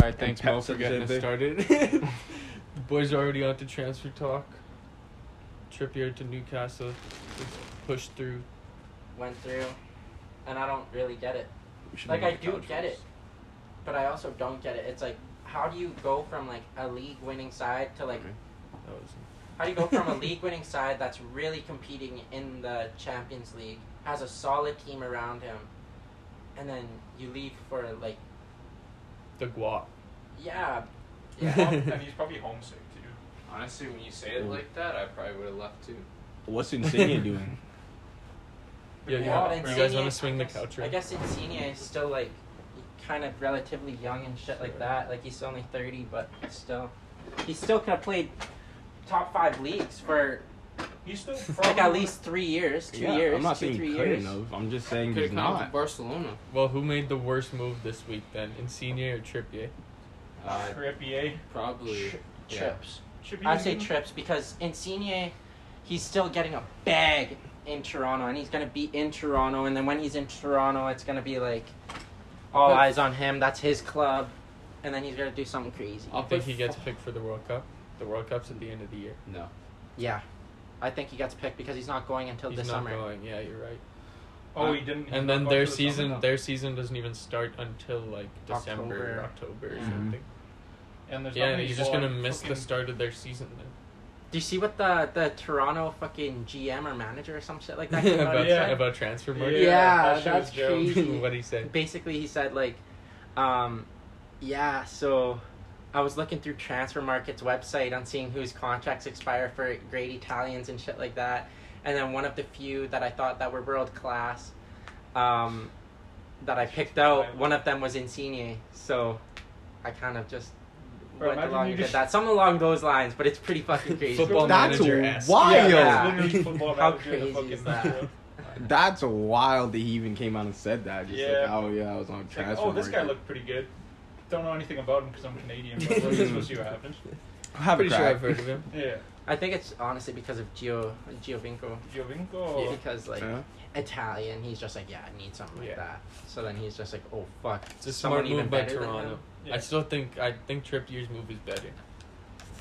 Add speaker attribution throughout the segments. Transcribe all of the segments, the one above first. Speaker 1: right, thanks,
Speaker 2: Pep
Speaker 1: Mo, for
Speaker 2: said the
Speaker 1: getting us
Speaker 2: same
Speaker 1: started. the boys are already on to transfer talk. Trippier to Newcastle. It's pushed through.
Speaker 3: went through, and I don't really get it.
Speaker 2: We should
Speaker 3: Like
Speaker 2: make
Speaker 3: I
Speaker 2: it
Speaker 3: do
Speaker 2: college
Speaker 3: get
Speaker 2: rules.
Speaker 3: it, but I also don't get it. It's like how do you go from like a league winning side to like
Speaker 2: Mhm.
Speaker 1: That was
Speaker 3: how do you go from a league winning side that's really competing in the Champions League has a solid team around him, and then you leave for like
Speaker 1: the guap.
Speaker 3: yeah,
Speaker 4: Yeah,
Speaker 3: yeah.
Speaker 4: and he's probably homesick too.
Speaker 5: Honestly, when you say it
Speaker 2: Ooh.
Speaker 5: like that, I probably would have left too.
Speaker 2: What's Insignia doing?
Speaker 1: Yeah,
Speaker 4: The
Speaker 1: you,
Speaker 4: guap,
Speaker 3: but
Speaker 1: you
Speaker 4: bro.
Speaker 1: guys
Speaker 3: Insigne-
Speaker 1: want to swing the
Speaker 3: I guess-
Speaker 1: couch
Speaker 3: I
Speaker 1: right?
Speaker 3: guess Insignia is still like kind of relatively young and shit like that. Like he's only thirty, but still, he still could have played top five leagues for
Speaker 4: He's still
Speaker 3: like
Speaker 4: probably
Speaker 3: at least three years, two
Speaker 2: Yeah,
Speaker 3: years,
Speaker 2: I'm not
Speaker 3: two
Speaker 2: saying
Speaker 3: three
Speaker 2: couldn't
Speaker 3: years.
Speaker 2: have. I'm just saying
Speaker 5: Could
Speaker 2: he's
Speaker 5: have gone to
Speaker 2: not.
Speaker 5: Barcelona.
Speaker 1: Well, who made the worst move this week then? Insigne or Trippier?
Speaker 5: Uh,
Speaker 4: Trippier.
Speaker 5: probably. Yeah.
Speaker 3: Trips.
Speaker 4: Should be
Speaker 3: I say
Speaker 4: using-
Speaker 3: trips because Insigne, he's still getting a bag in Toronto, and he's gonna be in Toronto, and then when he's in Toronto, it's gonna be like all
Speaker 5: But-
Speaker 3: eyes on him. That's his club, and then he's gonna do something crazy.
Speaker 5: I'll
Speaker 1: I think
Speaker 5: put
Speaker 1: he gets
Speaker 5: f-
Speaker 1: picked for the World Cup. The World Cup's at the end of the year.
Speaker 5: No.
Speaker 3: Yeah, I think he gets picked because he's not going until
Speaker 1: He's
Speaker 3: Oh, this
Speaker 1: not
Speaker 3: summer.
Speaker 1: going. Yeah, you're right.
Speaker 5: Uh,
Speaker 4: Oh, he didn't. he
Speaker 1: And
Speaker 4: did
Speaker 1: then
Speaker 4: not go
Speaker 1: their
Speaker 4: to the summer,
Speaker 1: season,
Speaker 4: though.
Speaker 1: their season doesn't even start until like December,
Speaker 3: October.
Speaker 1: or October or
Speaker 5: Yeah.
Speaker 4: Mm-hmm.
Speaker 1: something.
Speaker 4: And there's
Speaker 1: Yeah,
Speaker 4: nothing
Speaker 1: and he's just gonna
Speaker 4: going
Speaker 1: miss the
Speaker 4: fucking-
Speaker 1: start of their season then.
Speaker 3: Do you see what the the Toronto fucking GM or manager or some shit like that? came out
Speaker 1: about,
Speaker 3: and
Speaker 4: yeah.
Speaker 3: said?
Speaker 1: about transfer
Speaker 4: Yeah,
Speaker 1: market.
Speaker 3: Yeah,
Speaker 4: that shit
Speaker 3: that's
Speaker 4: was dope.
Speaker 3: crazy.
Speaker 1: what he said.
Speaker 3: basically he said like um yeah so i was looking through transfer market's website on seeing whose contracts expire for great italians and shit like that and then one of the few that i thought that were world class um that i picked out one of them was insigne so i kind of just
Speaker 4: Bro,
Speaker 3: went
Speaker 4: imagine
Speaker 3: along
Speaker 4: you
Speaker 3: and
Speaker 4: just-
Speaker 3: did that something along those lines but it's pretty fucking crazy
Speaker 1: Football
Speaker 2: That's
Speaker 1: manager-esque.
Speaker 2: wild.
Speaker 3: Yeah.
Speaker 4: It's Oh, literally football
Speaker 3: How
Speaker 4: manager in the
Speaker 3: crazy is
Speaker 4: fucking
Speaker 3: that?
Speaker 4: video.
Speaker 2: That's wild that he even came out and said that. Just
Speaker 4: Yeah.
Speaker 2: like, oh yeah, I was on
Speaker 4: It's like,
Speaker 2: transfer.
Speaker 4: oh, this guy
Speaker 2: market."
Speaker 4: looked pretty good. Don't know anything about him because I'm Canadian, but let's just see what happens.
Speaker 2: Have
Speaker 1: Pretty
Speaker 2: a
Speaker 1: sure
Speaker 2: crack.
Speaker 1: I've heard of him.
Speaker 4: Yeah.
Speaker 3: i think it's honestly because of gio giovinco
Speaker 4: Jovinko.
Speaker 3: because like
Speaker 2: Yeah.
Speaker 3: Italian. He's just like, yeah, I need something
Speaker 4: Yeah.
Speaker 3: like that. So then he's just like, oh fuck,
Speaker 1: It's a
Speaker 3: someone
Speaker 1: smart move by
Speaker 3: better than
Speaker 1: Toronto.
Speaker 3: him?
Speaker 4: Yeah.
Speaker 1: I still think I think Trippier's move is better.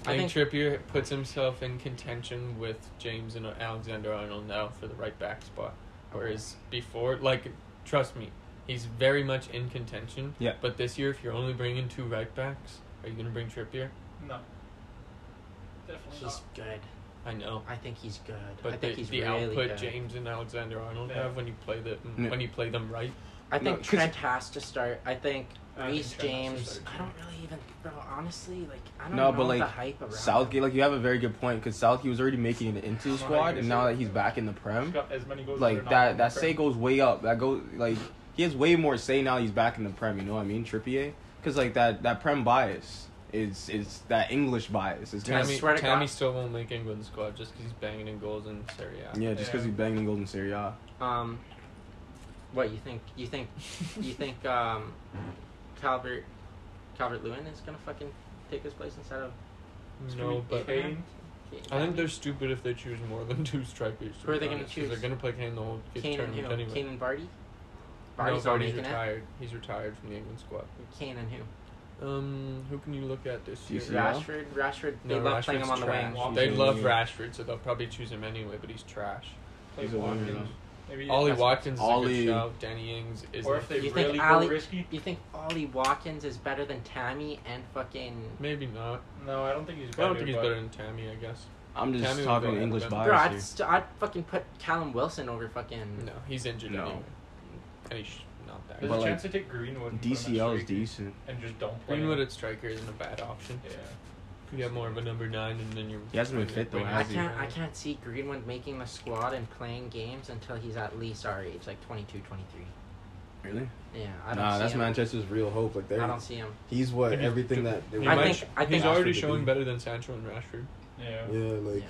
Speaker 3: I
Speaker 1: I think, Trippier puts himself in contention with James and Alexander Arnold now for the right back spot. Whereas before, like, trust me, he's very much in contention.
Speaker 2: Yeah.
Speaker 1: But this year, if you're only bringing two right backs, are you going to bring Trippier?
Speaker 4: No. Definitely
Speaker 3: He's
Speaker 4: not.
Speaker 3: good.
Speaker 1: I know.
Speaker 3: I think he's good.
Speaker 1: But
Speaker 3: I think
Speaker 1: the,
Speaker 3: he's
Speaker 1: the
Speaker 3: really
Speaker 1: output
Speaker 3: good.
Speaker 1: James and Alexander Arnold
Speaker 4: Yeah.
Speaker 1: have when you play the
Speaker 2: Yeah.
Speaker 1: when you play them right,
Speaker 3: I think
Speaker 2: No, 'cause-
Speaker 3: Trent has to start. I think
Speaker 4: I think
Speaker 3: Reese
Speaker 4: Trent has to
Speaker 3: James.
Speaker 4: start,
Speaker 3: I
Speaker 4: too.
Speaker 3: don't really even, bro. Honestly, like I don't
Speaker 2: No,
Speaker 3: know
Speaker 2: but, like,
Speaker 3: the hype around.
Speaker 2: Southgate, like you have a very good point because Southgate was already making it into the
Speaker 4: Come on,
Speaker 2: squad, and now
Speaker 4: Iggy.
Speaker 2: that he's back in the
Speaker 4: He's
Speaker 2: prem,
Speaker 4: got as many goals as they're
Speaker 2: like
Speaker 4: not
Speaker 2: that
Speaker 4: on
Speaker 2: that
Speaker 4: the
Speaker 2: say goes way up. That goes like he has way more say now. He's back in the prem. You know what I mean? Trippier, because like that that prem bias is is that English bias. It's kind
Speaker 3: I
Speaker 2: of
Speaker 1: Tammy,
Speaker 3: swear to
Speaker 1: Tammy
Speaker 3: God.
Speaker 1: still won't make England squad just because he's banging in goals in Serie A.
Speaker 2: yeah, just because he banged in Golden Serie A.
Speaker 3: Um, what you think? You think? you think? Um, Calvert, Calvert Lewin is gonna fucking take his place instead of.
Speaker 1: No, but
Speaker 4: Kane.
Speaker 1: I think they're stupid if they choose more than two strikers.
Speaker 3: Who are they
Speaker 1: be
Speaker 3: gonna
Speaker 1: honest, 'cause
Speaker 3: choose?
Speaker 1: They're going to play Kane the whole kid
Speaker 3: Kane and
Speaker 1: tournament
Speaker 3: who?
Speaker 1: anyway.
Speaker 3: Kane and Barty.
Speaker 1: No,
Speaker 3: Barty's not
Speaker 1: Vardy's
Speaker 3: making it.
Speaker 1: retired. He's retired from the England squad.
Speaker 3: Kane and who?
Speaker 1: Um, who can you look at this year?
Speaker 2: CCR? Yeah.
Speaker 3: Rashford. Rashford. They
Speaker 1: No,
Speaker 3: love playing
Speaker 1: Rashford's
Speaker 3: him on the
Speaker 1: trash.
Speaker 3: wing.
Speaker 4: Walker.
Speaker 1: They
Speaker 2: Yeah.
Speaker 1: love Rashford, so they'll probably choose him anyway. But he's trash.
Speaker 4: Like
Speaker 2: He's a
Speaker 4: Watkins.
Speaker 2: winger, though.
Speaker 4: Maybe
Speaker 1: Ollie
Speaker 4: that's-
Speaker 1: Watkins is a
Speaker 2: Ollie-
Speaker 1: good shout. Danny Ings is.
Speaker 4: Or if they
Speaker 3: You think
Speaker 4: really go
Speaker 3: Ali-
Speaker 4: risky.
Speaker 3: You think Ollie Watkins is better than Tammy and fucking?
Speaker 1: Maybe not.
Speaker 4: No, I don't think he's
Speaker 1: I
Speaker 4: better.
Speaker 1: don't think he's
Speaker 4: but-
Speaker 1: better than Tammy. I guess.
Speaker 2: I'm just
Speaker 1: Tammy would
Speaker 2: talking
Speaker 1: go
Speaker 2: English
Speaker 1: ahead,
Speaker 2: bias.
Speaker 1: but-
Speaker 3: Bro, I'd
Speaker 2: here.
Speaker 3: st- I'd fucking put Callum Wilson over fucking.
Speaker 1: No, he's injured
Speaker 2: No.
Speaker 1: anyway. And he's sh- not that.
Speaker 4: There's
Speaker 2: But,
Speaker 1: good.
Speaker 4: a
Speaker 2: like,
Speaker 4: chance to take Greenwood. and put him at
Speaker 2: DCL is
Speaker 4: striker
Speaker 2: decent.
Speaker 4: And just don't play. him.
Speaker 1: Greenwood at striker isn't a bad option.
Speaker 4: Yeah.
Speaker 1: You have more of a number nine, and then you're.
Speaker 2: He hasn't been
Speaker 1: when-
Speaker 2: fit, though,
Speaker 1: when
Speaker 3: I
Speaker 2: has he?
Speaker 3: can't. I can't see Greenwood making the squad and playing games until he's at least our age, like 22, 23.
Speaker 2: Really?
Speaker 3: Yeah, I don't
Speaker 2: Nah,
Speaker 3: see
Speaker 2: that's
Speaker 3: him.
Speaker 2: Manchester's real hope. Like
Speaker 3: I
Speaker 2: they're
Speaker 3: don't see him.
Speaker 2: he's what
Speaker 1: If he's-
Speaker 2: everything
Speaker 1: if-
Speaker 2: that they
Speaker 1: he
Speaker 3: I
Speaker 2: want-
Speaker 1: might-
Speaker 3: think- I think-
Speaker 1: he's already
Speaker 2: Rashford to
Speaker 1: showing
Speaker 2: be.
Speaker 1: better than Sancho and Rashford.
Speaker 4: Yeah.
Speaker 2: Yeah, like
Speaker 3: Yeah.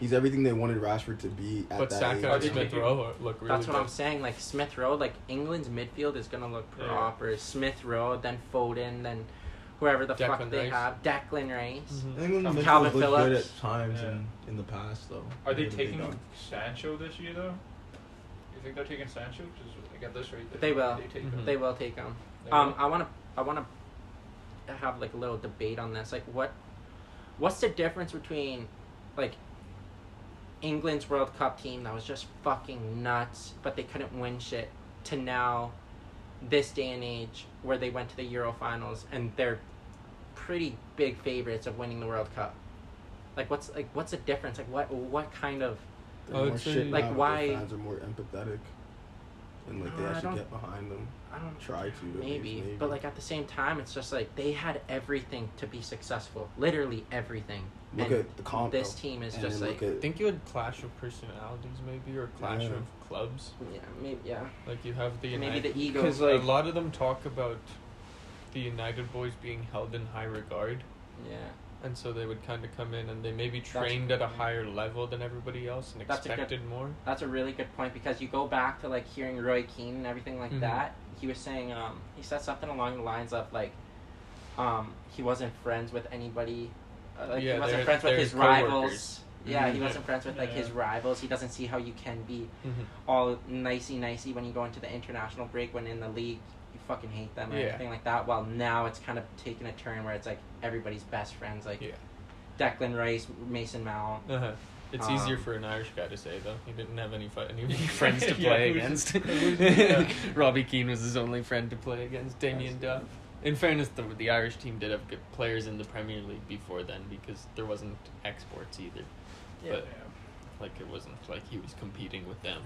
Speaker 2: he's everything they wanted Rashford to be at
Speaker 1: But
Speaker 2: that
Speaker 1: Saka and
Speaker 2: age.
Speaker 4: did
Speaker 1: Smith Rowe look really
Speaker 3: That's what
Speaker 1: good.
Speaker 3: I'm saying. Like Smith Rowe, like England's midfield is gonna look
Speaker 4: Yeah.
Speaker 3: proper. Smith Rowe, then Foden, then whoever the
Speaker 1: Declan
Speaker 3: fuck they
Speaker 1: Rice.
Speaker 3: have. Declan Rice.
Speaker 1: Mhm.
Speaker 2: England midfield
Speaker 4: Calvin
Speaker 2: looked good
Speaker 3: Phillips.
Speaker 2: at times
Speaker 4: Yeah.
Speaker 2: in, in the past though.
Speaker 4: Are they
Speaker 2: Maybe
Speaker 4: taking
Speaker 2: don't.
Speaker 4: Sancho this year though? You think they're taking Sancho? Because they got this right.
Speaker 5: Mm-hmm.
Speaker 3: They will.
Speaker 4: They take
Speaker 1: Mhm.
Speaker 4: him.
Speaker 3: They will take him.
Speaker 4: They
Speaker 3: Um,
Speaker 4: will.
Speaker 3: I wanna, I wanna have like a little debate on this. Like, what, what's the difference between, like, England's World Cup team that was just fucking nuts, but they couldn't win shit, to now, this day and age where they went to the Euro finals and they're pretty big favorites of winning the World Cup. Like, what's like, what's the difference? Like, what, what kind of
Speaker 1: I
Speaker 2: They're
Speaker 1: would
Speaker 2: more
Speaker 1: say-
Speaker 2: shit
Speaker 1: Like,
Speaker 2: like
Speaker 3: why-
Speaker 2: why fans are more empathetic, and like they
Speaker 3: No, I don't-
Speaker 2: actually get behind them.
Speaker 3: I don't
Speaker 2: Try to at
Speaker 3: maybe,
Speaker 2: least, maybe.
Speaker 3: but like at the same time, it's just like they had everything to be successful, literally everything.
Speaker 2: look
Speaker 3: and
Speaker 2: at the comp.
Speaker 3: this
Speaker 2: though,
Speaker 3: team is
Speaker 2: and
Speaker 3: just
Speaker 2: then
Speaker 3: like,
Speaker 2: look
Speaker 1: I
Speaker 2: at,
Speaker 1: think you had clash of personalities maybe or clash
Speaker 2: Yeah.
Speaker 1: of clubs.
Speaker 3: yeah, maybe yeah,
Speaker 1: Like you have the
Speaker 3: maybe
Speaker 1: United
Speaker 3: the ego.
Speaker 1: because
Speaker 5: like-
Speaker 1: a lot of them talk about the United boys being held in high regard,
Speaker 3: yeah,
Speaker 1: and so they would kind of come in and they maybe
Speaker 3: That's-
Speaker 1: trained at a higher level than everybody else and
Speaker 3: That's a good-
Speaker 1: expected more.
Speaker 3: that's a really good point because you go back to like hearing Roy Keane and everything like
Speaker 1: Mhm.
Speaker 3: that. He was saying, um, he said something along the lines of like, um, he wasn't friends with anybody, uh, like
Speaker 1: Yeah,
Speaker 3: he wasn't
Speaker 1: they're-
Speaker 3: friends with
Speaker 1: they're
Speaker 3: his rivals.
Speaker 1: coworkers.
Speaker 3: Yeah, he
Speaker 1: Mhm.
Speaker 3: wasn't friends with like
Speaker 4: Yeah.
Speaker 3: his rivals. He doesn't see how you can be
Speaker 2: Mm-hmm.
Speaker 1: Mhm.
Speaker 3: all nicey nicey when you go into the international break when in the league you fucking hate them or
Speaker 1: Yeah.
Speaker 3: anything like that. While now it's kind of taken a turn where it's like everybody's best friends, like
Speaker 1: Yeah.
Speaker 3: Declan Rice, Mason Mount.
Speaker 1: Uh-huh. It's easier
Speaker 3: Um,
Speaker 1: for an Irish guy to say though. He didn't have any fi- any friends to
Speaker 4: Yeah,
Speaker 1: play
Speaker 4: who's-
Speaker 1: against.
Speaker 4: who's- yeah.
Speaker 1: Robbie Keane was his only friend to play against. Damien
Speaker 4: That's-
Speaker 1: Duff. In fairness, the, the Irish team did have good players in the Premier League before then because there wasn't exports either. But like it wasn't like he was competing with them.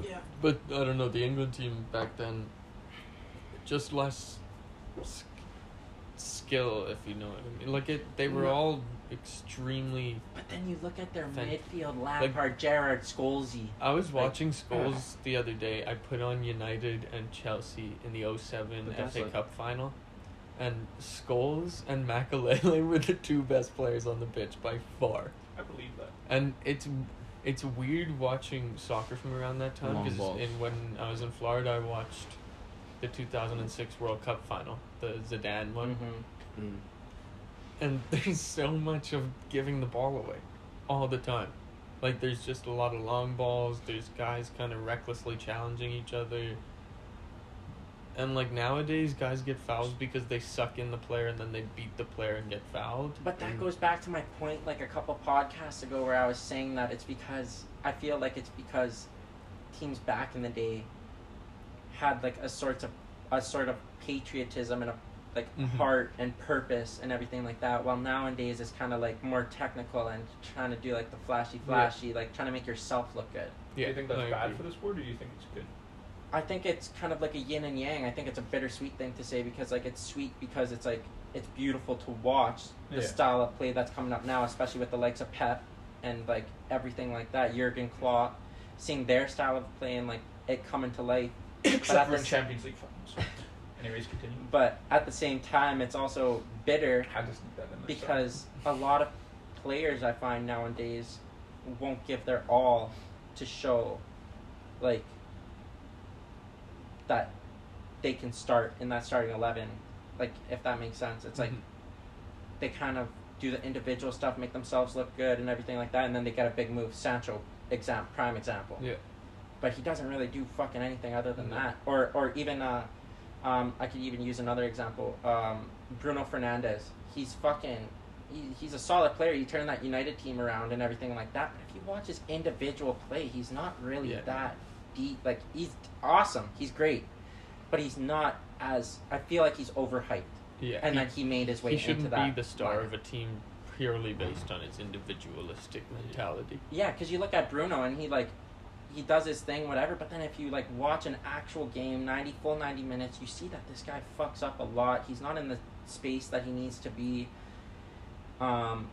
Speaker 3: Yeah.
Speaker 1: But I don't know the England team back then. Just less sk- skill, if you know what I mean. Like it, they were
Speaker 3: No.
Speaker 1: all extremely
Speaker 3: But then you look at their
Speaker 1: Thank-
Speaker 3: midfield: Lampard, Gerrard, Scholesy.
Speaker 1: I was
Speaker 3: Like-
Speaker 1: watching Skulls the other day. I put on United and Chelsea in the 07
Speaker 3: But that's
Speaker 1: FA
Speaker 3: like-
Speaker 1: Cup final. And Skulls and Makalele were the two best players on the pitch by far.
Speaker 4: I believe that.
Speaker 1: And it's it's weird watching soccer from around that time
Speaker 5: Long
Speaker 1: because
Speaker 5: balls.
Speaker 1: in when I was in Florida, I watched the 2006 World Cup final, the Zidane one
Speaker 3: Mm-hmm.
Speaker 5: Mm.
Speaker 1: and there's so much of giving the ball away all the time. Like there's just a lot of long balls, there's guys kind of recklessly challenging each other. And like nowadays guys get fouls because they suck in the player and then they beat the player and get fouled.
Speaker 3: But that
Speaker 5: Mm.
Speaker 3: goes back to my point like a couple podcasts ago where I was saying that it's because I feel like it's because teams back in the day had like a sort of a sort of patriotism and a like
Speaker 1: Mhm.
Speaker 3: heart and purpose and everything like that. While nowadays it's kind of like more technical and trying to do like the flashy flashy, like trying to make yourself look good.
Speaker 4: Do you think that's
Speaker 1: I
Speaker 4: bad
Speaker 1: agree.
Speaker 4: for the sport, or do you think it's good?
Speaker 3: I think it's kind of like a yin and yang. I think it's a bittersweet thing to say because like it's sweet because it's like it's beautiful to watch the
Speaker 4: Yeah.
Speaker 3: style of play that's coming up now, especially with the likes of Pep and like everything like that. Jurgen Klopp, seeing their style of play and like it coming to life. But at,
Speaker 4: Except for
Speaker 3: the,
Speaker 4: in
Speaker 3: s-
Speaker 4: Champions League finals. Anyways, continue.
Speaker 3: but at the same time, it's also bitter
Speaker 4: Had to sneak that in there. sorry.
Speaker 3: because a lot of players I find nowadays won't give their all to show like that they can start in that starting 11 like if that makes sense it's like
Speaker 1: Mhm.
Speaker 3: they kind of do the individual stuff make themselves look good and everything like that and then they get a big move Sancho exam prime example
Speaker 1: Yeah.
Speaker 3: but he doesn't really do fucking anything other than
Speaker 1: No.
Speaker 3: that or or even uh um, I could even use another example. Um, Bruno Fernandez. He's fucking. He, he's a solid player. He turned that United team around and everything like that. But if you watch his individual play, he's not really
Speaker 1: Yeah.
Speaker 3: that deep. Like he's awesome. He's great, but he's not as. I feel like he's overhyped,
Speaker 1: Yeah.
Speaker 3: and
Speaker 1: he,
Speaker 3: that he made his way
Speaker 1: he
Speaker 3: into
Speaker 1: shouldn't
Speaker 3: that.
Speaker 1: be the star
Speaker 3: lineup.
Speaker 1: of a team purely based on his individualistic mentality.
Speaker 3: Yeah, because you look at Bruno and he like he does his thing, whatever. But then if you like watch an actual game, ninety full ninety minutes, you see that this guy fucks up a lot. He's not in the space that he needs to be. Um,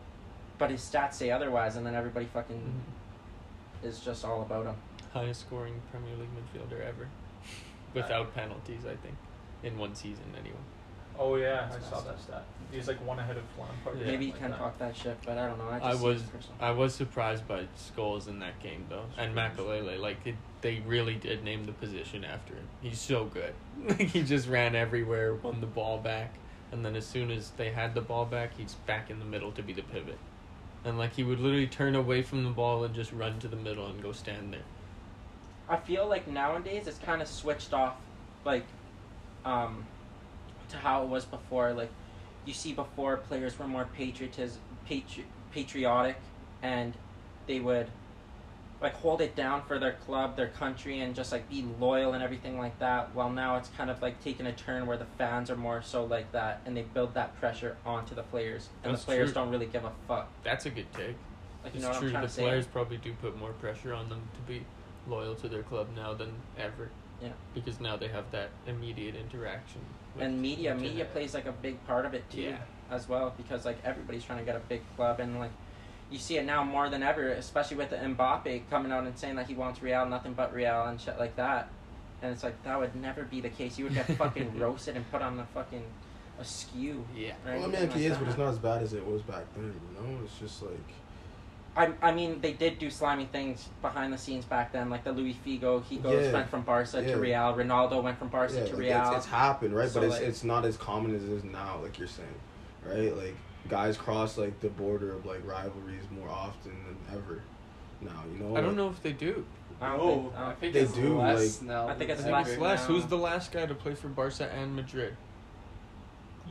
Speaker 3: but his stats say otherwise, and then everybody
Speaker 4: Mm-hmm.
Speaker 1: Mm-hmm.
Speaker 3: fucking is just all about him.
Speaker 1: Highest scoring Premier League midfielder ever. Without penalties, I think. In one season anyway.
Speaker 4: Oh yeah, I saw that stat. He's like one ahead of Lampard. or
Speaker 1: Yeah.
Speaker 3: Maybe
Speaker 4: something
Speaker 3: he
Speaker 4: like
Speaker 3: can
Speaker 4: that.
Speaker 3: talk that shit, but I don't know. I, just
Speaker 1: I
Speaker 3: see
Speaker 1: was
Speaker 3: his personal-
Speaker 1: I was surprised by Skulls in that game though, and Makalele. Like it, they really did name the position after him. He's so good. Like he just ran everywhere, won the ball back, and then as soon as they had the ball back, he's back in the middle to be the pivot. And like he would literally turn away from the ball and just run to the middle and go stand there.
Speaker 3: I feel like nowadays it's kind of switched off, like, um, to how it was before. Like, you see, before players were more patriotis- patri- patriotic, and they would like hold it down for their club, their country, and just like be loyal and everything like that. While now it's kind of like taking a turn where the fans are more so like that, and they build that pressure onto the players, and
Speaker 1: That's
Speaker 3: the players
Speaker 1: true.
Speaker 3: don't really give a fuck.
Speaker 1: That's a good take.
Speaker 3: Like, you
Speaker 1: It's
Speaker 3: know what
Speaker 1: true.
Speaker 3: I'm trying
Speaker 1: The
Speaker 3: to say?
Speaker 1: players probably do put more pressure on them to be loyal to their club now than ever.
Speaker 3: Yeah.
Speaker 1: Because now they have that immediate interaction. with
Speaker 3: and media
Speaker 1: internet.
Speaker 3: media plays like a big part of it too
Speaker 1: Yeah.
Speaker 3: as well because like everybody's trying to get a big club and like you see it now more than ever especially with the Mbappe coming out and saying that he wants Real nothing but Real and shit like that and it's like that would never be the case you would get fucking roasted and put on a fucking a skew
Speaker 1: Yeah.
Speaker 3: or
Speaker 2: Well, I mean,
Speaker 3: anything
Speaker 2: like, it is,
Speaker 3: like
Speaker 2: but it's
Speaker 3: that.
Speaker 2: not as bad as it was back then. You know, it's just like
Speaker 3: I, I mean they did do slimy things behind the scenes back then like the Louis Figo he goes
Speaker 2: Yeah.
Speaker 3: went from Barca
Speaker 2: Yeah.
Speaker 3: to Real Ronaldo went from Barca
Speaker 2: yeah,
Speaker 3: to
Speaker 2: like,
Speaker 3: Real
Speaker 2: it's, it's happened, right?
Speaker 3: So,
Speaker 2: but it's
Speaker 3: like-
Speaker 2: it's not as common as it is now, like you're saying, right? Like guys cross like the border of like rivalries more often than ever now. You know,
Speaker 1: I don't know if they do.
Speaker 3: I don't
Speaker 5: No,
Speaker 3: think- I don't
Speaker 5: Oh, think
Speaker 2: They
Speaker 5: it's
Speaker 2: do,
Speaker 5: less
Speaker 2: like-
Speaker 5: now
Speaker 3: I think
Speaker 5: than
Speaker 3: it's
Speaker 5: ever.
Speaker 3: less
Speaker 1: Who's last?
Speaker 3: now.
Speaker 1: Who's the last guy to play for Barca and Madrid?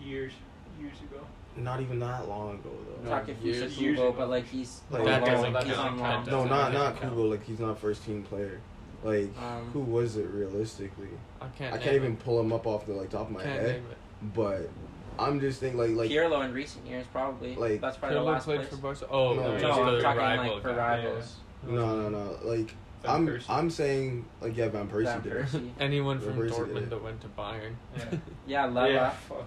Speaker 4: years, years ago.
Speaker 2: Not even that long ago though.
Speaker 5: No,
Speaker 3: Takefusa
Speaker 5: years-
Speaker 3: Kubo,
Speaker 4: years ago.
Speaker 3: but like he's
Speaker 2: Like,
Speaker 3: on
Speaker 2: that
Speaker 3: loan,
Speaker 1: doesn't
Speaker 3: he's
Speaker 1: count.
Speaker 3: on
Speaker 1: That
Speaker 3: loan.
Speaker 1: doesn't
Speaker 2: No, not not
Speaker 1: count.
Speaker 2: Kubo. Like he's not first team player. Like
Speaker 3: Um,
Speaker 2: who was it realistically?
Speaker 1: I can't.
Speaker 2: I
Speaker 1: name
Speaker 2: can't even
Speaker 1: It.
Speaker 2: pull him up off the like top of my
Speaker 1: Can't
Speaker 2: head.
Speaker 1: name it.
Speaker 2: But I'm just thinking like like
Speaker 3: Pirlo in recent years, probably.
Speaker 2: Like-
Speaker 3: That's probably the
Speaker 1: Pirlo
Speaker 3: last
Speaker 1: played
Speaker 3: place.
Speaker 1: for Barca. Oh, no,
Speaker 2: No,
Speaker 3: no,
Speaker 1: just
Speaker 3: I'm
Speaker 1: the
Speaker 3: talking
Speaker 1: rival
Speaker 3: like for
Speaker 1: guy.
Speaker 3: rivals.
Speaker 2: no no no like
Speaker 4: Van
Speaker 2: I'm
Speaker 4: Persie.
Speaker 2: I'm saying like yeah Van Persie
Speaker 3: Van
Speaker 2: did. it.
Speaker 3: Persie.
Speaker 1: Anyone from
Speaker 2: Where's it
Speaker 1: Dortmund
Speaker 2: at?
Speaker 1: that went to Bayern.
Speaker 4: Yeah.
Speaker 3: Yeah, Leva.
Speaker 4: Yeah, fuck.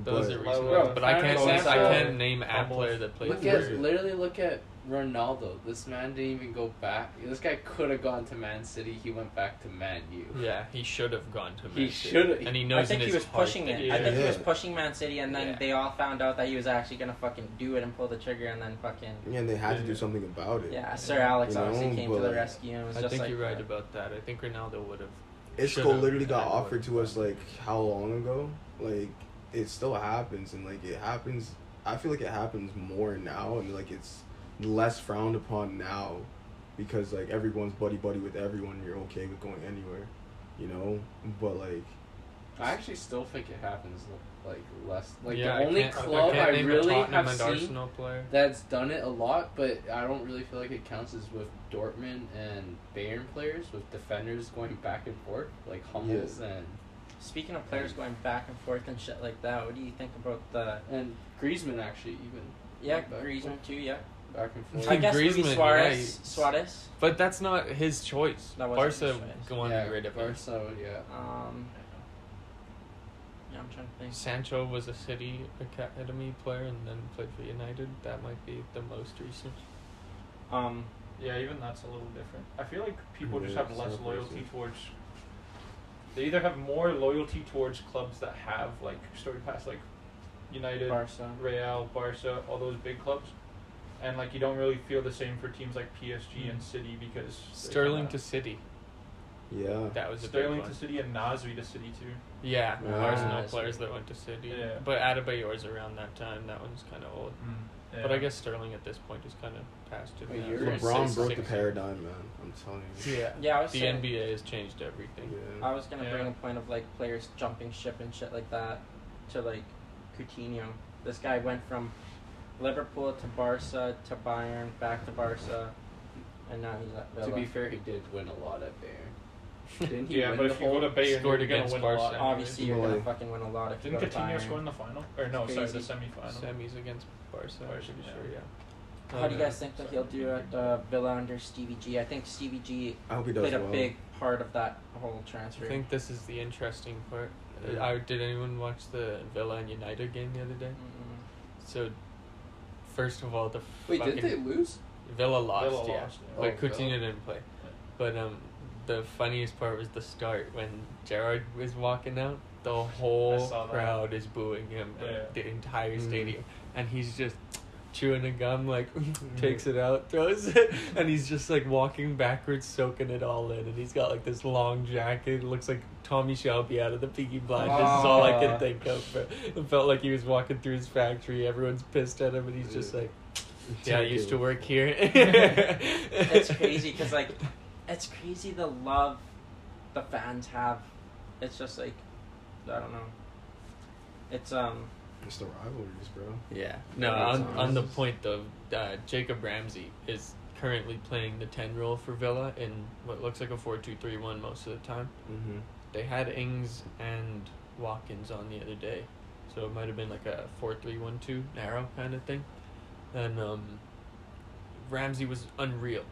Speaker 1: Those
Speaker 2: But-
Speaker 1: are recent
Speaker 5: Bro,
Speaker 1: ones, but I can't.
Speaker 5: Fernando
Speaker 1: I
Speaker 5: Santos.
Speaker 1: can't name a
Speaker 4: Fumbles.
Speaker 1: player that played
Speaker 5: Look
Speaker 1: for.
Speaker 5: at literally look at Ronaldo. This man didn't even go back. This guy could have gone to Man City. He went back to Man U.
Speaker 1: Yeah, he should have gone to. Man
Speaker 5: He
Speaker 1: City.
Speaker 5: should've-
Speaker 1: and he
Speaker 3: I
Speaker 1: knows.
Speaker 3: think
Speaker 1: in
Speaker 3: he was
Speaker 1: his heart
Speaker 3: pushing
Speaker 1: that
Speaker 3: it.
Speaker 1: he
Speaker 3: I think
Speaker 1: should.
Speaker 3: he was
Speaker 2: Yeah.
Speaker 3: pushing Man City, and then
Speaker 1: Yeah.
Speaker 3: they all found out that he was actually gonna fucking do it and pull the trigger, and then fucking
Speaker 2: Yeah, and they had to
Speaker 4: Yeah.
Speaker 2: do something about it.
Speaker 3: yeah. Sir Alex
Speaker 2: You know,
Speaker 3: obviously came to
Speaker 2: but-
Speaker 3: the rescue and was
Speaker 1: I
Speaker 3: just
Speaker 1: think
Speaker 3: like,
Speaker 1: you're right about that. I think Ronaldo would have.
Speaker 2: Isco
Speaker 1: Should've.
Speaker 2: literally got
Speaker 1: I
Speaker 2: offered
Speaker 1: would've.
Speaker 2: to us like how long ago? Like it still happens and like it happens I feel like it happens more now and like it's less frowned upon now because like everyone's buddy buddy with everyone you're okay with going anywhere, you know? But like
Speaker 5: I actually still think it happens like less. Like
Speaker 1: yeah,
Speaker 5: the
Speaker 1: I
Speaker 5: only
Speaker 1: can't-
Speaker 5: club
Speaker 1: can't
Speaker 5: I,
Speaker 1: name a
Speaker 5: really
Speaker 1: Tottenham
Speaker 5: have
Speaker 1: and
Speaker 5: seen
Speaker 1: Arsenal player.
Speaker 5: that's done it a lot, but I don't really feel like it counts as with Dortmund and Bayern players with defenders going back and forth like Hummels and
Speaker 3: Speaking of players going back and forth and shit like that, what do you think about the
Speaker 5: and Griezmann actually even
Speaker 3: yeah
Speaker 5: Back and
Speaker 3: Griezmann too? Yeah,
Speaker 5: back and forth.
Speaker 3: I guess
Speaker 1: Griezmann,
Speaker 3: maybe
Speaker 1: yeah,
Speaker 3: Suarez.
Speaker 1: he-
Speaker 3: Suarez.
Speaker 1: But that's not his choice.
Speaker 3: That wasn't his
Speaker 1: Barca
Speaker 3: choice.
Speaker 1: wanted
Speaker 5: yeah,
Speaker 1: rid of him.
Speaker 5: Barca, yeah.
Speaker 3: Um, yeah, I'm trying to think.
Speaker 1: Sancho was a City Academy player and then played for United. That might be the most recent.
Speaker 3: Um,
Speaker 4: Yeah, even that's a little different. I feel like people just
Speaker 2: Yeah,
Speaker 4: have less
Speaker 2: separate
Speaker 4: loyalty
Speaker 2: things.
Speaker 4: towards. They either have more loyalty towards clubs that have like story paths, like United,
Speaker 3: Barca.
Speaker 4: Real, Barca, all those big clubs, and like you don't really feel the same for teams like PSG and City because they
Speaker 1: Hmm. Sterling
Speaker 4: kinda-
Speaker 1: to City.
Speaker 2: yeah.
Speaker 1: That was a
Speaker 4: Sterling
Speaker 1: big
Speaker 4: to
Speaker 1: one.
Speaker 4: City and Nasri to City too.
Speaker 1: Yeah,
Speaker 2: Ah,
Speaker 1: Arsenal
Speaker 3: that's
Speaker 1: players that went to City.
Speaker 4: Yeah.
Speaker 1: But Adebayor's around that time. That one's kind of old.
Speaker 5: Hmm.
Speaker 4: Yeah.
Speaker 1: But I guess Sterling at this point is kind of past it.
Speaker 5: Wait,
Speaker 1: now.
Speaker 5: you're gonna
Speaker 2: LeBron
Speaker 5: say
Speaker 2: broke the
Speaker 5: six-
Speaker 2: paradigm, man. I'm telling you.
Speaker 1: Yeah.
Speaker 3: Yeah, I was
Speaker 1: The
Speaker 3: saying-
Speaker 1: NBA has changed everything.
Speaker 2: Yeah.
Speaker 3: I was gonna
Speaker 4: Yeah.
Speaker 3: bring a point of like players jumping ship and shit like that to like Coutinho. This guy went from Liverpool to Barca to Bayern back to Barca, and now he's at Villa.
Speaker 5: To be fair, he did win a lot at Bayern. Didn't he
Speaker 4: yeah,
Speaker 5: win
Speaker 4: but
Speaker 5: the
Speaker 4: if you
Speaker 5: whole
Speaker 4: go to Bayern,
Speaker 1: Scored
Speaker 4: you're gonna
Speaker 1: against
Speaker 4: win a lot.
Speaker 1: Barca.
Speaker 3: obviously you're
Speaker 2: Boy.
Speaker 3: gonna fucking win a lot if you
Speaker 4: Didn't
Speaker 3: go to
Speaker 4: Coutinho
Speaker 3: Bayern.
Speaker 4: score in the final? Or no, sorry, the
Speaker 3: Crazy.
Speaker 4: semifinal.
Speaker 1: Semis against Barca. I'm
Speaker 4: Barca,
Speaker 1: pretty
Speaker 4: yeah.
Speaker 1: sure. Yeah.
Speaker 3: How do you guys think that he'll do at uh, Villa under Stevie G? I think Stevie G
Speaker 2: I hope he does
Speaker 3: played a
Speaker 2: well.
Speaker 3: big part of that whole
Speaker 1: I
Speaker 3: transfer.
Speaker 1: think this is the interesting part. Uh,
Speaker 2: Yeah.
Speaker 1: I, did anyone watch the Villa and United game the other day?
Speaker 3: Mm,
Speaker 1: So, first of all, the
Speaker 5: Wait,
Speaker 1: fucking
Speaker 5: did they lose?
Speaker 1: Villa lost,
Speaker 4: Villa
Speaker 1: yeah,
Speaker 4: lost, yeah.
Speaker 1: but
Speaker 5: Oh,
Speaker 1: Coutinho
Speaker 5: Villa.
Speaker 1: didn't play. But um, the funniest part was the start when Gerard was walking out. The whole
Speaker 4: saw that.
Speaker 1: crowd is booing him, but
Speaker 4: Yeah.
Speaker 1: the entire
Speaker 2: Mm.
Speaker 1: stadium, and he's just chewing a gum, like
Speaker 2: Mm.
Speaker 1: takes it out, throws it, and he's just like walking backwards, soaking it all in, and he's got like this long jacket, looks like Tommy Shelby out of the Peaky Blinders. This is all I
Speaker 3: Aw.
Speaker 2: Ah.
Speaker 1: can think of. But it felt like he was walking through his factory. Everyone's pissed at him, and he's just
Speaker 2: Yeah.
Speaker 1: like. Yeah, I used to work here.
Speaker 3: It's crazy 'cause, like, It's crazy the love the fans have. It's just like I don't know. It's um
Speaker 6: It's the rivalries, bro.
Speaker 1: Yeah. No,
Speaker 6: Yeah,
Speaker 1: on,
Speaker 6: it's
Speaker 1: on the
Speaker 6: honest.
Speaker 1: point though, uh, Jacob Ramsey is currently playing the 10 role for Villa in what looks like a 4 2 3 1 most of the time.
Speaker 6: Mm-hmm.
Speaker 1: They had Ings and Watkins on the other day, so it might have been like a 4 3 1 2 narrow kind of thing. And um, Ramsey was unreal.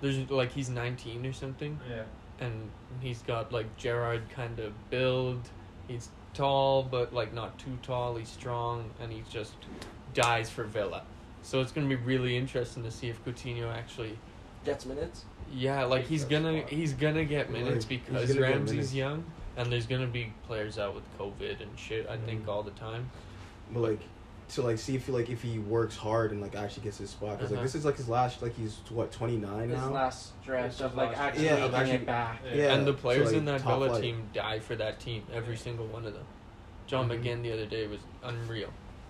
Speaker 1: There's like he's 19 or something,
Speaker 4: Yeah.
Speaker 1: and he's got like Gerard kind of build. He's tall, but like not too tall. He's strong, and he just dies for Villa. So it's gonna be really interesting to see if Coutinho actually,
Speaker 3: gets minutes.
Speaker 1: yeah, like
Speaker 4: Takes
Speaker 1: he's
Speaker 4: that
Speaker 1: gonna
Speaker 4: spot.
Speaker 1: he's gonna get
Speaker 6: Like,
Speaker 1: minutes
Speaker 6: he's
Speaker 1: because
Speaker 6: gonna get
Speaker 1: Ramsey's
Speaker 6: minutes.
Speaker 1: young, and there's gonna be players out with COVID and shit. I think
Speaker 6: Mhm.
Speaker 1: all the time.
Speaker 6: But like, to like see if he like if he works hard and like actually gets his spot because
Speaker 1: Uh-huh.
Speaker 6: like this is like his last like he's what twenty nine
Speaker 3: This
Speaker 6: now.
Speaker 3: last stretch
Speaker 4: It's
Speaker 3: of
Speaker 4: his
Speaker 3: like
Speaker 4: last-
Speaker 3: actually
Speaker 6: Yeah, of
Speaker 3: making
Speaker 6: actually-
Speaker 3: it back.
Speaker 6: Yeah,
Speaker 1: and the
Speaker 6: so,
Speaker 1: players
Speaker 6: like,
Speaker 1: in that
Speaker 6: top
Speaker 1: Villa
Speaker 6: flight.
Speaker 1: team die for that team. Every
Speaker 4: Yeah.
Speaker 1: single one of them. John
Speaker 6: Mhm.
Speaker 1: McGinn the other day was unreal.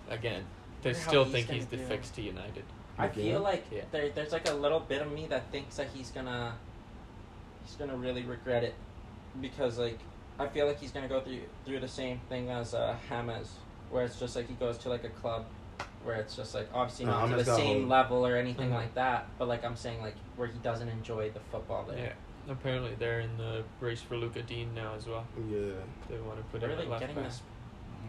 Speaker 1: Again, they
Speaker 3: Wonder how
Speaker 1: still
Speaker 3: he's
Speaker 1: think
Speaker 3: gonna
Speaker 1: he's the
Speaker 3: do.
Speaker 1: fix to United.
Speaker 3: I
Speaker 6: Okay.
Speaker 3: feel like
Speaker 1: Yeah.
Speaker 3: there, there's like a little bit of me that thinks that he's gonna he's gonna really regret it because like I feel like he's gonna go through through the same thing as uh, Hamas, where it's just like he goes to like a club where it's just like obviously not to
Speaker 6: No, Uh, James
Speaker 3: the
Speaker 6: got
Speaker 3: same
Speaker 6: hold.
Speaker 3: level or anything
Speaker 1: Mhm.
Speaker 3: like that, but like I'm saying like where he doesn't enjoy the football
Speaker 1: Yeah.
Speaker 3: there.
Speaker 1: Apparently they're in the race for Luca Dean now as well.
Speaker 6: Yeah,
Speaker 1: They want to put
Speaker 3: Where
Speaker 1: him
Speaker 3: are
Speaker 1: at
Speaker 3: they
Speaker 1: left
Speaker 3: getting
Speaker 1: back.
Speaker 3: this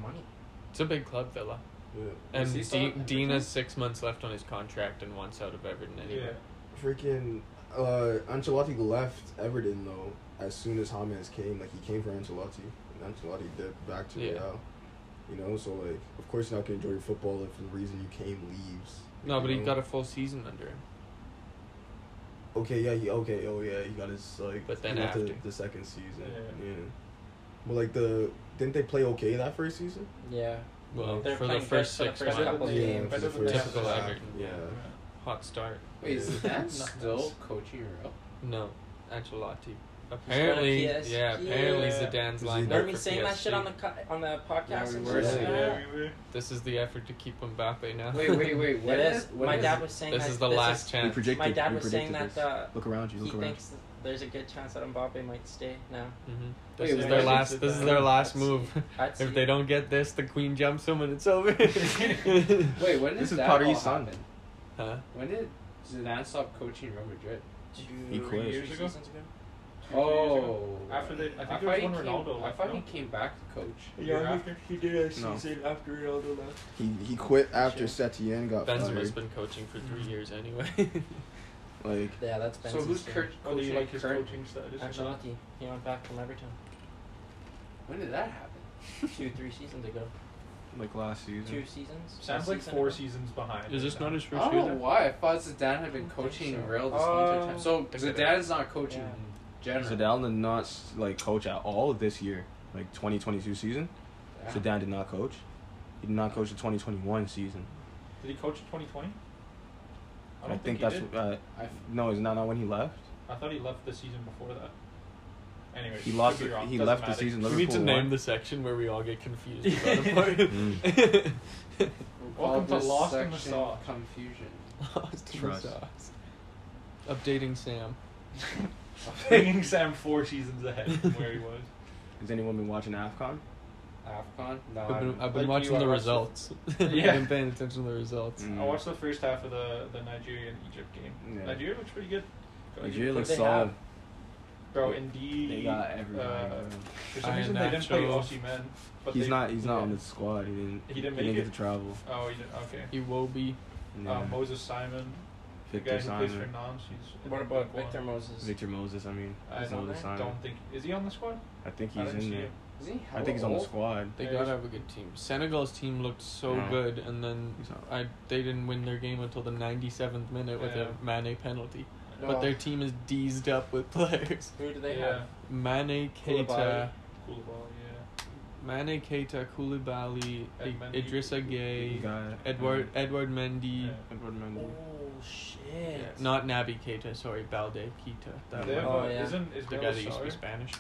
Speaker 3: money?
Speaker 1: It's a big club, Villa.
Speaker 6: yeah.
Speaker 1: And
Speaker 5: Is he still at
Speaker 1: Dean, Dean
Speaker 5: Everton?
Speaker 1: has six months left on his contract and wants out of Everton anyway.
Speaker 6: Freaking uh, Ancelotti left Everton though as soon as James came. Like he came for Ancelotti, and Ancelotti dipped back to
Speaker 1: Yeah.
Speaker 6: Real. You know, so like, of course you're not gonna enjoy your football if the reason you came leaves.
Speaker 1: No, but he
Speaker 6: Yeah.
Speaker 1: got a full season under him.
Speaker 6: Okay, yeah, he okay, oh yeah, he got his like.
Speaker 1: But then
Speaker 6: he got the,
Speaker 1: after.
Speaker 6: the second season,
Speaker 4: Yeah.
Speaker 6: yeah. But like the didn't they play okay that first season?
Speaker 3: Yeah.
Speaker 1: Well,
Speaker 3: They're
Speaker 1: for the
Speaker 3: playing
Speaker 1: first
Speaker 3: good for
Speaker 1: six
Speaker 3: the first
Speaker 1: months.
Speaker 3: couple
Speaker 4: Yeah.
Speaker 3: games.
Speaker 6: for the
Speaker 4: Typical
Speaker 6: first half,
Speaker 1: Everton.
Speaker 6: Yeah.
Speaker 1: Hot start.
Speaker 5: Wait, is
Speaker 6: Yeah.
Speaker 5: that still coaching Euro?
Speaker 1: No, Ancelotti. Apparently,
Speaker 3: PSG.
Speaker 1: yeah. Apparently,
Speaker 4: Yeah.
Speaker 1: Zidane's
Speaker 6: Zidane.
Speaker 1: lined up
Speaker 3: Remember
Speaker 1: for
Speaker 3: me saying that shit
Speaker 1: PSG.
Speaker 3: on the co- on the podcast?
Speaker 5: Yeah, we
Speaker 3: and
Speaker 5: were
Speaker 3: shit
Speaker 6: saying
Speaker 3: like
Speaker 6: that.
Speaker 3: that?
Speaker 4: Yeah, we were.
Speaker 1: This is the effort to keep him Mbappe now.
Speaker 5: Wait, wait, wait. What
Speaker 3: it
Speaker 5: is?
Speaker 3: is.
Speaker 5: what
Speaker 3: My
Speaker 5: is-
Speaker 3: dad was saying
Speaker 1: this
Speaker 3: that
Speaker 1: is the last
Speaker 2: We
Speaker 1: chance.
Speaker 2: predicted.
Speaker 3: My dad
Speaker 2: we
Speaker 3: was saying
Speaker 2: predicted
Speaker 3: that
Speaker 2: this.
Speaker 3: uh,
Speaker 2: Look around you.
Speaker 3: he
Speaker 2: Look around.
Speaker 3: thinks that there's a good chance that Mbappe might stay now.
Speaker 1: hmm
Speaker 5: Wait,
Speaker 1: This
Speaker 5: was
Speaker 1: is their
Speaker 5: that
Speaker 1: last.
Speaker 4: Zidane?
Speaker 1: This is their last
Speaker 3: That's-
Speaker 1: move.
Speaker 3: I'd see
Speaker 1: If they
Speaker 3: it.
Speaker 1: don't get this, the queen jumps them and it's over.
Speaker 5: Wait, when did
Speaker 2: This is
Speaker 5: that
Speaker 2: Potter's
Speaker 5: all
Speaker 2: son.
Speaker 5: happen?
Speaker 1: huh?
Speaker 5: When did Zidane stop coaching Real Madrid?
Speaker 3: Two
Speaker 2: He quit.
Speaker 4: years ago?
Speaker 3: seasons ago.
Speaker 4: Two years
Speaker 5: Oh.
Speaker 4: ago. After they, I think
Speaker 5: I
Speaker 4: there
Speaker 5: thought
Speaker 4: was
Speaker 5: he
Speaker 4: one
Speaker 5: came,
Speaker 4: Ronaldo.
Speaker 5: I
Speaker 4: left,
Speaker 5: thought
Speaker 4: no?
Speaker 5: he came back to coach.
Speaker 4: A year after.
Speaker 3: he did a
Speaker 2: No.
Speaker 3: season after Ronaldo left.
Speaker 2: He he quit after Setien got
Speaker 1: Benzema's
Speaker 2: fired.
Speaker 1: been coaching for three years anyway.
Speaker 2: Like
Speaker 3: Yeah, that's Benzema's
Speaker 5: So who's
Speaker 3: team.
Speaker 5: cur-
Speaker 4: Oh, do you
Speaker 5: coaching
Speaker 4: like his
Speaker 5: current?
Speaker 4: coaching status? or not?
Speaker 3: Ancelotti. He went back from Everton
Speaker 5: When did that happen?
Speaker 3: two, three seasons ago.
Speaker 2: like last
Speaker 3: Two
Speaker 2: season.
Speaker 3: seasons.
Speaker 4: Sounds
Speaker 3: A
Speaker 4: like
Speaker 3: season
Speaker 4: four
Speaker 3: ago.
Speaker 4: seasons behind.
Speaker 1: is this not his
Speaker 5: I
Speaker 1: first
Speaker 2: Oh.
Speaker 5: don't know
Speaker 1: year?
Speaker 5: why. I thought Zidane had
Speaker 3: I
Speaker 5: been
Speaker 3: don't think
Speaker 5: coaching
Speaker 3: so.
Speaker 5: Real this whole entire
Speaker 3: Oh.
Speaker 4: Um,
Speaker 5: time. So
Speaker 1: Look at
Speaker 5: Zidane is not coaching
Speaker 3: Yeah.
Speaker 5: in general.
Speaker 2: Zidane did not like coach at all this year. Like 2022 season,
Speaker 5: Yeah.
Speaker 2: Zidane did not coach. He did not coach the 2021 season.
Speaker 4: Did he coach in 2020?
Speaker 2: I,
Speaker 4: don't
Speaker 2: think,
Speaker 4: he
Speaker 2: that's
Speaker 4: did.
Speaker 2: uh,
Speaker 5: I,
Speaker 2: no. Is not not when he left.
Speaker 4: I thought he left the season before that. Anyway,
Speaker 2: He lost.
Speaker 4: Could be wrong.
Speaker 2: He
Speaker 4: Doesn't
Speaker 2: left the
Speaker 4: matter.
Speaker 2: season.
Speaker 1: We
Speaker 2: Liverpool
Speaker 1: need to
Speaker 2: won.
Speaker 1: name the section where we all get confused about a part.
Speaker 5: we'll call
Speaker 4: Welcome to
Speaker 5: this
Speaker 4: Lost in the
Speaker 5: section
Speaker 4: Sauce.
Speaker 5: Confusion.
Speaker 1: Lost in the
Speaker 2: Trust.
Speaker 1: sauce. Updating Sam.
Speaker 4: Bringing Sam four seasons ahead from where he was.
Speaker 2: Has anyone been watching Afcon?
Speaker 5: Afcon. No.
Speaker 1: I've been,
Speaker 5: I'm-
Speaker 1: I've
Speaker 4: Like,
Speaker 1: been
Speaker 4: you
Speaker 1: watching
Speaker 4: are
Speaker 1: the
Speaker 4: watching-
Speaker 1: results. I've
Speaker 4: Yeah.
Speaker 1: been paying attention to the results.
Speaker 2: Mm.
Speaker 4: I watched the first half of the, the Nigeria and Egypt game.
Speaker 2: Yeah.
Speaker 4: Nigeria looks pretty good. Got a
Speaker 2: Nigeria
Speaker 4: good-
Speaker 2: looks
Speaker 3: they
Speaker 2: solid.
Speaker 4: Bro, indeed.
Speaker 2: They got everybody.
Speaker 4: Uh,
Speaker 2: bro.
Speaker 4: for some reason, they didn't play
Speaker 1: Iheanacho.
Speaker 4: Aussie men. But
Speaker 2: he's
Speaker 4: they,
Speaker 2: not. He's not
Speaker 4: yeah.
Speaker 2: on the squad. He didn't.
Speaker 4: He didn't
Speaker 2: he
Speaker 4: make
Speaker 2: didn't
Speaker 4: it?
Speaker 2: get to travel.
Speaker 4: Oh, he didn't. Okay.
Speaker 1: Iwobi.
Speaker 2: Yeah.
Speaker 4: Uh, Moses Simon, the guy
Speaker 2: Victor
Speaker 4: who plays for
Speaker 2: Simon.
Speaker 4: Nantes. He's in
Speaker 3: What
Speaker 4: the
Speaker 3: about
Speaker 4: squad.
Speaker 3: Victor Moses?
Speaker 2: Victor Moses. I mean,
Speaker 4: I
Speaker 2: Moses
Speaker 4: don't,
Speaker 2: Simon.
Speaker 4: don't think is he on the squad?
Speaker 2: I think
Speaker 4: I
Speaker 2: he's
Speaker 4: didn't
Speaker 2: in
Speaker 4: see
Speaker 2: there.
Speaker 4: him.
Speaker 5: Isn't he
Speaker 2: I think he's on the
Speaker 5: hella
Speaker 2: squad.
Speaker 1: They
Speaker 4: Yeah,
Speaker 1: gotta
Speaker 4: he's-
Speaker 1: have a good team. Senegal's team looked so
Speaker 2: Yeah.
Speaker 1: good, and then
Speaker 2: He's not-
Speaker 1: I they didn't win their game until the 97th minute with
Speaker 4: Yeah.
Speaker 1: a Mane penalty.
Speaker 3: No.
Speaker 1: But their team is deezed up with players.
Speaker 3: Who do they
Speaker 4: yeah.
Speaker 3: have?
Speaker 1: Mane, Keita,
Speaker 3: Koulibaly.
Speaker 4: Cool ball. Yeah.
Speaker 1: Mane, Keita, Koulibaly, I-
Speaker 4: Edmund-
Speaker 1: Idrissa
Speaker 2: He
Speaker 1: Gay,
Speaker 2: got-
Speaker 1: Edward Edward Mendy.
Speaker 4: Mm. Yeah.
Speaker 2: Edward
Speaker 3: Oh
Speaker 2: Mendy.
Speaker 3: shit!
Speaker 1: Yeah, Not Naby Keita, sorry, Balde Keita. That
Speaker 4: They have,
Speaker 1: one.
Speaker 3: Oh,
Speaker 4: uh,
Speaker 3: yeah.
Speaker 4: Isn't is
Speaker 1: The guy that used to be Spanish.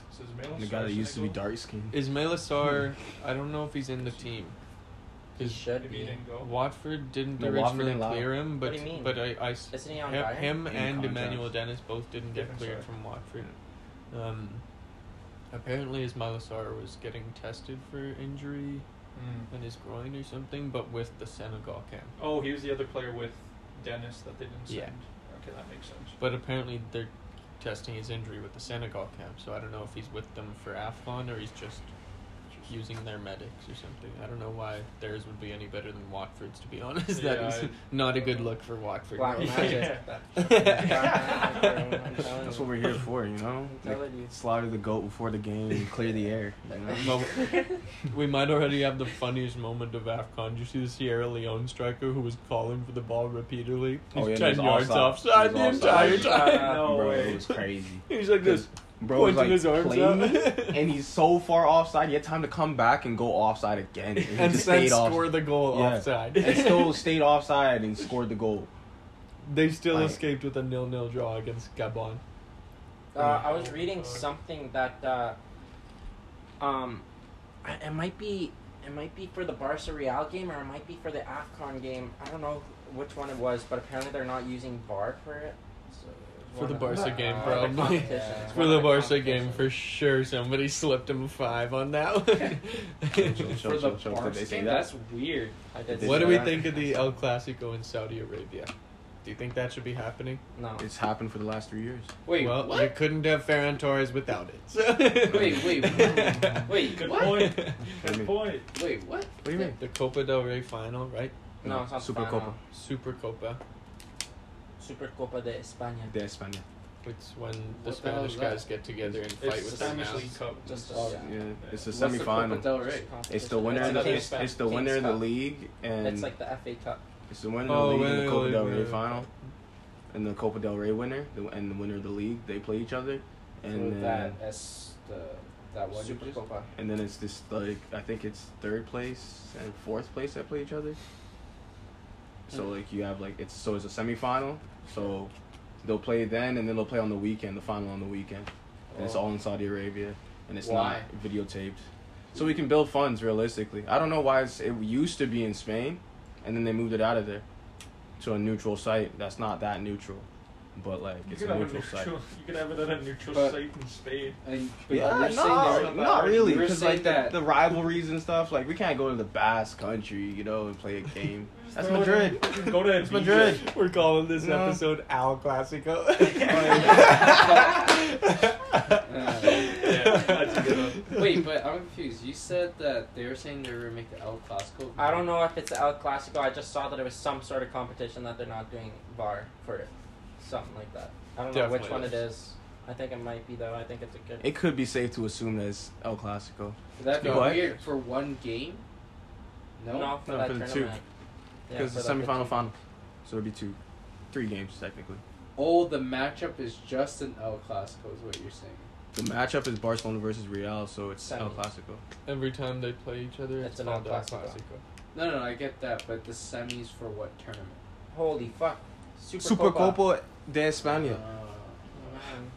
Speaker 2: The guy that used to be dark skinned.
Speaker 1: Ismail Assar, I don't know if he's in the team.
Speaker 3: He should
Speaker 4: Maybe he
Speaker 3: be.
Speaker 4: didn't go.
Speaker 1: Watford didn't
Speaker 2: No, Watford
Speaker 1: originally
Speaker 2: didn't allow
Speaker 1: clear him, but
Speaker 3: What do you mean?
Speaker 1: but I, I s-
Speaker 3: Isn't he on
Speaker 1: him,
Speaker 3: Bayern?
Speaker 1: him
Speaker 2: In
Speaker 1: and
Speaker 2: contract.
Speaker 1: Emmanuel Dennis both didn't get
Speaker 4: Different
Speaker 1: cleared
Speaker 4: story.
Speaker 1: from Watford. Um, apparently, Ismail Assar was getting tested for injury
Speaker 4: Mm.
Speaker 1: in his groin or something, but with the Senegal camp.
Speaker 4: Oh, he was the other player with Dennis that they didn't send.
Speaker 1: Yeah.
Speaker 4: Okay, that makes sense.
Speaker 1: But apparently they're testing his injury with the Senegal camp, so I don't know if he's with them for Afcon or he's just using their medics or something. I don't know why theirs would be any better than Watford's. To be honest,
Speaker 4: Yeah,
Speaker 1: that is
Speaker 4: I-
Speaker 1: not a good look for Watford.
Speaker 3: Black
Speaker 1: Yeah.
Speaker 3: magic.
Speaker 2: That's what we're here for, you know.
Speaker 3: I'm telling you.
Speaker 2: Slaughter the goat before the game, clear the air. You know?
Speaker 1: Well, we might already have the funniest moment of AFCON. Did you see the Sierra Leone striker who was calling for the ball repeatedly?
Speaker 2: Oh,
Speaker 1: He's
Speaker 2: yeah, he
Speaker 1: 10
Speaker 2: was
Speaker 1: yards
Speaker 2: offside.
Speaker 1: offside
Speaker 2: He
Speaker 1: the
Speaker 2: was
Speaker 1: entire
Speaker 2: offside.
Speaker 1: time.
Speaker 4: no
Speaker 2: bro,
Speaker 4: way.
Speaker 2: it was crazy.
Speaker 1: He's like this.
Speaker 2: Bro was
Speaker 1: Pointing
Speaker 2: like
Speaker 1: his arms
Speaker 2: playing,
Speaker 1: out.
Speaker 2: and he's so far offside. He had time to come back and go offside again, and he
Speaker 1: and
Speaker 2: just
Speaker 1: then
Speaker 2: stayed off.
Speaker 1: score the goal
Speaker 2: Yeah.
Speaker 1: offside.
Speaker 2: and still stayed offside and scored the goal.
Speaker 1: they still
Speaker 2: Like-
Speaker 1: escaped with a nil-nil draw against Gabon.
Speaker 3: Uh, I was
Speaker 4: Oh,
Speaker 3: reading
Speaker 4: fuck.
Speaker 3: something that uh, um, I- it might be it might be for the Barca Real game or it might be for the Afcon game. I don't know which one it was, but apparently they're not using VAR for it. So it was
Speaker 1: For
Speaker 3: one
Speaker 1: the
Speaker 3: of
Speaker 1: Barca game,
Speaker 3: uh,
Speaker 1: probably.
Speaker 3: the competitions,
Speaker 5: Yeah.
Speaker 3: one
Speaker 1: For
Speaker 3: of
Speaker 1: the Barca game,
Speaker 3: competitions.
Speaker 1: for sure, somebody slipped him a five on that one.
Speaker 5: For the
Speaker 2: Did
Speaker 5: Barca
Speaker 2: they say
Speaker 5: game?
Speaker 2: that?
Speaker 5: That's weird.
Speaker 3: I did
Speaker 2: Did
Speaker 1: what
Speaker 3: see
Speaker 1: do we
Speaker 3: that.
Speaker 1: think of the El Clasico in Saudi Arabia? Do you think that should be happening?
Speaker 3: No.
Speaker 2: It's happened for the last three years.
Speaker 5: Wait,
Speaker 1: well,
Speaker 5: what?
Speaker 1: you couldn't have Ferran Torres without it. so-
Speaker 5: Wait, wait, what? wait,
Speaker 4: Good
Speaker 5: what?
Speaker 4: point.
Speaker 2: I mean-
Speaker 4: Good point.
Speaker 5: Wait, what? What
Speaker 2: do you mean?
Speaker 1: The Copa del Rey final, right?
Speaker 3: No, it's not
Speaker 2: Super
Speaker 3: final.
Speaker 2: Copa.
Speaker 1: Super Copa.
Speaker 3: Super Copa de España.
Speaker 2: De España.
Speaker 1: It's when the
Speaker 5: What the hell
Speaker 1: Spanish
Speaker 5: is that?
Speaker 1: guys get together and fight
Speaker 4: It's
Speaker 1: with
Speaker 4: Spanish
Speaker 1: the
Speaker 4: League Cup.
Speaker 3: Just
Speaker 5: Oh,
Speaker 3: yeah.
Speaker 2: Yeah, it's the
Speaker 5: What's
Speaker 2: semifinal.
Speaker 5: Copa del Rey?
Speaker 2: It's the winner. Of the,
Speaker 5: It's
Speaker 2: it's, it's the winner of the league, and
Speaker 3: It's like the FA Cup.
Speaker 2: it's the winner
Speaker 1: Oh,
Speaker 2: of the league, and
Speaker 1: wait,
Speaker 2: the Copa
Speaker 1: wait,
Speaker 2: del
Speaker 1: wait,
Speaker 2: Rey
Speaker 1: wait.
Speaker 2: final, and the Copa del Rey winner, the, and the winner of the league. They play each other, and
Speaker 5: was
Speaker 2: then,
Speaker 5: that S the that one. you
Speaker 3: Super
Speaker 5: just-
Speaker 3: Copa.
Speaker 2: and then it's this like I think it's third place and fourth place that play each other. So
Speaker 5: Mm.
Speaker 2: like you have like it's so it's a semifinal. So they'll play then, and then they'll play on the weekend, the final on the weekend, and it's
Speaker 5: Oh.
Speaker 2: all in Saudi Arabia, and it's
Speaker 5: Why?
Speaker 2: not videotaped. So we can build funds realistically. I don't know why it's, it used to be in Spain, and then they moved it out of there to a neutral site that's not that neutral, but like
Speaker 4: You
Speaker 2: it's
Speaker 4: could
Speaker 2: a
Speaker 4: have a
Speaker 2: neutral
Speaker 4: neutral.
Speaker 2: site.
Speaker 4: You could have it at a neutral
Speaker 5: But-
Speaker 4: site in Spain.
Speaker 5: And, but
Speaker 2: Yeah,
Speaker 5: you're
Speaker 2: no,
Speaker 5: saying
Speaker 2: not,
Speaker 5: that-
Speaker 2: really.
Speaker 5: you were
Speaker 2: Because like
Speaker 5: saying
Speaker 2: the,
Speaker 5: that-
Speaker 2: the rivalries and stuff, like we can't go to the Basque country, you know, and play a game. That's
Speaker 4: Throw it
Speaker 2: Madrid.
Speaker 4: in- Go to
Speaker 2: That's Madrid.
Speaker 1: We're calling this
Speaker 2: No.
Speaker 1: episode Al Clasico.
Speaker 4: Yeah, that's a good one.
Speaker 5: Wait, but I'm confused. You said that they were saying they were gonna make the El Clasico.
Speaker 3: I don't know if it's El Clasico. I just saw that it was some sort of competition that they're not doing VAR for it. Something like that. I don't know which
Speaker 1: Definitely
Speaker 3: one it
Speaker 1: is.
Speaker 3: is. I think it might be, though. I think it's a good.
Speaker 2: It could be safe to assume that it's El Clasico.
Speaker 5: That'd be
Speaker 2: What?
Speaker 5: weird for one game. No.
Speaker 3: no, for
Speaker 2: no,
Speaker 3: that
Speaker 2: for the two.
Speaker 3: tournament. Yeah,
Speaker 2: Because
Speaker 3: for
Speaker 2: it's
Speaker 3: that
Speaker 2: semifinal
Speaker 3: fifteen.
Speaker 2: final. So it'd be two. Three games technically.
Speaker 5: Oh, the matchup is just an El Clasico, is what you're saying.
Speaker 2: The matchup is Barcelona versus Real, so it's El
Speaker 3: Semi.
Speaker 2: Clasico.
Speaker 1: Every time they play each other,
Speaker 3: It's
Speaker 1: it's,
Speaker 3: an
Speaker 1: called
Speaker 3: El
Speaker 1: El
Speaker 3: Clasico.
Speaker 1: Clasico.
Speaker 5: No, no, I get that, but the semis for what tournament?
Speaker 3: Holy fuck. Super,
Speaker 2: Super
Speaker 3: Copa.
Speaker 2: Copa de España.
Speaker 3: Man.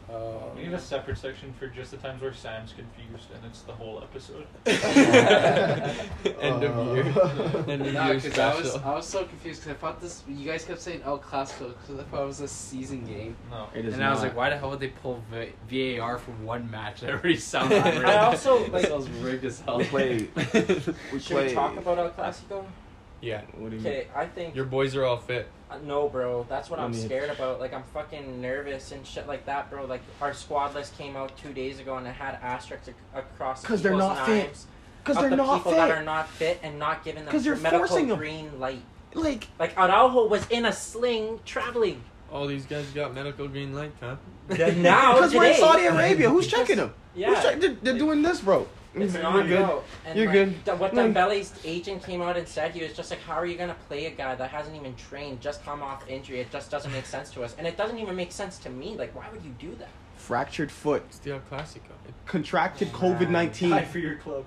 Speaker 5: Uh, oh.
Speaker 4: We need a separate section for just the times where Sam's confused, and it's the whole episode.
Speaker 3: Oh,
Speaker 1: End of year. End of
Speaker 5: No,
Speaker 1: year
Speaker 5: because I was
Speaker 1: special.
Speaker 5: I was so confused because I thought this you guys kept saying El Clasico because I thought it was a season game
Speaker 4: No.
Speaker 2: It is
Speaker 5: and I was
Speaker 2: not.
Speaker 5: like why the hell would they pull v- VAR for one match that already sounds rigged.
Speaker 3: I also,
Speaker 5: That
Speaker 3: like-
Speaker 5: sounds rigged as hell
Speaker 2: we play we
Speaker 3: Should
Speaker 2: play
Speaker 3: we talk about El Clasico?
Speaker 1: Yeah.
Speaker 2: what do you mean?
Speaker 3: Okay, I think.
Speaker 1: Your boys are all fit.
Speaker 3: Uh, no, bro. That's what
Speaker 2: I
Speaker 3: I'm
Speaker 2: mean-
Speaker 3: scared about. Like, I'm fucking nervous and shit like that, bro. Like, our squad list came out two days ago and it had asterisks ac- across the
Speaker 2: 'Cause they're
Speaker 3: people's
Speaker 2: not fit.
Speaker 3: names
Speaker 2: Because
Speaker 3: of
Speaker 2: they're
Speaker 3: the
Speaker 2: not
Speaker 3: people that
Speaker 2: fit.
Speaker 3: are not fit and not giving
Speaker 2: 'Cause you're
Speaker 3: them medical
Speaker 2: forcing 'em.
Speaker 3: green light.
Speaker 2: Like
Speaker 3: Like, Araujo was in a sling traveling.
Speaker 1: All these guys got medical green light, huh?
Speaker 3: Yeah, now-
Speaker 2: because we're in
Speaker 3: today.
Speaker 2: Saudi Arabia, who's
Speaker 3: Because-
Speaker 2: checking them? Who's
Speaker 3: Yeah.
Speaker 2: check- they're, they're doing this, bro.
Speaker 3: It's
Speaker 2: Mm-hmm. You're
Speaker 3: not
Speaker 2: good.
Speaker 3: bro. And
Speaker 2: You're
Speaker 3: like,
Speaker 2: good. Mm.
Speaker 3: The, what
Speaker 2: No.
Speaker 3: Dembele's agent came out and said, he was just like, "How are you gonna play a guy that hasn't even trained, just come off injury? It just doesn't make sense to us, and it doesn't even make sense to me. Like, why would you do that?"
Speaker 2: Fractured foot,
Speaker 1: It's the El Clasico.
Speaker 2: contracted
Speaker 3: Oh,
Speaker 2: COVID
Speaker 4: Tie
Speaker 2: nineteen.
Speaker 4: for your club.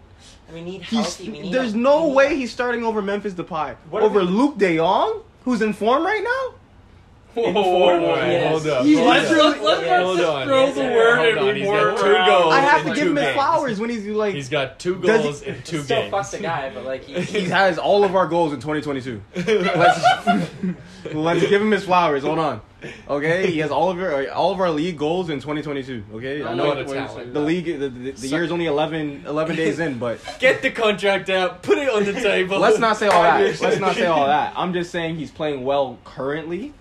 Speaker 3: And we need
Speaker 2: He's
Speaker 3: healthy. we need
Speaker 2: there's
Speaker 3: a-
Speaker 2: no
Speaker 3: we need
Speaker 2: way
Speaker 3: a-
Speaker 2: he's starting over Memphis Depay
Speaker 4: What are
Speaker 2: over
Speaker 4: we-
Speaker 2: Luke De Jong, who's in form right now.
Speaker 5: Whoa,
Speaker 4: Informal,
Speaker 5: whoa, whoa.
Speaker 1: yes.
Speaker 2: Hold up.
Speaker 5: He's
Speaker 2: hold
Speaker 5: let's
Speaker 2: up.
Speaker 5: let's, let's
Speaker 1: Yeah.
Speaker 5: not
Speaker 1: Hold
Speaker 5: just
Speaker 1: on.
Speaker 5: throw
Speaker 1: Yes,
Speaker 5: the
Speaker 1: yeah.
Speaker 5: word
Speaker 1: Hold
Speaker 5: and
Speaker 1: on,
Speaker 5: we
Speaker 1: he's
Speaker 5: word
Speaker 1: got two
Speaker 5: around.
Speaker 4: Oh,
Speaker 1: goals.
Speaker 2: I have to
Speaker 1: in
Speaker 2: give
Speaker 1: two
Speaker 2: him his
Speaker 1: games.
Speaker 2: flowers when he's like
Speaker 1: He's got two
Speaker 2: Does he-
Speaker 1: goals in two
Speaker 3: Still
Speaker 1: games.
Speaker 3: fuck the guy, but like he,
Speaker 2: he has all of our goals in 2022. Let's, let's give him his flowers. Hold on, okay? He has all of your all of our league goals in 2022. Okay, I
Speaker 5: Don't
Speaker 2: know
Speaker 5: let
Speaker 2: the,
Speaker 5: it talent.
Speaker 2: league the, the, the year is only 11, 11 days in, but
Speaker 1: Get the contract out, put it on the table.
Speaker 2: let's not say all that. Let's not say all that. I'm just saying he's playing well currently,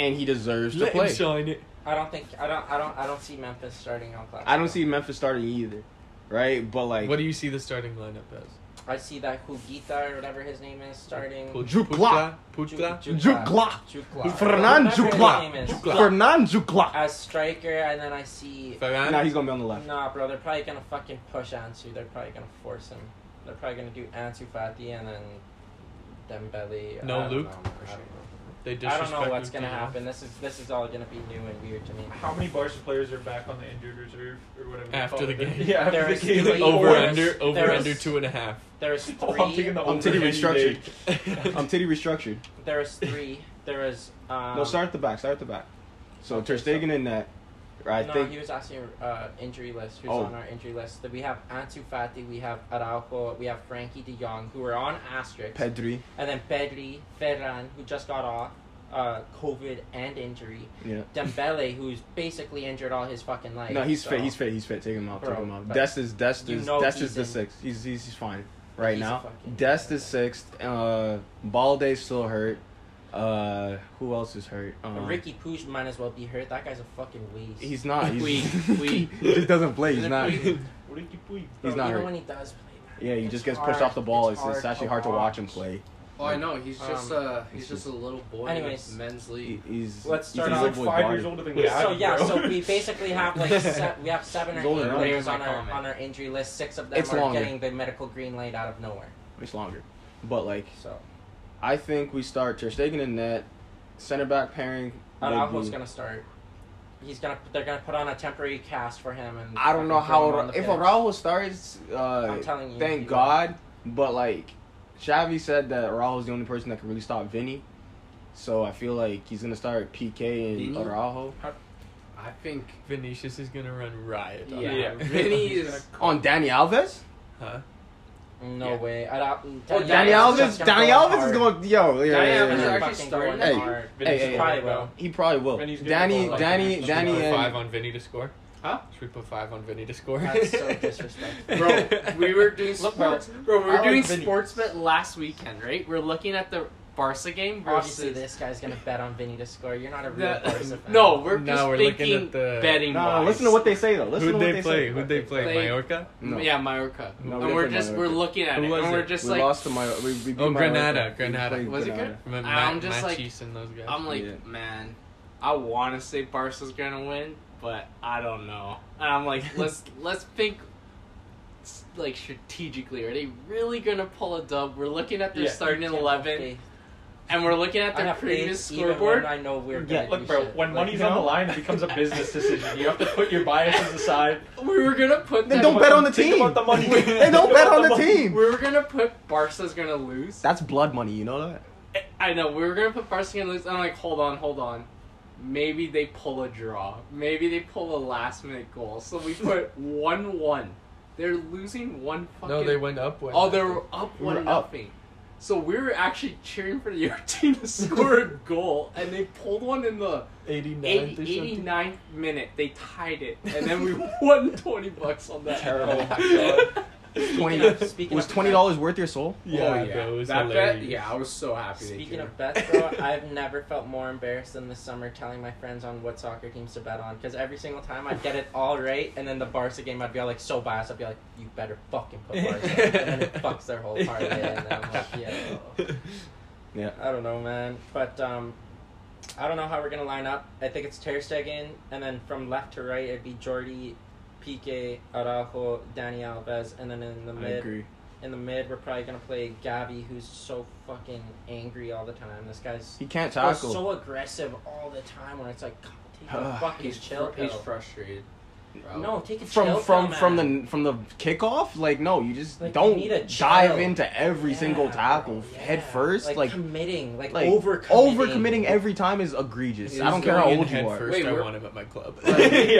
Speaker 2: and he deserves to
Speaker 1: Let him
Speaker 2: play.
Speaker 1: shine it.
Speaker 3: I don't think I don't I don't I don't see Memphis starting on class.
Speaker 2: I don't see Memphis starting either, right? But like
Speaker 1: What do you see the starting lineup as?
Speaker 3: I see that Hugita or whatever his name is starting.
Speaker 2: Jukla.
Speaker 1: Puchla?
Speaker 3: Ju-
Speaker 2: Jukla.
Speaker 3: Jukla.
Speaker 2: Fernan
Speaker 3: Whatever his
Speaker 2: Jukla.
Speaker 3: name is.
Speaker 2: Fernand Jukla.
Speaker 3: As striker, and then I see.
Speaker 1: Ferran?
Speaker 2: Nah, he's gonna be on the left.
Speaker 3: Nah, bro, they're probably gonna fucking push Ansu. They're probably gonna force him. They're probably gonna do Ansu Fati and then Dembele.
Speaker 1: No
Speaker 3: I don't
Speaker 1: Luke?
Speaker 3: know, man. I don't know.
Speaker 1: They
Speaker 3: I don't
Speaker 1: disrespect
Speaker 3: know what's
Speaker 1: Luke
Speaker 3: gonna
Speaker 1: Dion.
Speaker 3: happen. This is this is all gonna be new and weird to me.
Speaker 4: How many Barca players are back on the injured reserve or whatever? they
Speaker 1: After
Speaker 4: call
Speaker 1: the
Speaker 4: it?
Speaker 1: game.
Speaker 4: Yeah, after
Speaker 3: There
Speaker 4: the
Speaker 3: is
Speaker 4: game.
Speaker 3: three
Speaker 1: Over
Speaker 3: Or-
Speaker 1: under,
Speaker 3: there
Speaker 1: over
Speaker 3: is-
Speaker 1: under two and a half.
Speaker 3: There's
Speaker 4: Oh, I'm taking
Speaker 3: three.
Speaker 4: the
Speaker 2: I'm
Speaker 4: over
Speaker 2: taking
Speaker 4: any
Speaker 2: restructured.
Speaker 4: day.
Speaker 2: I'm Um, Titty restructured.
Speaker 3: There's three. There is. Um,
Speaker 2: No, start at the back. Start at the back. So
Speaker 3: Okay,
Speaker 2: Ter Stegen in that. I
Speaker 3: no,
Speaker 2: think
Speaker 3: he was asking uh, injury list. Who's
Speaker 2: Oh.
Speaker 3: on our injury list? That we have Ansu Fati, we have Araujo, we have Frankie De Jong, who are on asterisk,
Speaker 2: Pedri.
Speaker 3: and then Pedri, Ferran, who just got off uh, COVID and injury,
Speaker 2: Yeah.
Speaker 3: Dembele, who's basically injured all his fucking life.
Speaker 2: No, he's
Speaker 3: so
Speaker 2: fit. He's fit. He's fit. Take him off. Take
Speaker 3: Bro,
Speaker 2: him off.
Speaker 3: but
Speaker 2: Dest is Dest
Speaker 3: you
Speaker 2: is
Speaker 3: know
Speaker 2: Dest
Speaker 3: he's
Speaker 2: is the
Speaker 3: in-
Speaker 2: sixth. He's he's he's fine right
Speaker 3: He's a
Speaker 2: now.
Speaker 3: fucking-
Speaker 2: Dest is sixth. Uh, Balde's still hurt. Uh, who else is hurt? Um,
Speaker 3: Ricky Pooch might as well be hurt. That guy's a fucking waste.
Speaker 2: He's not. He's,
Speaker 5: Puig, Puig.
Speaker 2: he just doesn't play. He's not.
Speaker 5: Puig.
Speaker 4: What did you put?
Speaker 2: He's
Speaker 3: Even
Speaker 2: not hurt.
Speaker 3: when he does play, man,
Speaker 2: Yeah, he
Speaker 3: it's
Speaker 2: just gets
Speaker 3: hard.
Speaker 2: pushed off the ball. It's,
Speaker 3: hard
Speaker 2: it's actually hard to watch him play.
Speaker 5: Oh, I know. He's just
Speaker 3: Um,
Speaker 5: uh, he's just a little boy.
Speaker 3: anyways.
Speaker 5: in men's
Speaker 2: He-
Speaker 5: league.
Speaker 2: He's
Speaker 3: Let's
Speaker 2: he's
Speaker 3: start
Speaker 2: a
Speaker 3: off
Speaker 4: He's
Speaker 2: little
Speaker 4: like
Speaker 2: boy
Speaker 4: five
Speaker 2: body.
Speaker 4: years older than
Speaker 3: So
Speaker 4: Gabby,
Speaker 3: yeah,
Speaker 4: bro.
Speaker 3: so we basically have like se- we have seven or
Speaker 2: He's older
Speaker 3: eight
Speaker 2: than I
Speaker 3: players
Speaker 5: am.
Speaker 3: on our
Speaker 5: Comment.
Speaker 3: on our injury list. Six of them
Speaker 2: It's
Speaker 3: are
Speaker 2: longer.
Speaker 3: getting the medical green light out of nowhere.
Speaker 2: It's longer, but like
Speaker 3: So
Speaker 2: I think we start Ter Stegen in net, center back pairing. would
Speaker 3: Araujo's
Speaker 2: be-
Speaker 3: gonna start. He's gonna they're gonna put on a temporary cast for him and
Speaker 2: I don't know
Speaker 3: fucking throw him
Speaker 2: how
Speaker 3: on the
Speaker 2: if
Speaker 3: pitch.
Speaker 2: Araujo starts.
Speaker 3: I'm
Speaker 2: Uh,
Speaker 3: telling you, he
Speaker 2: thank
Speaker 3: will.
Speaker 2: God, but like, Xavi said that Araujo's the only person that can really stop Vinny. So I feel like he's gonna start PK and
Speaker 5: Vinny?
Speaker 2: Araujo
Speaker 5: I think.
Speaker 1: Vinicius is gonna run riot. on
Speaker 5: Yeah,
Speaker 1: that.
Speaker 5: Vinny
Speaker 4: He's
Speaker 5: is.
Speaker 2: on Danny Alves.
Speaker 1: Huh?
Speaker 3: No
Speaker 5: Yeah.
Speaker 3: way. Arau-
Speaker 5: Oh,
Speaker 2: Danny
Speaker 5: Danny Alves
Speaker 3: is
Speaker 2: Alves.
Speaker 3: just
Speaker 2: Danny
Speaker 3: gonna go
Speaker 2: Alves is
Speaker 3: hard.
Speaker 2: going. Yo, yeah,
Speaker 5: Danny
Speaker 2: yeah,
Speaker 5: Alves
Speaker 2: yeah,
Speaker 5: is
Speaker 2: yeah.
Speaker 5: actually
Speaker 3: Fucking
Speaker 5: starting.
Speaker 3: going
Speaker 2: Hey.
Speaker 3: hard.
Speaker 2: Hey, hey,
Speaker 3: Probably
Speaker 2: hey.
Speaker 3: will.
Speaker 2: He probably will.
Speaker 4: Vinny's gonna
Speaker 2: Danny,
Speaker 4: go like
Speaker 2: Danny,
Speaker 4: that.
Speaker 1: Should we
Speaker 2: Danny,
Speaker 1: put five
Speaker 2: and
Speaker 1: on Vinny to score?
Speaker 5: Huh?
Speaker 1: Should we put five on Vinny to score?
Speaker 3: That's so disrespectful.
Speaker 5: Bro, we were doing
Speaker 3: Look,
Speaker 5: sports. Bro, we
Speaker 4: I
Speaker 5: were
Speaker 4: like
Speaker 5: doing
Speaker 4: Vinny.
Speaker 5: sports bet last weekend, right? We're looking at the Barca game
Speaker 3: Obviously,
Speaker 5: versus
Speaker 3: this guy's gonna bet on Vinny to score. You're not a real
Speaker 5: the-
Speaker 3: Barca fan.
Speaker 5: no, we're
Speaker 1: No,
Speaker 5: just
Speaker 1: we're looking
Speaker 5: thinking
Speaker 1: at the-
Speaker 5: betting.
Speaker 2: no,
Speaker 5: wise.
Speaker 2: listen to what they say though. Listen
Speaker 1: Who'd
Speaker 2: to what
Speaker 1: they, play?
Speaker 2: Say.
Speaker 1: Who'd they play?
Speaker 5: They-
Speaker 1: Mallorca?
Speaker 2: No.
Speaker 5: Yeah, Mallorca.
Speaker 1: No,
Speaker 5: and
Speaker 2: we
Speaker 5: we're
Speaker 2: played
Speaker 5: just we're
Speaker 2: Mallorca.
Speaker 5: looking at
Speaker 1: Who
Speaker 5: it,
Speaker 1: was
Speaker 5: and we're
Speaker 1: it?
Speaker 5: just
Speaker 2: we
Speaker 5: like,
Speaker 2: lost to my. We, we beat
Speaker 1: Oh,
Speaker 2: Mallorca.
Speaker 1: Granada,
Speaker 2: We
Speaker 1: Granada.
Speaker 2: played
Speaker 5: Was it
Speaker 2: Granada.
Speaker 5: good?
Speaker 1: Ma-
Speaker 5: I'm
Speaker 1: Ma-
Speaker 5: just like-
Speaker 1: Matisse and those guys.
Speaker 5: I'm like,
Speaker 2: Yeah.
Speaker 5: man, I want to say Barca's gonna win, but I don't know. And I'm like, let's let's think, s- like strategically, are they really gonna pull a dub? We're looking at their
Speaker 4: Yeah.
Speaker 5: starting
Speaker 3: Can't have
Speaker 5: eleven,
Speaker 3: faith.
Speaker 5: and we're looking at
Speaker 3: I
Speaker 5: their
Speaker 3: have
Speaker 5: previous
Speaker 3: faith even
Speaker 5: scoreboard.
Speaker 3: when I know we're
Speaker 2: Yeah,
Speaker 3: gonna
Speaker 4: Look,
Speaker 3: do
Speaker 4: bro,
Speaker 3: shit.
Speaker 4: when
Speaker 3: Like,
Speaker 4: money's
Speaker 2: you
Speaker 4: on the
Speaker 2: know?
Speaker 4: line, it becomes a business decision. You have to put your biases aside.
Speaker 5: We were gonna put
Speaker 2: Then
Speaker 5: them.
Speaker 2: don't bet on the
Speaker 4: Think
Speaker 2: team.
Speaker 4: about the money.
Speaker 2: They don't bet on the team.
Speaker 5: We were gonna put Barca's gonna lose.
Speaker 2: That's blood money. You know that.
Speaker 5: I know we were gonna put Barca gonna lose. I'm like, hold on, hold on. Maybe they pull a draw. Maybe they pull a last minute goal. So we put one one. They're losing one fucking.
Speaker 1: no, they went up. One
Speaker 5: Oh, they were up
Speaker 2: We
Speaker 5: one
Speaker 2: were up.
Speaker 5: nothing. So we were actually cheering for your team to score a goal, and they pulled one in the
Speaker 1: 89th
Speaker 5: 80,
Speaker 1: or something.
Speaker 5: 89th minute. They tied it, and then we won twenty bucks on that.
Speaker 2: Terrible.
Speaker 3: Speaking
Speaker 2: Twenty.
Speaker 3: of- speaking
Speaker 2: was
Speaker 3: of-
Speaker 2: twenty dollars worth your soul?
Speaker 1: Yeah,
Speaker 5: oh, yeah.
Speaker 1: bro, it was
Speaker 5: that bet,
Speaker 1: hilarious.
Speaker 5: yeah, I was so happy. they
Speaker 3: Speaking
Speaker 5: drew.
Speaker 3: of bets, bro, I've never felt more embarrassed than this summer telling my friends on what soccer teams to bet on. Because every single time I'd get it all right, and then the Barca game, I'd be all like so biased. I'd be like, "You better fucking put Barca," and then it fucks their whole party. And then I'm like, "Yo, I don't know, man." But um, I don't know how we're gonna line up. I think it's Ter Stegen, and then from left to right, it'd be Jordi, Pique, Araujo, Dani Alves, and then in the
Speaker 2: I
Speaker 3: mid,
Speaker 2: agree.
Speaker 3: in the mid, we're probably gonna play Gabby, who's so fucking angry all the time. This guy's
Speaker 2: He can't
Speaker 3: was
Speaker 2: tackle.
Speaker 3: so aggressive all the time, where it's like, God, take a
Speaker 2: Ugh,
Speaker 3: fucking
Speaker 5: he's
Speaker 3: chill
Speaker 5: fr- he's
Speaker 3: pill.
Speaker 5: frustrated. bro.
Speaker 3: No, take a
Speaker 2: From
Speaker 3: chill
Speaker 2: from
Speaker 3: pill,
Speaker 2: from
Speaker 3: man.
Speaker 2: the from the kickoff, like no, you just
Speaker 3: Like, you
Speaker 2: don't
Speaker 3: need a
Speaker 2: dive
Speaker 3: chill.
Speaker 2: into every
Speaker 3: Yeah,
Speaker 2: single
Speaker 3: bro,
Speaker 2: tackle
Speaker 3: yeah.
Speaker 2: head first. Like like,
Speaker 3: committing, like,
Speaker 2: over
Speaker 3: over
Speaker 2: overcommitting every time is egregious. I don't care how old you are.
Speaker 1: First,
Speaker 5: Wait,
Speaker 1: I
Speaker 5: we're-
Speaker 1: want him at my club.
Speaker 4: yeah, that'd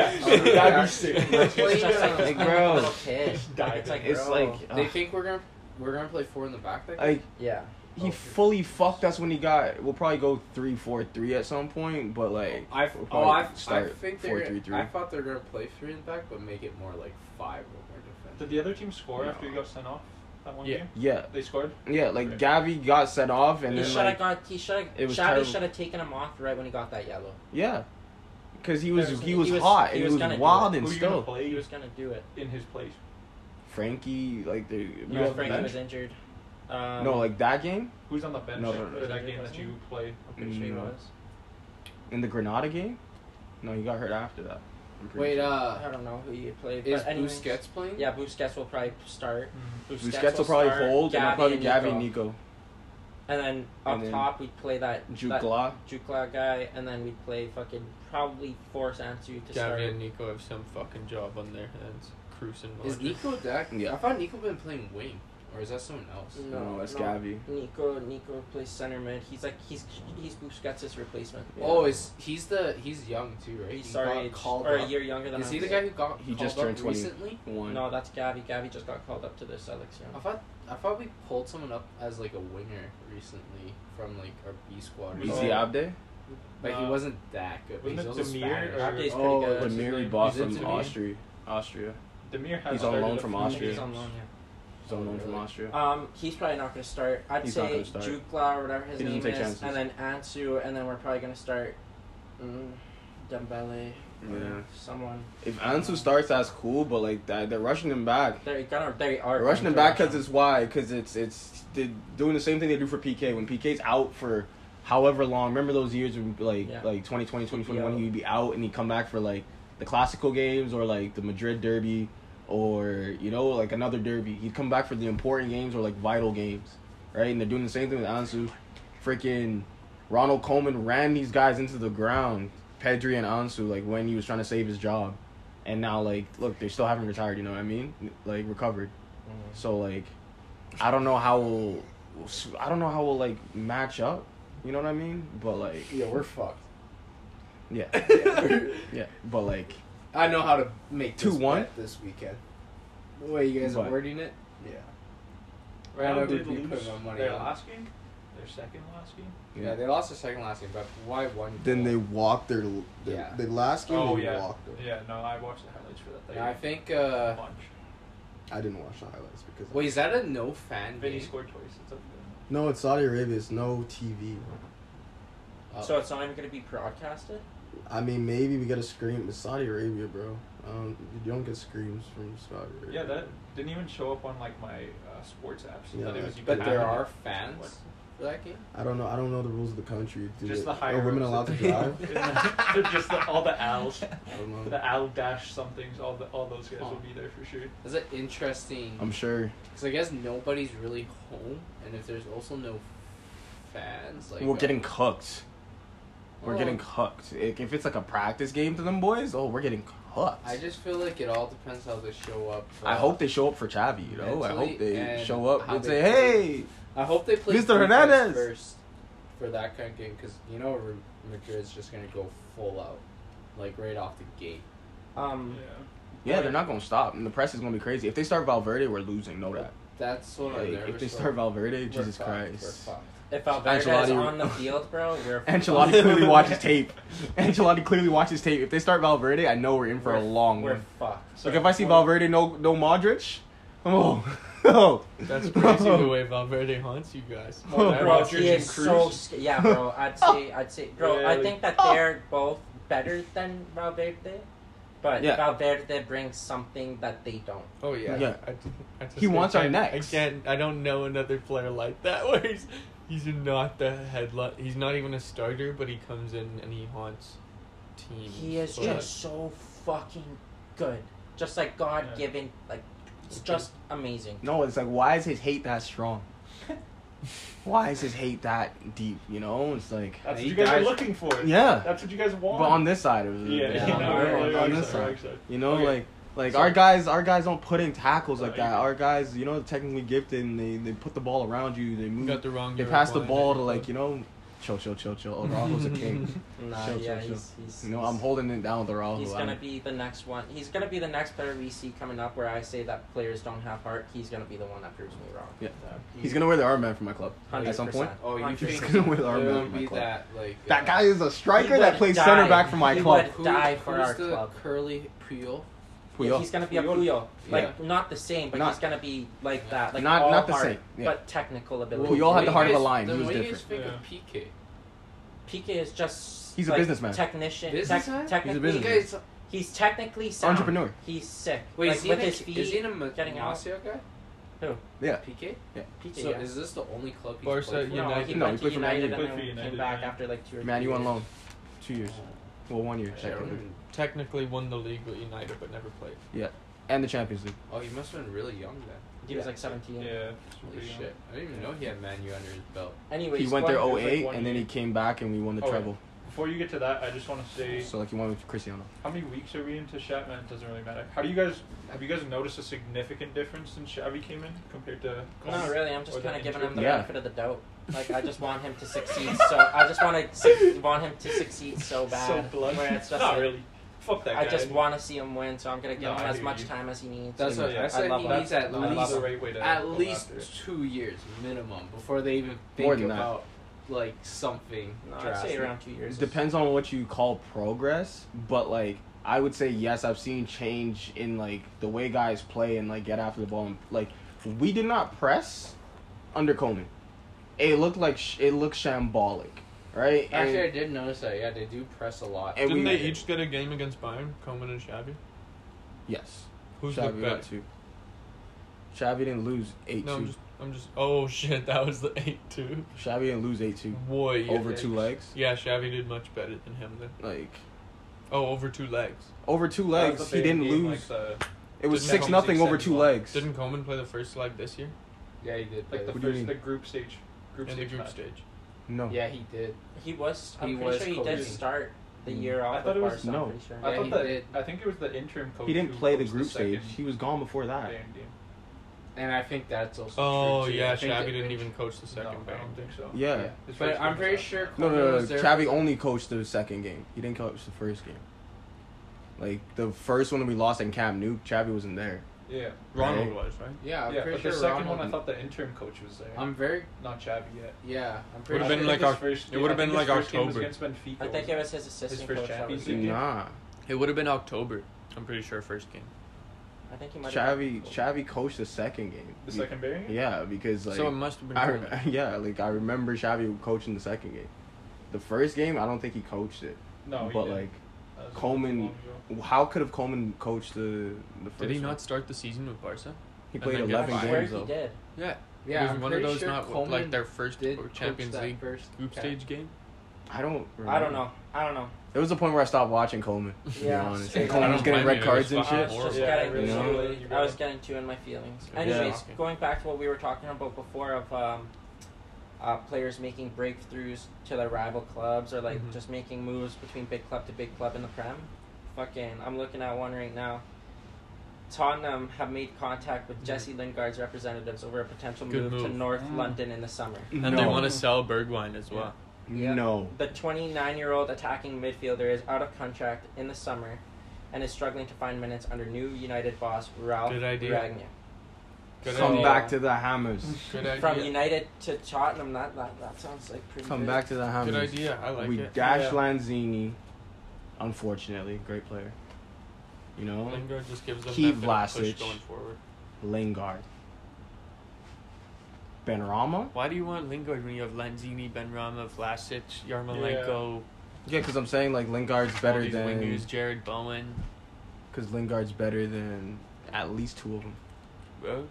Speaker 5: yeah.
Speaker 4: be sick.
Speaker 3: It's just like,
Speaker 2: Like,
Speaker 3: like
Speaker 2: bro.
Speaker 3: bro, little kid.
Speaker 4: Dive
Speaker 3: It's like,
Speaker 2: It's
Speaker 3: bro.
Speaker 2: like
Speaker 5: They
Speaker 2: ugh,
Speaker 5: think we're gonna we're gonna play four in the back. That
Speaker 2: like
Speaker 3: yeah.
Speaker 2: he fully fucked us when he got. We'll probably go three four three at some point, but like
Speaker 5: I
Speaker 2: we'll
Speaker 5: oh
Speaker 2: probably
Speaker 5: I, I
Speaker 2: start
Speaker 5: think
Speaker 2: four
Speaker 5: they're
Speaker 2: three three.
Speaker 5: I thought they were gonna play three in the back, but make it more like five when we're
Speaker 4: Did
Speaker 5: defending.
Speaker 4: the other team score after you got sent off that one
Speaker 1: Yeah.
Speaker 4: game?
Speaker 2: yeah,
Speaker 4: They scored.
Speaker 2: yeah. Like
Speaker 4: Right.
Speaker 2: Gabby got set off, and
Speaker 3: he
Speaker 2: then
Speaker 3: should
Speaker 2: like
Speaker 3: have got. He should have.
Speaker 2: it was
Speaker 3: Shabby
Speaker 2: terrible.
Speaker 3: should have taken him off right when he got that yellow.
Speaker 2: yeah, because he was
Speaker 4: He was-
Speaker 2: he was
Speaker 3: he was
Speaker 2: hot and he
Speaker 3: gonna
Speaker 2: was
Speaker 3: do
Speaker 2: wild
Speaker 3: it.
Speaker 2: and
Speaker 4: Who you gonna
Speaker 2: still
Speaker 4: play
Speaker 3: He was gonna do it.
Speaker 4: in his place?
Speaker 2: Frankie like they we
Speaker 4: Yeah,
Speaker 2: have
Speaker 3: Frankie
Speaker 2: bench.
Speaker 3: was injured. Um,
Speaker 2: no like that game
Speaker 4: Who's on the bench
Speaker 2: No,
Speaker 4: for
Speaker 2: no, no.
Speaker 4: that game that you play?
Speaker 3: pretty sure he
Speaker 2: No.
Speaker 3: was.
Speaker 2: in the Granada game. No, he got hurt after that. I'm pretty
Speaker 5: Wait,
Speaker 2: sure.
Speaker 5: uh,
Speaker 3: I don't know who you played.
Speaker 5: is
Speaker 3: but anyways,
Speaker 5: Busquets playing?
Speaker 3: Yeah, Busquets will probably start.
Speaker 2: Busquets will probably
Speaker 3: start,
Speaker 2: hold, and I'll probably Gabby and
Speaker 3: Nico.
Speaker 2: Nico.
Speaker 3: And then up
Speaker 2: And then
Speaker 3: top, we'd play that that
Speaker 2: Jukla.
Speaker 3: Jukla guy, and then we'd play fucking probably force Ansu to start.
Speaker 1: Gabby and Nico have some fucking job on their hands. Cruising.
Speaker 5: Is Nico back?
Speaker 2: Yeah.
Speaker 5: I thought Nico been playing wing, or is that someone else?
Speaker 2: No, that's
Speaker 3: no.
Speaker 2: Gabby.
Speaker 3: Nico, Nico plays center mid. He's like he's he's Busquets' replacement.
Speaker 5: Oh, is he's the he's young too, right?
Speaker 3: he's
Speaker 5: He
Speaker 3: sorry,
Speaker 5: got
Speaker 3: age,
Speaker 5: called
Speaker 3: or a
Speaker 5: up.
Speaker 3: year younger than
Speaker 5: Is
Speaker 3: us.
Speaker 5: he the guy who got
Speaker 2: He
Speaker 5: called
Speaker 2: just
Speaker 5: up
Speaker 2: turned 20.
Speaker 5: recently?
Speaker 2: One.
Speaker 3: No, that's Gabby. Gabby just got called up to the selection.
Speaker 5: I thought I thought we pulled someone up as like a winger recently from like our B squad. or
Speaker 4: He's
Speaker 2: Is
Speaker 4: No.
Speaker 2: he
Speaker 5: something.
Speaker 4: out.
Speaker 2: Abde?
Speaker 5: Like he
Speaker 4: No.
Speaker 5: wasn't that good. but He's
Speaker 4: Wasn't it
Speaker 5: also
Speaker 4: Demir
Speaker 5: Spanish.
Speaker 4: or-
Speaker 3: Abde's pretty
Speaker 5: Oh,
Speaker 3: good.
Speaker 2: The
Speaker 4: What's his
Speaker 2: Miri
Speaker 4: name?
Speaker 2: bought
Speaker 4: He's
Speaker 2: from
Speaker 4: into me.
Speaker 2: Austria. Austria.
Speaker 4: Demir
Speaker 2: He's
Speaker 4: has
Speaker 2: on
Speaker 4: started
Speaker 2: loan
Speaker 4: a
Speaker 2: from
Speaker 4: few
Speaker 2: Austria.
Speaker 3: He's on
Speaker 4: games.
Speaker 3: loan, yeah.
Speaker 2: He's on loan from Austria.
Speaker 3: Um, he's probably not going to start. I'd
Speaker 2: He's not
Speaker 3: say
Speaker 2: gonna start.
Speaker 3: Jukla or whatever his
Speaker 2: He doesn't
Speaker 3: name
Speaker 2: take
Speaker 3: is,
Speaker 2: chances.
Speaker 3: and then Ansu, and then we're probably going to start mm, Dembele. or
Speaker 2: Yeah.
Speaker 3: Someone.
Speaker 2: If Ansu starts, that's cool, but like that, they're rushing him back.
Speaker 3: They're gonna. They are
Speaker 2: They're rushing him back because it's why? Because it's it's they're doing the same thing they do for PK when PK's out for however long. Remember those years when like
Speaker 3: Yeah.
Speaker 2: like 2020,
Speaker 3: Yeah.
Speaker 2: 2021, he'd be out and he'd come back for like the classical games or like the Madrid derby or you know like another derby. He'd come back for the important games or like vital games, right? And they're doing the same thing with Ansu. Freaking Ronald Coleman ran these guys into the ground, Pedri and Ansu, like when he was trying to save his job. And now, like, look, they still haven't retired. You know what I mean? Like, recovered.
Speaker 4: Mm-hmm.
Speaker 2: So like, I don't know how we'll, I don't know how we'll like match up. You know what I mean? But like,
Speaker 5: Yeah, we're fucked.
Speaker 2: yeah, yeah. But like,
Speaker 5: I know how to make
Speaker 2: Two,
Speaker 5: two
Speaker 2: one?
Speaker 5: one this weekend. The way you guys
Speaker 2: But-
Speaker 5: are wording it, yeah.
Speaker 4: Right now,
Speaker 5: I
Speaker 4: did
Speaker 5: would be
Speaker 4: lose
Speaker 5: putting my money
Speaker 4: their
Speaker 5: on.
Speaker 4: last game, their second last game.
Speaker 5: yeah, They lost the second last game, but why one?
Speaker 6: Then they
Speaker 5: goal?
Speaker 6: walked their, their
Speaker 5: Yeah.
Speaker 6: the last game
Speaker 4: Oh,
Speaker 6: they
Speaker 4: yeah.
Speaker 6: walked them.
Speaker 4: Yeah, no, I watched the highlights for that. They
Speaker 5: And I think. uh
Speaker 4: bunch.
Speaker 6: I didn't watch the highlights because
Speaker 5: Wait, is that a no fan
Speaker 4: Vinny
Speaker 5: game?
Speaker 4: scored twice. It's up there.
Speaker 6: no, it's Saudi Arabia. It's no TV.
Speaker 5: Oh.
Speaker 3: So it's not even gonna be broadcasted.
Speaker 6: I mean, maybe we get a scream. It's Saudi Arabia, bro. Um, you don't get screams from Saudi Arabia.
Speaker 4: Yeah, that didn't even show up on like my uh, sports apps.
Speaker 6: Yeah,
Speaker 4: that it was you
Speaker 5: but
Speaker 4: could
Speaker 5: there
Speaker 4: have it.
Speaker 5: are fans for that game.
Speaker 6: I don't know. I don't know the rules of the country. Do
Speaker 4: Just
Speaker 6: they-
Speaker 4: the higher
Speaker 6: are women allowed to drive?
Speaker 4: just the, all the owls,
Speaker 6: I don't know.
Speaker 4: the owl dash somethings. All the all those guys will be there for sure.
Speaker 5: That's an interesting.
Speaker 2: I'm sure
Speaker 5: Because I guess nobody's really home, and if there's also no fans, like uh,
Speaker 2: we're getting cooked. We're
Speaker 5: Oh.
Speaker 2: getting cooked. If if it's like a practice game to them boys, oh, we're getting cooked.
Speaker 5: I just feel like it all depends how they show up.
Speaker 2: I hope they show up for Chavi, you know. I
Speaker 5: Mentally
Speaker 2: hope they
Speaker 5: and
Speaker 2: show up
Speaker 5: how
Speaker 2: and
Speaker 5: they
Speaker 2: say, "Hey,
Speaker 5: I hope they play
Speaker 2: Mr.
Speaker 5: defense
Speaker 2: Hernandez!
Speaker 5: first for that kind of game, because you know Re- Madrid's just gonna go full out, like right off the gate.
Speaker 3: Um,
Speaker 2: yeah, they're not gonna stop, and the press is gonna be crazy. If they start Valverde, we're losing. Know that.
Speaker 5: That's what I'm
Speaker 2: Like,
Speaker 5: nervous.
Speaker 2: if they
Speaker 5: for.
Speaker 2: start Valverde,
Speaker 5: We're
Speaker 2: Jesus
Speaker 5: fucked,
Speaker 2: Christ.
Speaker 5: We're fucked.
Speaker 3: if Alberta's
Speaker 2: Ancelotti-
Speaker 3: on the field, bro, we're
Speaker 2: Ancelotti clearly watches tape. Ancelotti clearly watches tape. If they start Valverde, I know we're in for a long
Speaker 3: We're
Speaker 2: one.
Speaker 3: fucked.
Speaker 2: Like if I see Valverde, no, no Modric. Oh, oh,
Speaker 1: That's crazy the way Valverde haunts you guys.
Speaker 4: More than
Speaker 1: That
Speaker 3: Oh, Bro,
Speaker 4: Rodgers
Speaker 3: he
Speaker 4: and
Speaker 3: is
Speaker 4: Cruz.
Speaker 3: so sc- yeah, bro. I'd say I'd say, bro. I
Speaker 4: Really?
Speaker 3: think that they're both better than Valverde, but
Speaker 2: Yeah.
Speaker 3: Valverde brings something that they don't.
Speaker 1: Oh yeah.
Speaker 2: Yeah.
Speaker 1: I, I just,
Speaker 2: He wants
Speaker 1: I
Speaker 2: our
Speaker 1: can't-
Speaker 2: necks.
Speaker 1: I can't. I don't know another player like that. Where he's he's not the headlight. He's not even a starter, but he comes in and he haunts teams.
Speaker 3: He is
Speaker 1: Like,
Speaker 3: just so fucking good. Just like God given, like it's just amazing.
Speaker 2: No, it's like why is his hate that strong? why is his hate that deep? You know, it's like
Speaker 4: That's what
Speaker 2: he
Speaker 4: you guys
Speaker 2: dies-
Speaker 4: are looking for.
Speaker 2: Yeah.
Speaker 4: That's what you guys
Speaker 2: But
Speaker 4: want.
Speaker 2: on this side, it was
Speaker 4: yeah,
Speaker 2: yeah,
Speaker 4: you
Speaker 2: on,
Speaker 4: know,
Speaker 2: our-
Speaker 4: right,
Speaker 2: on
Speaker 4: right,
Speaker 2: this
Speaker 4: right,
Speaker 2: side.
Speaker 4: right.
Speaker 2: You know,
Speaker 4: Okay.
Speaker 2: like like
Speaker 4: So-
Speaker 2: our guys, our guys don't put in tackles like
Speaker 4: Right.
Speaker 2: that. Our guys, you know, technically gifted. And they they put the ball around you. They
Speaker 1: You
Speaker 2: move.
Speaker 1: got the wrong.
Speaker 2: they
Speaker 1: Europe
Speaker 2: pass the
Speaker 1: line.
Speaker 2: ball to like you know, chill, chill, chill, chill. Araujo's a king.
Speaker 3: Nah,
Speaker 2: Chill,
Speaker 3: yeah,
Speaker 2: chill, chill.
Speaker 3: he's, he's,
Speaker 2: You know, I'm holding it down with Araujo.
Speaker 3: he's
Speaker 2: I'm-
Speaker 3: gonna be the next one. He's gonna be the next player we see coming up. Where I say that players don't have heart. He's gonna be the one that proves me wrong.
Speaker 2: Yeah. He's gonna wear the armband for my club at some
Speaker 3: 100%.
Speaker 2: point.
Speaker 5: Oh, you
Speaker 3: Hundred
Speaker 5: think
Speaker 2: percent. Gonna wear the
Speaker 5: it
Speaker 2: armband
Speaker 5: would
Speaker 2: for my
Speaker 5: be
Speaker 2: club.
Speaker 5: that like
Speaker 2: That
Speaker 5: uh,
Speaker 2: guy is a striker
Speaker 3: He
Speaker 2: that
Speaker 3: would
Speaker 2: plays
Speaker 3: die.
Speaker 2: center back for my
Speaker 3: He
Speaker 2: club.
Speaker 3: would die for
Speaker 5: who's
Speaker 3: our
Speaker 5: the
Speaker 3: club.
Speaker 5: Curly Puyol.
Speaker 2: Puyol.
Speaker 3: Yeah, he's gonna be a Puyol. Like not the same, but
Speaker 2: Not-
Speaker 3: he's gonna be like that. Like
Speaker 2: Not-
Speaker 3: all
Speaker 2: not the
Speaker 3: heart,
Speaker 2: same, yeah.
Speaker 3: but technical ability.
Speaker 2: Puyol had the
Speaker 5: What do you
Speaker 2: heart of a
Speaker 5: guys-
Speaker 2: lion. He
Speaker 5: then
Speaker 2: was
Speaker 5: what do you guys
Speaker 2: different.
Speaker 5: think of PK?
Speaker 3: PK is just
Speaker 2: He's a
Speaker 3: like,
Speaker 2: businessman.
Speaker 3: Technician. Tec-
Speaker 5: Businessman? He's a
Speaker 3: technically,
Speaker 2: businessman.
Speaker 5: You guys,
Speaker 3: He's technically sound.
Speaker 2: Entrepreneur.
Speaker 3: He's sick.
Speaker 5: wait,
Speaker 3: like,
Speaker 5: is, he
Speaker 3: with
Speaker 5: in a,
Speaker 3: his feet,
Speaker 5: is he in a
Speaker 3: getting out.
Speaker 5: Malasia guy?
Speaker 2: Yeah.
Speaker 5: PK?
Speaker 3: PK,
Speaker 5: So
Speaker 3: yeah.
Speaker 5: is this the only club he's
Speaker 1: Barca
Speaker 5: played for?
Speaker 3: no, he
Speaker 1: United-
Speaker 2: No,
Speaker 3: went
Speaker 2: he played
Speaker 3: to
Speaker 2: for Man
Speaker 3: United and
Speaker 2: U.
Speaker 4: Played
Speaker 3: then
Speaker 4: for
Speaker 3: came
Speaker 4: United,
Speaker 3: back
Speaker 4: yeah.
Speaker 3: after like two or
Speaker 2: Man,
Speaker 3: three
Speaker 2: you on
Speaker 3: years.
Speaker 2: loan. Two years. Well, one year.
Speaker 5: Yeah.
Speaker 2: technically.
Speaker 1: Technically won the league with United, but never played.
Speaker 2: And the Champions League.
Speaker 5: Oh, he must have been really young then.
Speaker 3: He was like 17.
Speaker 4: Yeah.
Speaker 5: Holy shit. I didn't even know he had Manu under his belt.
Speaker 3: Anyways,
Speaker 2: he went
Speaker 4: one-
Speaker 2: there
Speaker 4: it was like
Speaker 2: 08,
Speaker 4: one
Speaker 2: and then
Speaker 4: year.
Speaker 2: he came back and we won the
Speaker 4: Oh,
Speaker 2: treble.
Speaker 4: Before you get to that, I just want to say,
Speaker 2: So like he won with Cristiano.
Speaker 4: how many weeks are we into Shatman? It doesn't really matter. How do you guys? Have you guys noticed a significant difference since Shabby came in compared to?
Speaker 3: Not really. I'm
Speaker 4: Or
Speaker 3: just
Speaker 4: the
Speaker 3: kind of giving
Speaker 4: injury.
Speaker 3: him the
Speaker 2: Yeah.
Speaker 3: benefit of the doubt. Like I just want him to succeed. So I just want to su- want him to succeed so
Speaker 4: So
Speaker 3: bad.
Speaker 4: blood.
Speaker 3: Where it's just
Speaker 4: Not
Speaker 3: like,
Speaker 4: really. Fuck that guy.
Speaker 3: I just want to see him win. So I'm gonna give
Speaker 4: No,
Speaker 3: him
Speaker 4: I
Speaker 3: as
Speaker 4: hear
Speaker 3: much
Speaker 4: you.
Speaker 3: time as he needs.
Speaker 5: That's
Speaker 4: Yeah.
Speaker 5: what Oh, I
Speaker 4: I
Speaker 5: said.
Speaker 3: love
Speaker 5: he
Speaker 3: him.
Speaker 5: needs at
Speaker 4: I love
Speaker 5: least
Speaker 4: the right way to
Speaker 5: at
Speaker 4: go
Speaker 5: least
Speaker 4: after it.
Speaker 5: two years minimum before they even think
Speaker 2: More than that.
Speaker 5: about like something.
Speaker 3: No, I'd
Speaker 5: drastic.
Speaker 3: say around two years. is-
Speaker 2: Depends on what you call progress, but like I would say yes, I've seen change in like the way guys play and like get after the ball. And, like we did not press under Coleman. It looked like sh- it looked shambolic, right? And-
Speaker 5: Actually, I did notice that. Yeah, they do press a lot.
Speaker 2: And
Speaker 1: Didn't
Speaker 2: we-
Speaker 1: they each get a game against Bayern? Coman and Shabby.
Speaker 2: yes.
Speaker 1: Who's
Speaker 2: Xavi
Speaker 1: looked better?
Speaker 2: got two. Xavi didn't lose eight
Speaker 1: No, I'm
Speaker 2: two.
Speaker 1: just. I'm just. Oh shit! That was the eight two.
Speaker 2: Xavi didn't lose eight two.
Speaker 1: Boy, yeah,
Speaker 2: Over two legs,
Speaker 1: Yeah, Shabby did much better than him then.
Speaker 2: like
Speaker 1: Oh, over two legs.
Speaker 2: over two legs, he didn't lose.
Speaker 4: Like the,
Speaker 2: it was
Speaker 1: Didn't
Speaker 2: six
Speaker 1: Coleman
Speaker 2: nothing
Speaker 5: lose
Speaker 2: over
Speaker 5: seven
Speaker 2: two
Speaker 5: one?
Speaker 2: legs.
Speaker 1: Didn't Coleman play the first leg this year
Speaker 5: yeah, he did.
Speaker 4: like the
Speaker 2: What do you
Speaker 4: first,
Speaker 2: mean?
Speaker 4: the group stage, group
Speaker 1: in the
Speaker 4: stage.
Speaker 1: group
Speaker 4: match.
Speaker 1: stage?
Speaker 2: No.
Speaker 5: yeah, he did.
Speaker 3: He was. I'm
Speaker 5: He
Speaker 3: pretty
Speaker 5: was
Speaker 3: sure he
Speaker 5: coaching.
Speaker 3: did start the
Speaker 2: Mm.
Speaker 3: year off.
Speaker 4: thought
Speaker 3: with
Speaker 4: it was-
Speaker 3: Barca, I'm
Speaker 2: no.
Speaker 3: pretty sure.
Speaker 4: I
Speaker 5: Yeah,
Speaker 4: thought
Speaker 5: he
Speaker 4: that.
Speaker 5: did.
Speaker 4: I think it was the interim coach.
Speaker 2: He didn't
Speaker 4: who
Speaker 2: play the
Speaker 4: coached
Speaker 2: group stage.
Speaker 4: second
Speaker 2: He was gone before that.
Speaker 4: Bayern game.
Speaker 5: And I think that's also.
Speaker 1: Oh
Speaker 5: true too.
Speaker 1: yeah,
Speaker 5: I think
Speaker 1: Shabby
Speaker 5: that-
Speaker 1: didn't even coach the second
Speaker 4: no, I
Speaker 1: Bayern.
Speaker 4: don't think so.
Speaker 2: Yeah.
Speaker 5: Yeah.
Speaker 4: His
Speaker 5: But
Speaker 4: first
Speaker 5: I'm
Speaker 4: game
Speaker 5: pretty
Speaker 4: was
Speaker 5: sure.
Speaker 4: out.
Speaker 2: No,
Speaker 5: Coleman
Speaker 2: no, no.
Speaker 5: was there.
Speaker 2: Xavi only coached the second game. He didn't coach the first game. Like the first one we lost in Camp Nou, Chavi wasn't there.
Speaker 4: Yeah.
Speaker 1: Ronald
Speaker 2: Right.
Speaker 1: was right.
Speaker 5: Yeah, I'm
Speaker 4: yeah,
Speaker 5: pretty
Speaker 4: but
Speaker 5: sure
Speaker 4: the second
Speaker 5: Ronald-
Speaker 4: one, I thought the interim coach was there.
Speaker 5: I'm very.
Speaker 4: not Chavi yet.
Speaker 5: Yeah, I'm
Speaker 1: Would've
Speaker 5: pretty.
Speaker 4: I
Speaker 1: been
Speaker 4: think
Speaker 1: like
Speaker 4: his
Speaker 1: Oc-
Speaker 4: first
Speaker 1: it
Speaker 4: game-
Speaker 1: would've
Speaker 4: I think
Speaker 1: been
Speaker 4: his
Speaker 1: like
Speaker 4: first game was
Speaker 1: October.
Speaker 4: against Benfica.
Speaker 3: I think it was his assistant
Speaker 4: His first
Speaker 3: coach. That was,
Speaker 4: Champions League.
Speaker 2: Nah,
Speaker 1: It would have been October. I'm pretty sure first game.
Speaker 3: I think he might. have
Speaker 2: Chavi, Chavi coached the second game.
Speaker 4: the second Bayern. game?
Speaker 2: Yeah, because like
Speaker 1: so it must have been.
Speaker 2: I
Speaker 1: Coleman.
Speaker 2: re- yeah, like I remember Chavi coaching the second game. The first game, I don't think he coached it.
Speaker 4: No, he
Speaker 2: but
Speaker 4: didn't.
Speaker 2: like,
Speaker 4: That was
Speaker 2: Coleman-
Speaker 4: long ago.
Speaker 2: how could have Coleman coached the the first?
Speaker 1: Did he
Speaker 2: one?
Speaker 1: not start the season with Barca?
Speaker 2: He
Speaker 1: and
Speaker 2: played
Speaker 1: then get
Speaker 2: eleven
Speaker 3: I
Speaker 1: fired?
Speaker 3: swear
Speaker 2: games
Speaker 3: he
Speaker 2: though.
Speaker 3: did.
Speaker 1: Yeah,
Speaker 5: Yeah,
Speaker 1: it was
Speaker 5: I'm
Speaker 1: one of
Speaker 5: pretty
Speaker 1: those
Speaker 5: sure
Speaker 1: not
Speaker 5: Coleman
Speaker 1: like their first
Speaker 5: did
Speaker 1: Champions
Speaker 5: coach that
Speaker 1: League
Speaker 5: first
Speaker 1: group
Speaker 5: cap.
Speaker 1: stage game.
Speaker 2: I don't. Remember.
Speaker 3: I don't know. I don't know.
Speaker 2: There was a point where I stopped watching Coleman. To
Speaker 3: Yeah.
Speaker 2: be honest.
Speaker 3: Same.
Speaker 2: And Coleman was
Speaker 1: I don't
Speaker 2: getting
Speaker 1: blame
Speaker 2: red
Speaker 1: you.
Speaker 2: cards and
Speaker 1: It's fine.
Speaker 2: shit.
Speaker 3: I was
Speaker 1: Horrible.
Speaker 3: just getting
Speaker 4: Yeah,
Speaker 3: too.
Speaker 4: really.
Speaker 3: I was getting too in my feelings.
Speaker 1: Yeah.
Speaker 3: Anyways,
Speaker 1: Yeah.
Speaker 3: going back to what we were talking about before of um, uh, players making breakthroughs to their rival clubs or like
Speaker 1: Mhm.
Speaker 3: just making moves between big club to big club in the Prem. Fucking, I'm looking at one right now. Tottenham have made contact with Jesse Lingard's representatives over a potential
Speaker 1: Mm-hmm. Good
Speaker 3: move, to
Speaker 1: move.
Speaker 3: North
Speaker 2: Mm.
Speaker 3: London in the summer.
Speaker 1: And they want to sell Bergwijn as well.
Speaker 3: Yeah.
Speaker 2: No.
Speaker 3: The 29 year old attacking midfielder is out of contract in the summer and is struggling to find minutes under new United boss Ralph
Speaker 1: Good idea.
Speaker 3: Ragnick.
Speaker 1: Good
Speaker 2: Come
Speaker 1: idea.
Speaker 2: back to the Hammers.
Speaker 1: Good idea.
Speaker 3: From United to Tottenham, that, that, that sounds like pretty
Speaker 2: Come
Speaker 3: good.
Speaker 2: back to the Hammers.
Speaker 1: Good idea. I like
Speaker 2: we
Speaker 1: it.
Speaker 2: dash
Speaker 4: Yeah.
Speaker 2: Lanzini. Unfortunately, great player. You know,
Speaker 1: Lingard just gives them that
Speaker 2: Keep
Speaker 1: bit of push
Speaker 2: Vlasic.
Speaker 1: going forward.
Speaker 2: Lingard. Ben Rama.
Speaker 1: Why do you want Lingard when you have Lanzini, Benrama, Vlasic, Yarmolenko,
Speaker 2: Yeah, because I'm saying like Lingard's
Speaker 1: all
Speaker 2: better
Speaker 1: these
Speaker 2: than
Speaker 1: wingers, Jared Bowen,
Speaker 2: because Lingard's better than at least two of them.
Speaker 1: bro?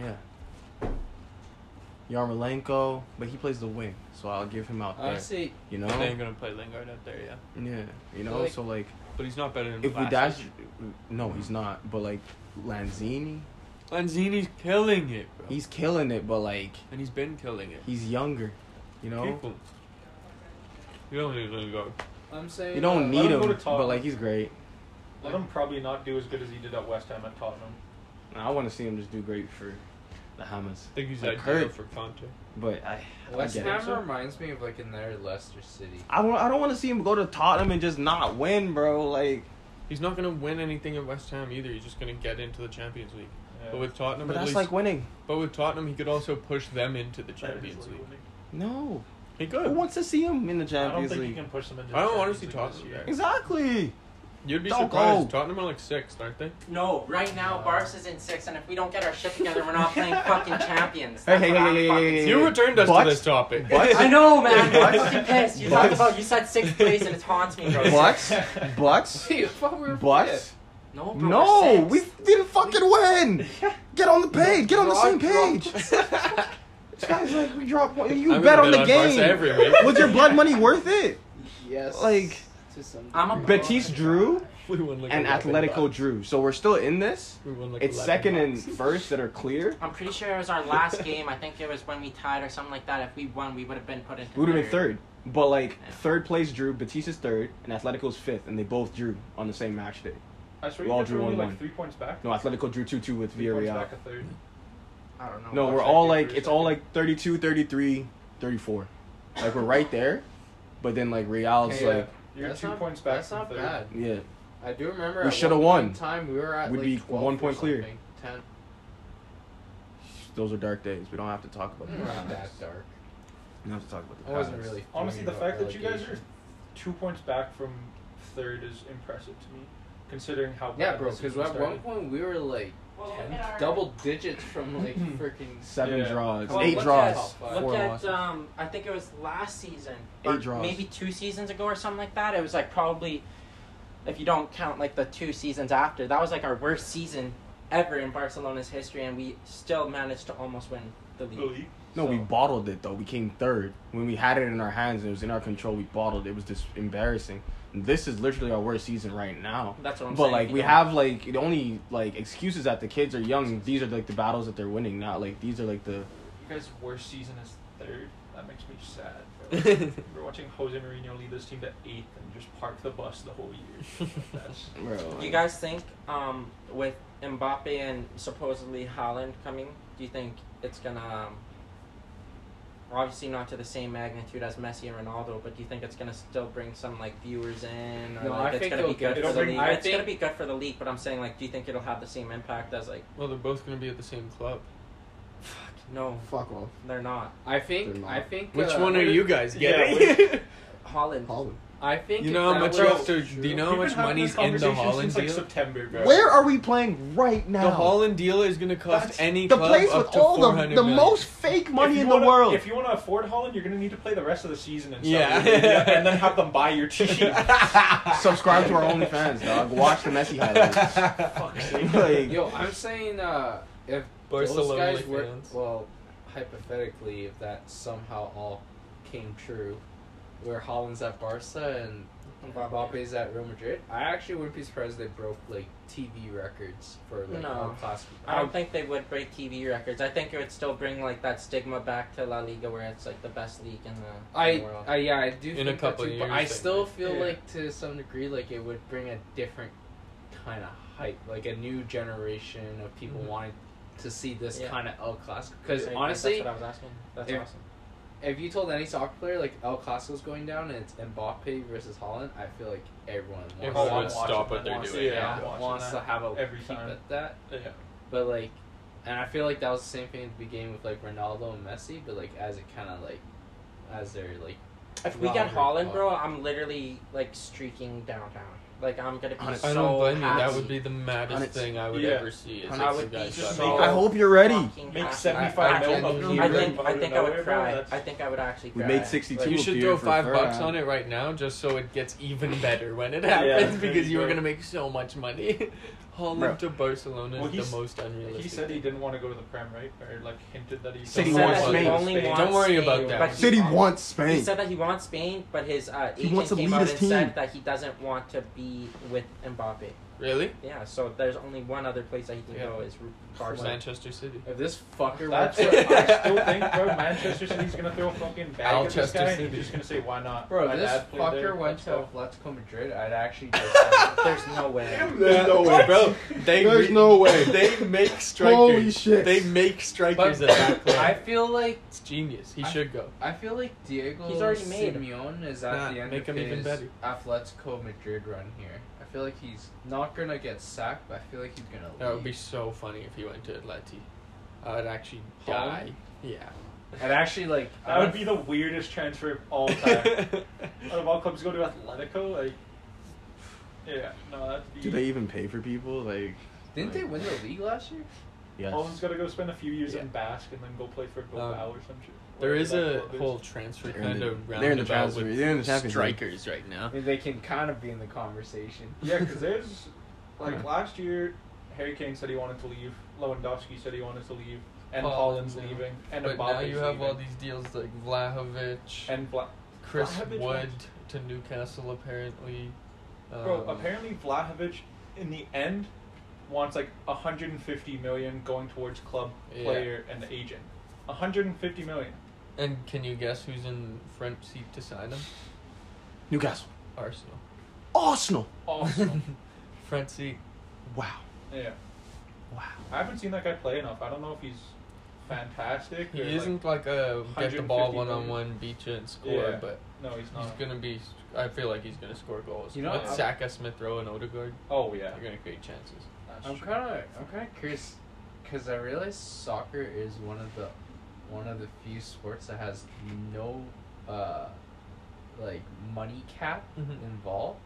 Speaker 2: Yeah. Yarmolenko, but he plays the wing, so I'll give him out there.
Speaker 5: Honestly,
Speaker 2: You
Speaker 1: But They ain't
Speaker 2: know.
Speaker 1: gonna play Lingard out there, yeah.
Speaker 2: Yeah. You know.
Speaker 5: Like-
Speaker 2: so like,
Speaker 1: But he's not better than
Speaker 2: if we
Speaker 1: Vlasic.
Speaker 2: dash, no, he's not. But like Lanzini,
Speaker 1: Lanzini's killing it, bro.
Speaker 2: He's killing it, but like
Speaker 1: and he's been killing it.
Speaker 2: he's younger, you know.
Speaker 1: People. You don't need to go.
Speaker 5: I'm saying
Speaker 2: You don't
Speaker 4: Let
Speaker 2: need him,
Speaker 4: him go to
Speaker 2: but
Speaker 4: Tottenham.
Speaker 2: like he's great.
Speaker 4: Let him probably not do as good as he did at West Ham and Tottenham.
Speaker 2: I want to see him just do great for the Hammers,
Speaker 1: I think he's
Speaker 2: Like
Speaker 1: ideal
Speaker 2: Kurt.
Speaker 1: for Conte.
Speaker 2: but I
Speaker 5: West
Speaker 2: I get it.
Speaker 5: Ham reminds me of like in their Leicester City.
Speaker 2: I don't, I don't want to see him go to Tottenham and just not win, bro. Like,
Speaker 1: He's not gonna win anything at West Ham either. He's just gonna get into the Champions League.
Speaker 4: Yeah.
Speaker 1: But with Tottenham,
Speaker 2: but
Speaker 1: at
Speaker 2: that's
Speaker 1: least,
Speaker 2: like winning.
Speaker 1: but with Tottenham, he could also push them into the
Speaker 4: That is
Speaker 1: Champions
Speaker 4: what
Speaker 1: League.
Speaker 4: he would do.
Speaker 2: No,
Speaker 1: He
Speaker 2: who
Speaker 1: could.
Speaker 2: wants to see him in the
Speaker 4: I don't
Speaker 2: Champions
Speaker 4: think you
Speaker 2: League?
Speaker 4: can push them into.
Speaker 1: I
Speaker 4: the
Speaker 1: don't wanna
Speaker 4: Champions
Speaker 1: see
Speaker 4: League
Speaker 1: Tottenham
Speaker 4: this
Speaker 1: back.
Speaker 4: year.
Speaker 2: Exactly.
Speaker 1: You'd be
Speaker 2: Don't
Speaker 1: surprised.
Speaker 2: go.
Speaker 1: Tottenham are like sixth, aren't they?
Speaker 3: No, right now Barca's in six, and if we don't get our shit together, we're not playing fucking champions.
Speaker 2: Hey,
Speaker 3: That's
Speaker 2: hey,
Speaker 3: what
Speaker 2: hey,
Speaker 3: I'm
Speaker 2: hey,
Speaker 3: fucking
Speaker 2: hey, hey,
Speaker 1: You returned us
Speaker 2: But-
Speaker 1: to this topic.
Speaker 2: but-
Speaker 3: I know, man. I'm fucking pissed. You talked
Speaker 2: But-
Speaker 3: about you said sixth place, and it haunts me, bro.
Speaker 2: But, but,
Speaker 5: See, I thought we were
Speaker 2: but,
Speaker 5: fifth.
Speaker 3: No, bro, we're
Speaker 2: no, we
Speaker 3: sixth.
Speaker 2: didn't fucking win. Get on the page. Get on the same page. This guy's like, we dropped one. You
Speaker 1: I'm
Speaker 2: bet
Speaker 1: gonna
Speaker 2: on the
Speaker 1: Barca
Speaker 2: game.
Speaker 1: every week.
Speaker 2: Was your blood money worth it?
Speaker 5: Yes.
Speaker 2: Like,
Speaker 5: to some
Speaker 3: I'm a
Speaker 5: degree.
Speaker 2: Betis drew
Speaker 1: we won like
Speaker 2: and
Speaker 1: 11
Speaker 2: Atletico
Speaker 1: bucks.
Speaker 2: drew, so we're still in this.
Speaker 1: We won like
Speaker 2: It's
Speaker 1: 11
Speaker 2: second and
Speaker 1: bucks.
Speaker 2: first that are clear.
Speaker 3: I'm pretty sure it was our last game. I think it was when we tied or something like that. If we won, we would have been put into.
Speaker 2: We would have been third. But like
Speaker 3: Yeah.
Speaker 2: third place drew, Batista's third, and Atletico's fifth, and they both drew on the same match day.
Speaker 4: I swear
Speaker 2: We
Speaker 4: you
Speaker 2: all
Speaker 4: guys
Speaker 2: drew
Speaker 4: were only
Speaker 2: one-one.
Speaker 4: like three points back.
Speaker 2: No, Atletico drew two two with
Speaker 4: Three points
Speaker 2: Villarreal.
Speaker 4: back a third.
Speaker 3: I don't know.
Speaker 2: No, we're
Speaker 4: Looks
Speaker 2: all
Speaker 4: like they
Speaker 2: like
Speaker 4: drew
Speaker 2: it's all
Speaker 4: second.
Speaker 2: like 32, 33, 34. Like we're right there, but then like Real's
Speaker 5: Hey,
Speaker 2: like
Speaker 4: You're
Speaker 5: That's
Speaker 4: two
Speaker 5: not-
Speaker 4: points back.
Speaker 5: That's
Speaker 4: from
Speaker 5: not
Speaker 4: third.
Speaker 5: bad.
Speaker 2: yeah.
Speaker 5: I do remember.
Speaker 2: We
Speaker 5: at
Speaker 2: shoulda
Speaker 5: one point
Speaker 2: won.
Speaker 5: in Time we were at
Speaker 2: We'd
Speaker 5: like
Speaker 2: be
Speaker 5: 12
Speaker 2: one
Speaker 5: or
Speaker 2: point clear.
Speaker 5: something, Ten.
Speaker 2: Those are dark days. We don't have to talk about
Speaker 5: Not
Speaker 2: them.
Speaker 5: Mm. that dark.
Speaker 2: We don't have to talk about
Speaker 5: I
Speaker 2: the
Speaker 5: wasn't
Speaker 2: past.
Speaker 5: really.
Speaker 4: Honestly,
Speaker 5: thinking
Speaker 4: the
Speaker 5: about
Speaker 4: fact that you guys are
Speaker 5: relegation.
Speaker 4: two points back from third is impressive to me, considering how bad.
Speaker 5: Yeah, bro.
Speaker 4: this
Speaker 5: Because
Speaker 4: season
Speaker 5: at one
Speaker 4: started.
Speaker 5: point we were like ten, double digits from like
Speaker 4: Hmm.
Speaker 5: freaking
Speaker 2: seven
Speaker 4: Yeah.
Speaker 2: draws,
Speaker 5: Come on,
Speaker 2: eight
Speaker 5: look
Speaker 2: draws,
Speaker 5: at-
Speaker 2: four
Speaker 3: Look at
Speaker 2: losses.
Speaker 3: um, I think it was last season,
Speaker 2: Eight
Speaker 3: or
Speaker 2: draws.
Speaker 3: maybe two seasons ago or something like that. It was like probably, if you don't count like the two seasons after, that was like our worst season ever in Barcelona's history, and we still managed to almost win the
Speaker 4: The
Speaker 3: league.
Speaker 4: league.
Speaker 2: No, we
Speaker 3: So-
Speaker 2: bottled it though. We came third when we had it in our hands and it was in our control. We bottled it. It was just embarrassing. This is literally our worst season right now.
Speaker 3: That's what I'm
Speaker 2: But
Speaker 3: saying.
Speaker 2: like
Speaker 3: You
Speaker 2: we
Speaker 3: don't-
Speaker 2: have like the only like excuses that the kids are young. These are like the battles that they're winning. Not like these are like the
Speaker 4: You guys' worst season is third. That makes me sad. Bro. we're watching Jose Mourinho lead this team to eighth and just park the bus the whole year. That's
Speaker 2: bro.
Speaker 3: Do you
Speaker 2: like-
Speaker 3: guys think um, with Mbappe and supposedly Holland coming, do you think it's gonna um, obviously not to the same magnitude as Messi and Ronaldo, but do you think it's gonna still bring some like viewers in, or
Speaker 5: No,
Speaker 3: like
Speaker 5: I
Speaker 3: it's
Speaker 5: think
Speaker 3: gonna be
Speaker 5: it'll get-
Speaker 3: good
Speaker 4: it'll
Speaker 3: for the
Speaker 4: bring-
Speaker 3: league?
Speaker 5: I
Speaker 3: it's gonna
Speaker 5: think-
Speaker 3: be good for the league, but I'm saying like, do you think it'll have the same impact as like?
Speaker 1: Well, they're both gonna be at the same club.
Speaker 3: Fuck, no,
Speaker 6: Fuck off.
Speaker 3: they're not.
Speaker 5: I
Speaker 6: They're
Speaker 5: think.
Speaker 6: not.
Speaker 5: I think.
Speaker 1: Which
Speaker 5: uh,
Speaker 1: one are you guys getting?
Speaker 4: Yeah,
Speaker 3: Holland.
Speaker 6: Holland.
Speaker 5: I think.
Speaker 1: you
Speaker 5: if
Speaker 1: know how
Speaker 5: that
Speaker 1: much
Speaker 5: was
Speaker 1: you have to.
Speaker 5: true-
Speaker 1: Do you know how
Speaker 4: We've been
Speaker 1: much
Speaker 4: having
Speaker 1: money's
Speaker 4: this
Speaker 1: in the
Speaker 4: conversation
Speaker 1: Holland
Speaker 4: since like
Speaker 1: deal?
Speaker 4: September, bro.
Speaker 2: Where are we playing right now?
Speaker 1: The Holland deal is going to cost
Speaker 4: That's-
Speaker 1: any
Speaker 2: the
Speaker 1: club
Speaker 2: place
Speaker 1: up
Speaker 2: with
Speaker 1: to
Speaker 2: all
Speaker 1: 400
Speaker 2: the the
Speaker 1: million.
Speaker 2: most fake money
Speaker 4: If you
Speaker 2: in the
Speaker 4: wanna-
Speaker 2: world.
Speaker 4: If you want to afford Holland, you're gonna need to play the rest of the season and
Speaker 1: Yeah.
Speaker 4: stuff, and then have them buy your team.
Speaker 2: Subscribe to our OnlyFans, dog. Watch the Messi highlights.
Speaker 4: Fuck's sake.
Speaker 2: Like-
Speaker 5: Yo, I'm saying uh, if those
Speaker 1: Barcelona
Speaker 5: guys were
Speaker 1: fans.
Speaker 5: well, hypothetically, if that somehow all came true, where Holland's at Barca and Mbappe's at Real Madrid, I actually wouldn't be surprised if they broke like TV records for like
Speaker 3: No.
Speaker 5: all class.
Speaker 3: I don't think they would break TV records. I think it would still bring like that stigma back to La Liga, where it's like the best league in the, in
Speaker 5: I,
Speaker 3: the world.
Speaker 5: I yeah, I do.
Speaker 1: In
Speaker 5: think
Speaker 1: a
Speaker 5: that
Speaker 1: couple
Speaker 5: too,
Speaker 1: of
Speaker 5: but
Speaker 1: years,
Speaker 5: I
Speaker 1: like,
Speaker 5: still feel
Speaker 4: yeah.
Speaker 5: like to some degree, like it would bring a different kind of hype, like a new generation of people
Speaker 1: Mhm.
Speaker 5: wanting to see this
Speaker 3: Mm-hmm. Yeah.
Speaker 5: kind of El Clasico.
Speaker 3: I
Speaker 5: Because
Speaker 3: think
Speaker 5: honestly,
Speaker 3: that's what I was asking. That's
Speaker 5: if-
Speaker 3: awesome.
Speaker 5: if you told any soccer player like El Clasico's going down and it's Mbappe versus Holland, I feel like everyone wants,
Speaker 1: Everyone
Speaker 5: to,
Speaker 1: would stop what they're
Speaker 5: wants,
Speaker 1: doing.
Speaker 5: yeah,
Speaker 4: Yeah,
Speaker 5: wants to
Speaker 4: watching
Speaker 5: have a
Speaker 4: every
Speaker 5: peep
Speaker 4: time.
Speaker 5: at that.
Speaker 4: Yeah.
Speaker 5: But like, and I feel like that was the same thing at the beginning with like Ronaldo and Messi. But like, as it kind of like, as they're like,
Speaker 3: If we get
Speaker 5: Robert
Speaker 3: Holland,
Speaker 5: Bob.
Speaker 3: bro, I'm literally like streaking downtown. Like I'm gonna be
Speaker 2: Honest-
Speaker 3: so
Speaker 1: I don't blame
Speaker 3: happy.
Speaker 1: you. That would be the maddest
Speaker 2: Honest-
Speaker 1: thing I would
Speaker 4: Yeah.
Speaker 1: ever see. Is
Speaker 3: I
Speaker 1: if
Speaker 3: would
Speaker 1: you
Speaker 3: be
Speaker 1: guys
Speaker 4: just
Speaker 1: got
Speaker 4: make
Speaker 1: Holland.
Speaker 2: I hope you're ready.
Speaker 3: Fucking
Speaker 4: Make
Speaker 3: happy.
Speaker 4: seventy-five
Speaker 3: I,
Speaker 4: mil.
Speaker 1: think-
Speaker 3: I
Speaker 1: Really?
Speaker 3: think I think I would cry. I think I would actually
Speaker 2: We
Speaker 3: cry.
Speaker 2: made 62.
Speaker 3: Like,
Speaker 1: You
Speaker 2: Two
Speaker 1: should
Speaker 2: beer
Speaker 1: throw
Speaker 2: for
Speaker 1: five
Speaker 2: Ferran.
Speaker 1: bucks on it right now, just so it gets even better when it
Speaker 4: Yeah,
Speaker 1: happens,
Speaker 4: there
Speaker 1: because
Speaker 4: you
Speaker 1: you were
Speaker 4: go.
Speaker 1: gonna make so much money. Holland
Speaker 2: Bro.
Speaker 1: to Barcelona
Speaker 4: Well,
Speaker 1: is
Speaker 4: he's-
Speaker 1: the most unrealistic.
Speaker 4: He said he didn't want to go to the Prem, right? Or like hinted that he
Speaker 2: Said he
Speaker 3: he
Speaker 4: doesn't
Speaker 3: said
Speaker 2: wants
Speaker 3: that he
Speaker 2: Spain.
Speaker 3: only
Speaker 4: Spain.
Speaker 3: wants
Speaker 1: Don't worry
Speaker 3: Spain,
Speaker 1: about that.
Speaker 3: but he-
Speaker 2: City wants Spain.
Speaker 3: He said that he wants Spain, but his uh,
Speaker 2: He
Speaker 3: agent
Speaker 2: wants to
Speaker 3: came
Speaker 2: lead
Speaker 3: out
Speaker 2: his
Speaker 3: and
Speaker 2: team.
Speaker 3: said that he doesn't want to be with Mbappe.
Speaker 1: Really?
Speaker 3: Yeah, so there's only one other place that he can
Speaker 1: Yeah.
Speaker 3: go is Ru-
Speaker 1: Or
Speaker 3: Barcelona.
Speaker 1: Manchester City.
Speaker 5: If this fucker
Speaker 4: That's
Speaker 5: went
Speaker 4: what
Speaker 5: to,
Speaker 4: I still think, bro. Manchester City's gonna throw a fucking bag at this
Speaker 1: Alchester
Speaker 4: guy, and
Speaker 1: City.
Speaker 4: he's just gonna say, "Why not?"
Speaker 5: bro,
Speaker 4: My
Speaker 5: if this
Speaker 4: dad played
Speaker 5: fucker
Speaker 4: there,
Speaker 5: went
Speaker 4: let's
Speaker 5: to
Speaker 4: go.
Speaker 5: Atletico Madrid, I'd actually just.
Speaker 3: There's no way.
Speaker 2: There's no way.
Speaker 1: Bro, they
Speaker 2: There's
Speaker 1: re-
Speaker 2: no way.
Speaker 1: They make strikers.
Speaker 2: Holy shit.
Speaker 1: They make strikers
Speaker 5: but
Speaker 1: at that club.
Speaker 5: I feel like
Speaker 1: it's genius. He
Speaker 5: I-
Speaker 1: should go.
Speaker 5: I feel like Diego
Speaker 3: He's already made.
Speaker 5: Simeone is at
Speaker 1: Nah,
Speaker 5: the end
Speaker 1: make
Speaker 5: of
Speaker 1: him even
Speaker 5: his
Speaker 1: better.
Speaker 5: Atletico Madrid run here. I feel like he's not gonna get sacked, but I feel like he's gonna.
Speaker 1: That would be
Speaker 5: leave.
Speaker 1: so funny if he went to Atleti. I would actually
Speaker 5: Home?
Speaker 1: die. Yeah.
Speaker 5: And actually, like uh,
Speaker 4: That would be the weirdest transfer of all time. Out of all clubs, go to Atletico. Like, yeah, no, that'd be.
Speaker 2: Do they even pay for people? Like,
Speaker 5: Didn't they win the league last year?
Speaker 2: yes.
Speaker 4: Paul's gotta go spend a few years
Speaker 1: Yeah. Um,
Speaker 4: in Basque and then go play for Bilbao or some shit.
Speaker 1: there
Speaker 4: Whatever
Speaker 1: is
Speaker 4: that
Speaker 1: a
Speaker 4: club is.
Speaker 1: whole transfer
Speaker 2: They're in
Speaker 1: kind
Speaker 2: the-
Speaker 1: of
Speaker 2: they're in the
Speaker 1: roundabout
Speaker 2: transfer-
Speaker 1: with
Speaker 2: they're in the Champions League.
Speaker 1: strikers right now.
Speaker 5: I mean, they can kind of be in the conversation.
Speaker 4: Yeah, because there's like last year, Harry Kane said he wanted to leave. Lewandowski said he wanted to leave, and Holland's
Speaker 1: Holland's
Speaker 4: leaving, and
Speaker 1: Oh, but
Speaker 4: Mbappe's
Speaker 1: now you have
Speaker 4: leaving,
Speaker 1: all these deals like Vlahovic,
Speaker 4: and Bla-
Speaker 1: Chris
Speaker 4: Vlahovic went-
Speaker 1: Wood to Newcastle apparently. Um,
Speaker 4: Bro, apparently Vlahovic, in the end, wants like 150 million going towards club
Speaker 1: Yeah.
Speaker 4: player and agent. 150 million.
Speaker 1: And can you guess who's in front seat to sign him?
Speaker 2: Newcastle.
Speaker 1: Arsenal.
Speaker 2: Arsenal.
Speaker 4: Awesome.
Speaker 1: front seat.
Speaker 2: Wow.
Speaker 4: yeah.
Speaker 2: Wow.
Speaker 4: I haven't seen that guy play enough. I don't know if he's fantastic.
Speaker 1: He
Speaker 4: or,
Speaker 1: isn't like a get the
Speaker 4: 150
Speaker 1: ball one
Speaker 4: million.
Speaker 1: on one, beat you and score,
Speaker 4: Yeah.
Speaker 1: but
Speaker 4: Like, no, he's not.
Speaker 1: he's gonna be. I feel like he's gonna score goals.
Speaker 5: You know,
Speaker 1: with
Speaker 5: I'm-
Speaker 1: Saka, Smith Rowe, and Odegaard,
Speaker 4: oh yeah.
Speaker 1: they're gonna create chances.
Speaker 4: That's
Speaker 5: I'm
Speaker 4: true.
Speaker 5: kind of I'm kind of curious because I realize soccer is one of the one of the few sports that has no uh, like money cap
Speaker 1: Mhm.
Speaker 5: involved.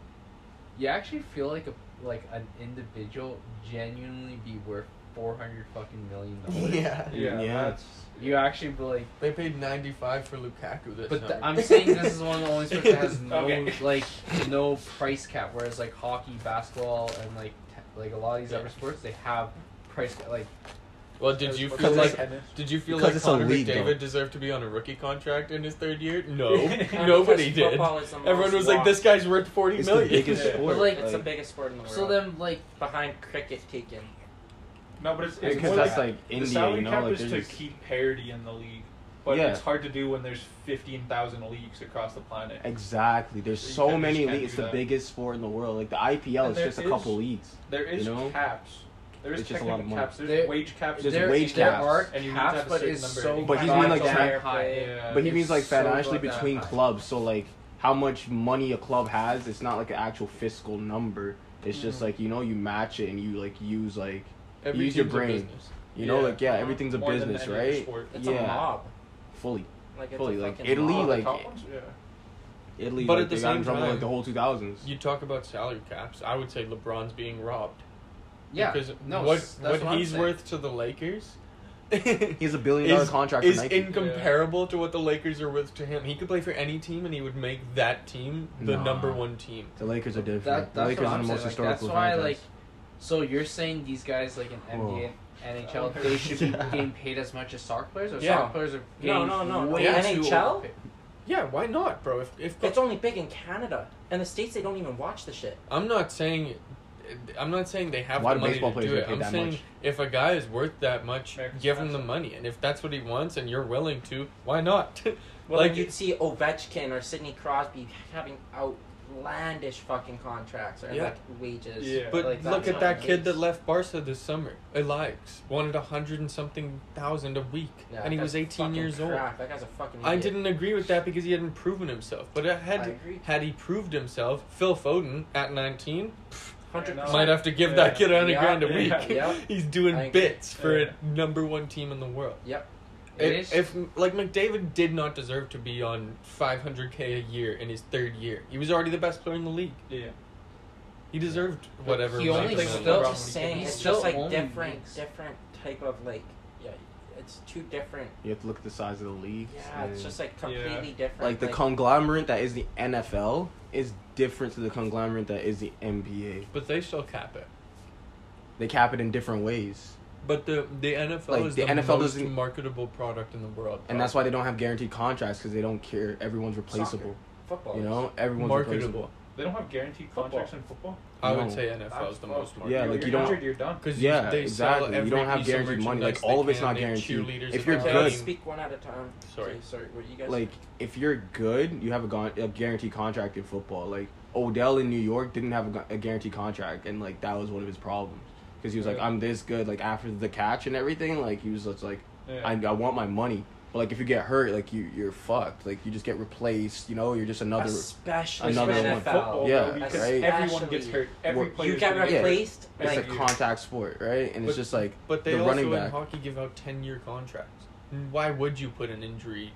Speaker 5: You actually feel like a like an individual genuinely be worth four hundred fucking million dollars.
Speaker 4: Yeah,
Speaker 2: Yeah.
Speaker 4: That's,
Speaker 5: You actually be like,
Speaker 1: They paid ninety five for Lukaku this
Speaker 5: but th-
Speaker 1: summer.
Speaker 5: I'm saying this is one of the only sports that has no
Speaker 4: Okay.
Speaker 5: like no price cap. Whereas like hockey, basketball, and like t- like a lot of these
Speaker 1: Yeah.
Speaker 5: other sports, they have price ca- like
Speaker 1: well, did you
Speaker 4: that's
Speaker 1: feel
Speaker 4: what
Speaker 1: like?
Speaker 4: tennis-
Speaker 1: Did you feel
Speaker 2: Because
Speaker 1: like
Speaker 2: it's a
Speaker 1: Connor
Speaker 2: league,
Speaker 1: McDavid
Speaker 2: though.
Speaker 1: deserved to be on a rookie contract in his third year? No,
Speaker 4: Yeah,
Speaker 1: nobody
Speaker 3: Because
Speaker 1: did.
Speaker 3: football is the most
Speaker 1: Everyone was like,
Speaker 3: watched-
Speaker 1: "This guy's worth forty
Speaker 2: It's
Speaker 1: million.
Speaker 2: the biggest
Speaker 4: Yeah.
Speaker 2: sport.
Speaker 3: But, like,
Speaker 2: Like,
Speaker 3: it's the biggest sport in the world.
Speaker 5: So then, like,
Speaker 3: behind cricket taken.
Speaker 4: No, but it's, it's
Speaker 2: because
Speaker 4: more
Speaker 2: that's
Speaker 4: like
Speaker 2: like
Speaker 4: the
Speaker 2: India,
Speaker 4: salary
Speaker 2: you know.
Speaker 4: cap
Speaker 2: Like,
Speaker 4: is
Speaker 2: they're
Speaker 4: to
Speaker 2: just-
Speaker 4: keep parity in the league, but
Speaker 2: Yeah.
Speaker 4: it's hard to do when there's 15,000 leagues across the planet.
Speaker 2: exactly. There's
Speaker 4: You
Speaker 2: so
Speaker 4: can't-
Speaker 2: many
Speaker 4: you can't
Speaker 2: leagues. It's
Speaker 4: do
Speaker 2: the
Speaker 4: that.
Speaker 2: biggest sport in the world. Like the IPL
Speaker 4: And
Speaker 2: is
Speaker 4: there
Speaker 2: just a
Speaker 4: is-
Speaker 2: couple leagues.
Speaker 4: There is
Speaker 2: You know?
Speaker 4: caps. There is
Speaker 2: It's just a
Speaker 4: technical
Speaker 2: lot of money.
Speaker 4: caps. There's
Speaker 5: There-
Speaker 4: wage caps.
Speaker 2: There's
Speaker 5: there,
Speaker 2: wage
Speaker 5: there
Speaker 2: caps.
Speaker 5: are
Speaker 4: And you need to
Speaker 5: caps,
Speaker 4: have a
Speaker 5: but
Speaker 4: certain
Speaker 5: it's
Speaker 4: number
Speaker 5: so
Speaker 4: of
Speaker 2: But he's mean, like,
Speaker 5: goddamn
Speaker 2: tra-
Speaker 5: high.
Speaker 4: Yeah.
Speaker 2: But he
Speaker 5: It's
Speaker 2: means like
Speaker 5: so
Speaker 2: financially
Speaker 5: goddamn
Speaker 2: between
Speaker 5: high.
Speaker 2: clubs. So like how much money a club has, it's not like an actual fiscal number. It's just
Speaker 4: Mhm.
Speaker 2: like you know you match it and you like use like
Speaker 1: Every
Speaker 2: Use your
Speaker 1: team's a
Speaker 2: brain.
Speaker 1: business.
Speaker 2: you know
Speaker 4: Yeah.
Speaker 2: like yeah everything's a
Speaker 4: More than
Speaker 2: business
Speaker 4: any other
Speaker 2: right?
Speaker 4: sport.
Speaker 3: It's
Speaker 2: Yeah.
Speaker 3: a mob.
Speaker 2: Fully,
Speaker 3: Like it's
Speaker 2: fully
Speaker 3: a
Speaker 2: like
Speaker 3: fucking
Speaker 2: Italy
Speaker 4: Oh,
Speaker 3: mob.
Speaker 4: the
Speaker 2: like
Speaker 4: top ones? Yeah.
Speaker 2: Italy
Speaker 1: But
Speaker 2: like,
Speaker 1: at the
Speaker 2: they got in
Speaker 1: same
Speaker 2: trouble
Speaker 1: time-
Speaker 2: like the whole two thousands.
Speaker 1: You talk about salary caps. I would say LeBron's being robbed.
Speaker 5: Yeah,
Speaker 1: because
Speaker 5: no,
Speaker 1: what
Speaker 5: s- that's
Speaker 1: what,
Speaker 5: I'm
Speaker 1: he's
Speaker 5: saying.
Speaker 1: worth to the Lakers
Speaker 2: He has a billion dollar contract
Speaker 1: is
Speaker 2: for Nike.
Speaker 1: incomparable to what the Lakers are worth to him. He could play for any team and he would make that team the
Speaker 2: Nah.
Speaker 1: number one team.
Speaker 2: the Lakers are different.
Speaker 5: That,
Speaker 2: the
Speaker 5: that's
Speaker 2: Lakers
Speaker 5: what
Speaker 2: are
Speaker 5: I'm
Speaker 2: the most
Speaker 5: saying. Like, that's
Speaker 2: historical
Speaker 5: why,
Speaker 2: franchise.
Speaker 5: like, so you're saying these guys, like in NBA, and
Speaker 4: Oh,
Speaker 5: NHL, they should be
Speaker 2: yeah.
Speaker 5: getting paid as much as soccer players, or
Speaker 1: Yeah.
Speaker 5: soccer players are
Speaker 3: No,
Speaker 5: getting
Speaker 3: no, no.
Speaker 5: way
Speaker 1: Yeah.
Speaker 5: too
Speaker 3: NHL?
Speaker 5: overpaid.
Speaker 1: Yeah, why not, bro? If if
Speaker 3: It's only big in Canada. In the States, they don't even watch the shit.
Speaker 1: I'm not saying I'm not saying they have
Speaker 2: Why
Speaker 1: the
Speaker 2: do
Speaker 1: money
Speaker 2: baseball
Speaker 1: to
Speaker 2: players
Speaker 1: do
Speaker 2: get
Speaker 1: it.
Speaker 2: paid
Speaker 1: I'm
Speaker 2: that
Speaker 1: saying
Speaker 2: much?
Speaker 1: if a guy is worth that much,
Speaker 4: America's
Speaker 1: give him the
Speaker 4: Got
Speaker 1: money. And if that's what he wants and you're willing to, why not?
Speaker 3: Well,
Speaker 1: like
Speaker 3: like you'd see Ovechkin or Sidney Crosby having outlandish fucking contracts or
Speaker 1: Yeah.
Speaker 3: like wages.
Speaker 4: Yeah.
Speaker 1: But
Speaker 3: like,
Speaker 1: look
Speaker 3: that's
Speaker 1: at
Speaker 3: not
Speaker 1: that
Speaker 3: the
Speaker 1: kid
Speaker 3: case.
Speaker 1: that left Barca this summer. Alex wanted a hundred and something thousand a week,
Speaker 3: Yeah,
Speaker 1: and he
Speaker 3: that
Speaker 1: was
Speaker 3: guy's
Speaker 1: eighteen
Speaker 3: fucking
Speaker 1: years old.
Speaker 3: crap. That guy's a fucking.
Speaker 1: I
Speaker 3: idiot.
Speaker 1: didn't agree with that because he hadn't proven himself. But it
Speaker 3: I
Speaker 1: had
Speaker 3: agree.
Speaker 1: had he proved himself, Phil Foden at nineteen
Speaker 3: Hundred
Speaker 4: No.
Speaker 1: might
Speaker 3: percent.
Speaker 1: have to give
Speaker 4: Yeah.
Speaker 1: that kid a hundred
Speaker 5: Yeah,
Speaker 1: grand a week.
Speaker 4: yeah,
Speaker 3: yeah.
Speaker 1: He's
Speaker 3: I
Speaker 1: doing
Speaker 3: agree.
Speaker 1: bits for
Speaker 4: Yeah.
Speaker 1: a number one team in the world.
Speaker 3: Yep.
Speaker 5: It
Speaker 1: If,
Speaker 5: is-
Speaker 1: if like McDavid did not deserve to be on 500k a year in his third year, he was already the best player in the league.
Speaker 4: Yeah.
Speaker 1: He deserved whatever.
Speaker 5: he
Speaker 1: amount
Speaker 5: only
Speaker 1: of money.
Speaker 5: still-
Speaker 3: I'm
Speaker 5: LeBron
Speaker 3: just saying,
Speaker 5: he's
Speaker 3: it's
Speaker 5: still
Speaker 3: just like
Speaker 5: only
Speaker 3: different,
Speaker 5: leagues.
Speaker 3: different type of like, yeah, it's two different.
Speaker 2: you have to look at the size of the leagues.
Speaker 3: Yeah, it's
Speaker 2: and-
Speaker 3: just like completely different.
Speaker 2: like the conglomerate that is the NFL is different to the conglomerate that is the NBA.
Speaker 1: but they still cap it.
Speaker 2: They cap it in different ways,
Speaker 1: But the the NFL
Speaker 2: Like,
Speaker 1: is the,
Speaker 2: the NFL
Speaker 1: most
Speaker 2: doesn't-
Speaker 1: marketable product in the world,
Speaker 2: and that's why they don't have guaranteed contracts because they don't care. Everyone's replaceable.
Speaker 3: football.
Speaker 2: You know, everyone's
Speaker 1: Oh, Marketable.
Speaker 2: replaceable.
Speaker 4: They don't have guaranteed contracts in football.
Speaker 1: I would
Speaker 2: No.
Speaker 1: say NFL is the
Speaker 4: That's
Speaker 1: most
Speaker 4: fucked.
Speaker 1: market.
Speaker 2: Yeah,
Speaker 4: You're-
Speaker 2: like, you
Speaker 4: you're
Speaker 2: don't-
Speaker 4: injured, you're done.
Speaker 1: Because
Speaker 2: Yeah,
Speaker 1: they sell
Speaker 2: exactly. You
Speaker 1: every
Speaker 2: don't have
Speaker 1: piece of
Speaker 2: guaranteed money. Like,
Speaker 1: merchandise
Speaker 2: all
Speaker 1: they
Speaker 2: of it's
Speaker 1: can.
Speaker 2: not
Speaker 1: They
Speaker 2: guaranteed.
Speaker 1: cheerleaders
Speaker 2: If
Speaker 1: at
Speaker 2: you're
Speaker 1: the
Speaker 3: Okay,
Speaker 2: good-
Speaker 1: game.
Speaker 3: Speak one at a time.
Speaker 1: Sorry.
Speaker 3: Okay, sorry. What you guys?
Speaker 2: like if you're good, you have a, gon- a guaranteed contract in football. Like Odell in New York didn't have a, gu- a guaranteed contract, and like that was one of his problems because he was like,
Speaker 4: Yeah.
Speaker 2: "I'm this good." Like after the catch and everything, like he was just like,
Speaker 4: Yeah.
Speaker 2: "I, I want my money." But like if you get hurt, like you you're fucked. Like you just get replaced. You know, you're just another.
Speaker 3: especially
Speaker 2: another
Speaker 3: in
Speaker 2: one.
Speaker 3: NFL.
Speaker 4: Football,
Speaker 2: Yeah,
Speaker 4: though, because
Speaker 2: right.
Speaker 4: everyone gets hurt. Every
Speaker 2: You
Speaker 4: player
Speaker 3: You get
Speaker 2: Yeah.
Speaker 3: replaced.
Speaker 2: it's
Speaker 3: Like
Speaker 2: a contact sport, right? And
Speaker 1: But-
Speaker 2: it's just like
Speaker 1: But they
Speaker 2: the
Speaker 1: also
Speaker 2: running
Speaker 1: in
Speaker 2: back.
Speaker 1: hockey give out ten year contracts. Why would you put an injury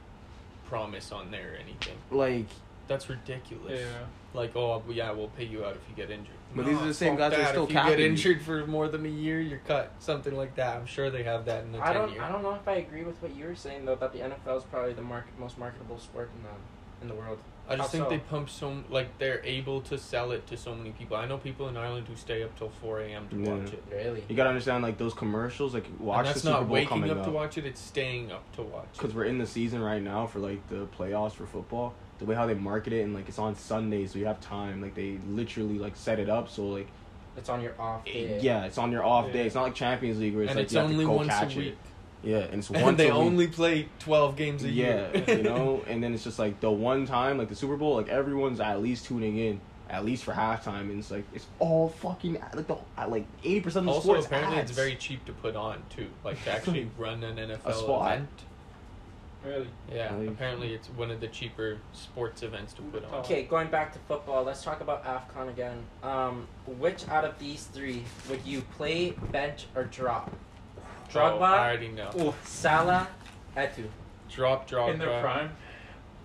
Speaker 1: promise on there or anything?
Speaker 2: like
Speaker 1: That's ridiculous.
Speaker 4: Yeah.
Speaker 1: Like, oh well, yeah, we'll pay you out if you get injured.
Speaker 2: But these are the same
Speaker 1: fuck
Speaker 2: guys that are still
Speaker 1: If you get
Speaker 2: capping you.
Speaker 1: injured for more than a year, you're cut. Something like that. I'm sure they have that in the
Speaker 3: I
Speaker 1: ten
Speaker 3: don't.
Speaker 1: year.
Speaker 3: I don't know if I agree with what you were saying though. That the NFL is probably the market, most marketable sport in the in the world.
Speaker 1: I just think
Speaker 3: Also-
Speaker 1: they pump so like they're able to sell it to so many people. I know people in Ireland who stay up till four a.m. to
Speaker 2: Yeah.
Speaker 1: watch it.
Speaker 3: Really.
Speaker 2: you gotta understand, like those commercials. Like
Speaker 1: and
Speaker 2: watch the
Speaker 1: that's
Speaker 2: Super
Speaker 1: not
Speaker 2: Bowl
Speaker 1: waking
Speaker 2: coming
Speaker 1: up,
Speaker 2: up
Speaker 1: to watch it; it's staying up to watch. it.
Speaker 2: because we're in the season right now for like the playoffs for football the way how they market it and like it's on sundays so you have time like they literally like set it up so like
Speaker 3: It's on your off day.
Speaker 2: yeah, it's on your off
Speaker 4: Yeah.
Speaker 2: day it's not like champions league where it's
Speaker 1: and
Speaker 2: like
Speaker 1: it's
Speaker 2: you have
Speaker 1: only
Speaker 2: to go
Speaker 1: once
Speaker 2: catch
Speaker 1: a week,
Speaker 2: it yeah and it's once
Speaker 1: and they
Speaker 2: a week.
Speaker 1: only play twelve games a
Speaker 2: yeah
Speaker 1: year.
Speaker 2: you know and then it's just like the one time like the super bowl like everyone's at least tuning in at least for halftime and it's like it's all fucking ad- like the at, like 80% of the
Speaker 1: also,
Speaker 2: sport is
Speaker 1: apparently,
Speaker 2: ads.
Speaker 1: it's very cheap to put on too. Like to actually run an NFL
Speaker 2: spot.
Speaker 1: event.
Speaker 4: Really.
Speaker 1: Yeah,
Speaker 2: Like-
Speaker 1: apparently it's one of the cheaper sports events to put on.
Speaker 3: Okay, going back to football, let's talk about AFCON again. Um, which out of these three would you play, bench, or drop?
Speaker 1: Oh, I
Speaker 3: Drogba,
Speaker 1: already know.
Speaker 3: Salah, Etu.
Speaker 1: Drop Drogba.
Speaker 4: In their prime.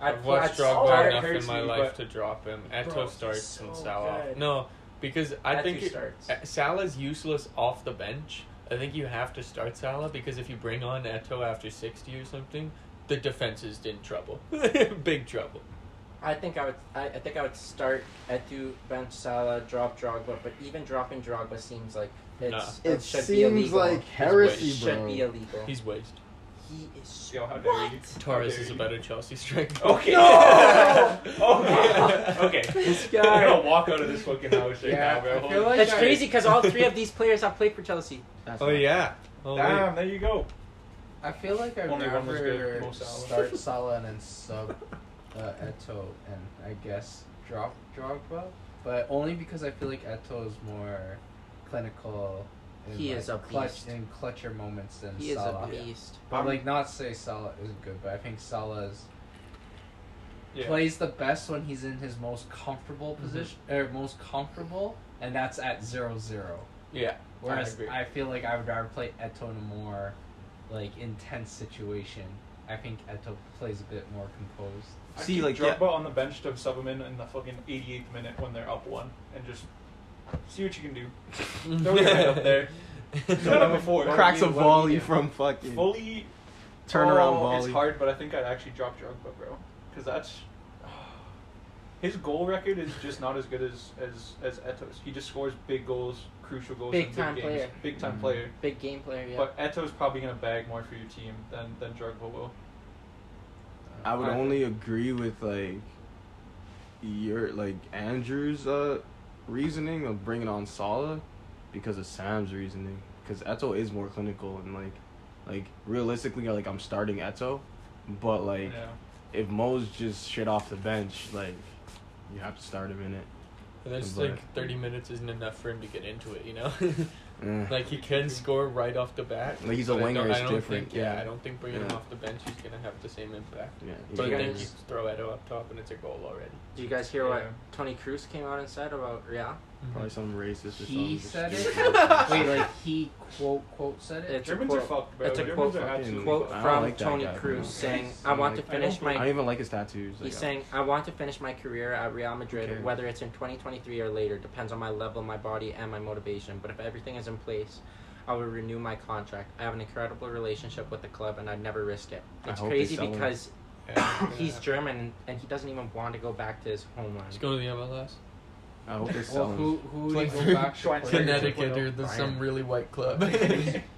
Speaker 1: I've
Speaker 3: play-
Speaker 1: watched
Speaker 3: start-
Speaker 4: Oh,
Speaker 1: Drogba
Speaker 4: it
Speaker 1: enough in
Speaker 4: hurts
Speaker 1: my
Speaker 4: me,
Speaker 1: life to drop him. Eto
Speaker 3: Bro,
Speaker 1: starts
Speaker 3: so
Speaker 1: and Salah.
Speaker 3: good.
Speaker 1: No, because I
Speaker 3: Etu
Speaker 1: think it,
Speaker 3: starts.
Speaker 1: Uh, Salah's useless off the bench. I think you have to start Salah because if you bring on Eto after 60 or something, the defense is in trouble. Big trouble.
Speaker 3: I think I would. I, I think I would start Etu, bench Salah, drop Drogba. But even dropping Drogba seems like it's,
Speaker 6: It,
Speaker 3: it should be
Speaker 6: seems
Speaker 3: illegal.
Speaker 6: like
Speaker 3: it
Speaker 6: heresy,
Speaker 3: should
Speaker 6: bro.
Speaker 3: be illegal.
Speaker 1: He's waste.
Speaker 3: he is.
Speaker 4: Yo, how dare
Speaker 3: what?
Speaker 4: you.
Speaker 1: Torres
Speaker 4: Okay.
Speaker 1: is a better Chelsea striker.
Speaker 4: Okay.
Speaker 3: No!
Speaker 4: okay. Okay.
Speaker 3: This
Speaker 4: I'm
Speaker 3: guy.
Speaker 4: gonna walk out of this fucking house right
Speaker 5: Yeah,
Speaker 4: now, bro.
Speaker 5: I feel
Speaker 4: Holy
Speaker 5: like
Speaker 3: That's
Speaker 5: I-
Speaker 3: crazy because all three of these players have played for Chelsea.
Speaker 2: That's
Speaker 1: Oh
Speaker 2: not-
Speaker 1: yeah. Oh, wait.
Speaker 4: Damn, there you go.
Speaker 5: I feel like I'd
Speaker 4: Only one was good,
Speaker 5: rather
Speaker 4: Mo Salah.
Speaker 5: start Salah and then sub uh, Eto and I guess drop Drogba, but only because I feel like Eto is more clinical. in,
Speaker 3: He
Speaker 5: like,
Speaker 3: is a
Speaker 5: clutch
Speaker 3: beast.
Speaker 5: in clutcher moments than
Speaker 3: He is
Speaker 5: Salah.
Speaker 3: a beast.
Speaker 5: But like not say Salah isn't good, but I think Salah's
Speaker 4: Yeah.
Speaker 5: plays the best when he's in his most comfortable position
Speaker 4: Mm-hmm.
Speaker 5: or most comfortable, and that's at zero zero.
Speaker 1: Yeah,
Speaker 5: Whereas
Speaker 1: agree.
Speaker 5: I, feel like I would rather play Eto in a more like intense situation. I think Eto plays a bit more composed.
Speaker 4: I
Speaker 2: See,
Speaker 4: keep
Speaker 2: like, yeah.
Speaker 4: Drogba on the bench to sub him in in the fucking 88th minute when they're up one, and just see what you can do. Throw your head up there. You've done it before.
Speaker 2: cracks a
Speaker 5: What do we- what do we
Speaker 2: volley
Speaker 5: do?
Speaker 2: from fucking
Speaker 4: Fully
Speaker 2: turnaround
Speaker 4: oh,
Speaker 2: volley
Speaker 4: It's hard, but I think I'd actually drop Drogba, bro, because that's his goal record is just not as good as as as Eto's. He just scores big goals, crucial goals, in
Speaker 3: Big time
Speaker 4: big
Speaker 3: player.
Speaker 4: games. Big time
Speaker 5: Mhm.
Speaker 4: player.
Speaker 3: Big game player, yeah.
Speaker 4: But Eto's probably gonna bag more for your team than than Drogba will.
Speaker 2: I would
Speaker 4: I-
Speaker 2: only agree with like your like Andrew's uh reasoning of bringing on Salah because of Sam's reasoning because Eto is more clinical and like like realistically like I'm starting Eto, but like
Speaker 4: yeah.
Speaker 2: if Mo's just shit off the bench like you have to start him in it.
Speaker 1: And There's
Speaker 2: But-
Speaker 1: like 30 minutes isn't enough for him to get into it, you know.
Speaker 2: Eh.
Speaker 1: like he can score right off the bat.
Speaker 2: Like, he's a
Speaker 1: but I
Speaker 2: winger,
Speaker 1: don't- I
Speaker 2: it's
Speaker 1: don't
Speaker 2: different,
Speaker 1: Think, yeah,
Speaker 2: yeah.
Speaker 1: I don't think bringing him
Speaker 2: Yeah.
Speaker 1: off the bench he's gonna have the same impact.
Speaker 2: yeah,
Speaker 1: But
Speaker 3: you
Speaker 1: then you
Speaker 3: guys-
Speaker 1: throw Edo up top and it's a goal already.
Speaker 3: Did you guys hear what
Speaker 4: Yeah.
Speaker 3: Tony Cruz came out and said about Real?
Speaker 2: probably some racist or something.
Speaker 5: He said
Speaker 2: Just-
Speaker 5: it. Wait, like he quote quote said it.
Speaker 3: It's a
Speaker 4: Germans are
Speaker 3: quote,
Speaker 4: fucked, bro.
Speaker 3: It's a
Speaker 4: Germans
Speaker 3: quote,
Speaker 4: are
Speaker 2: fucking-
Speaker 4: absolutely
Speaker 3: quote
Speaker 2: I don't
Speaker 3: from
Speaker 2: like that
Speaker 3: Tony
Speaker 2: guy, bro.
Speaker 3: Cruz
Speaker 2: Yes.
Speaker 3: saying, "I want to
Speaker 2: Like,
Speaker 4: I don't
Speaker 3: finish
Speaker 4: believe-
Speaker 2: I
Speaker 3: my
Speaker 2: don't even like his tattoos. Like,
Speaker 3: He's
Speaker 2: I-
Speaker 3: saying, I want to finish my career at Real Madrid,
Speaker 2: Okay.
Speaker 3: whether it's in 2023 or later, depends on my level, my body, and my motivation. But if everything is in place, I will renew my contract. I have an incredible relationship with the club, and I'd never risk it.
Speaker 2: I
Speaker 3: It's
Speaker 2: hope they
Speaker 3: crazy
Speaker 2: sell him.
Speaker 3: because
Speaker 1: Yeah,
Speaker 3: he's German, and he doesn't even want to go back to his
Speaker 1: Let's
Speaker 3: homeland.
Speaker 1: go to the MLS.
Speaker 2: I hope they
Speaker 5: well,
Speaker 2: sell him.
Speaker 5: who who would
Speaker 1: Like,
Speaker 5: he go back to? play?
Speaker 1: Connecticut or the, some
Speaker 3: Brian.
Speaker 1: really white club.
Speaker 2: I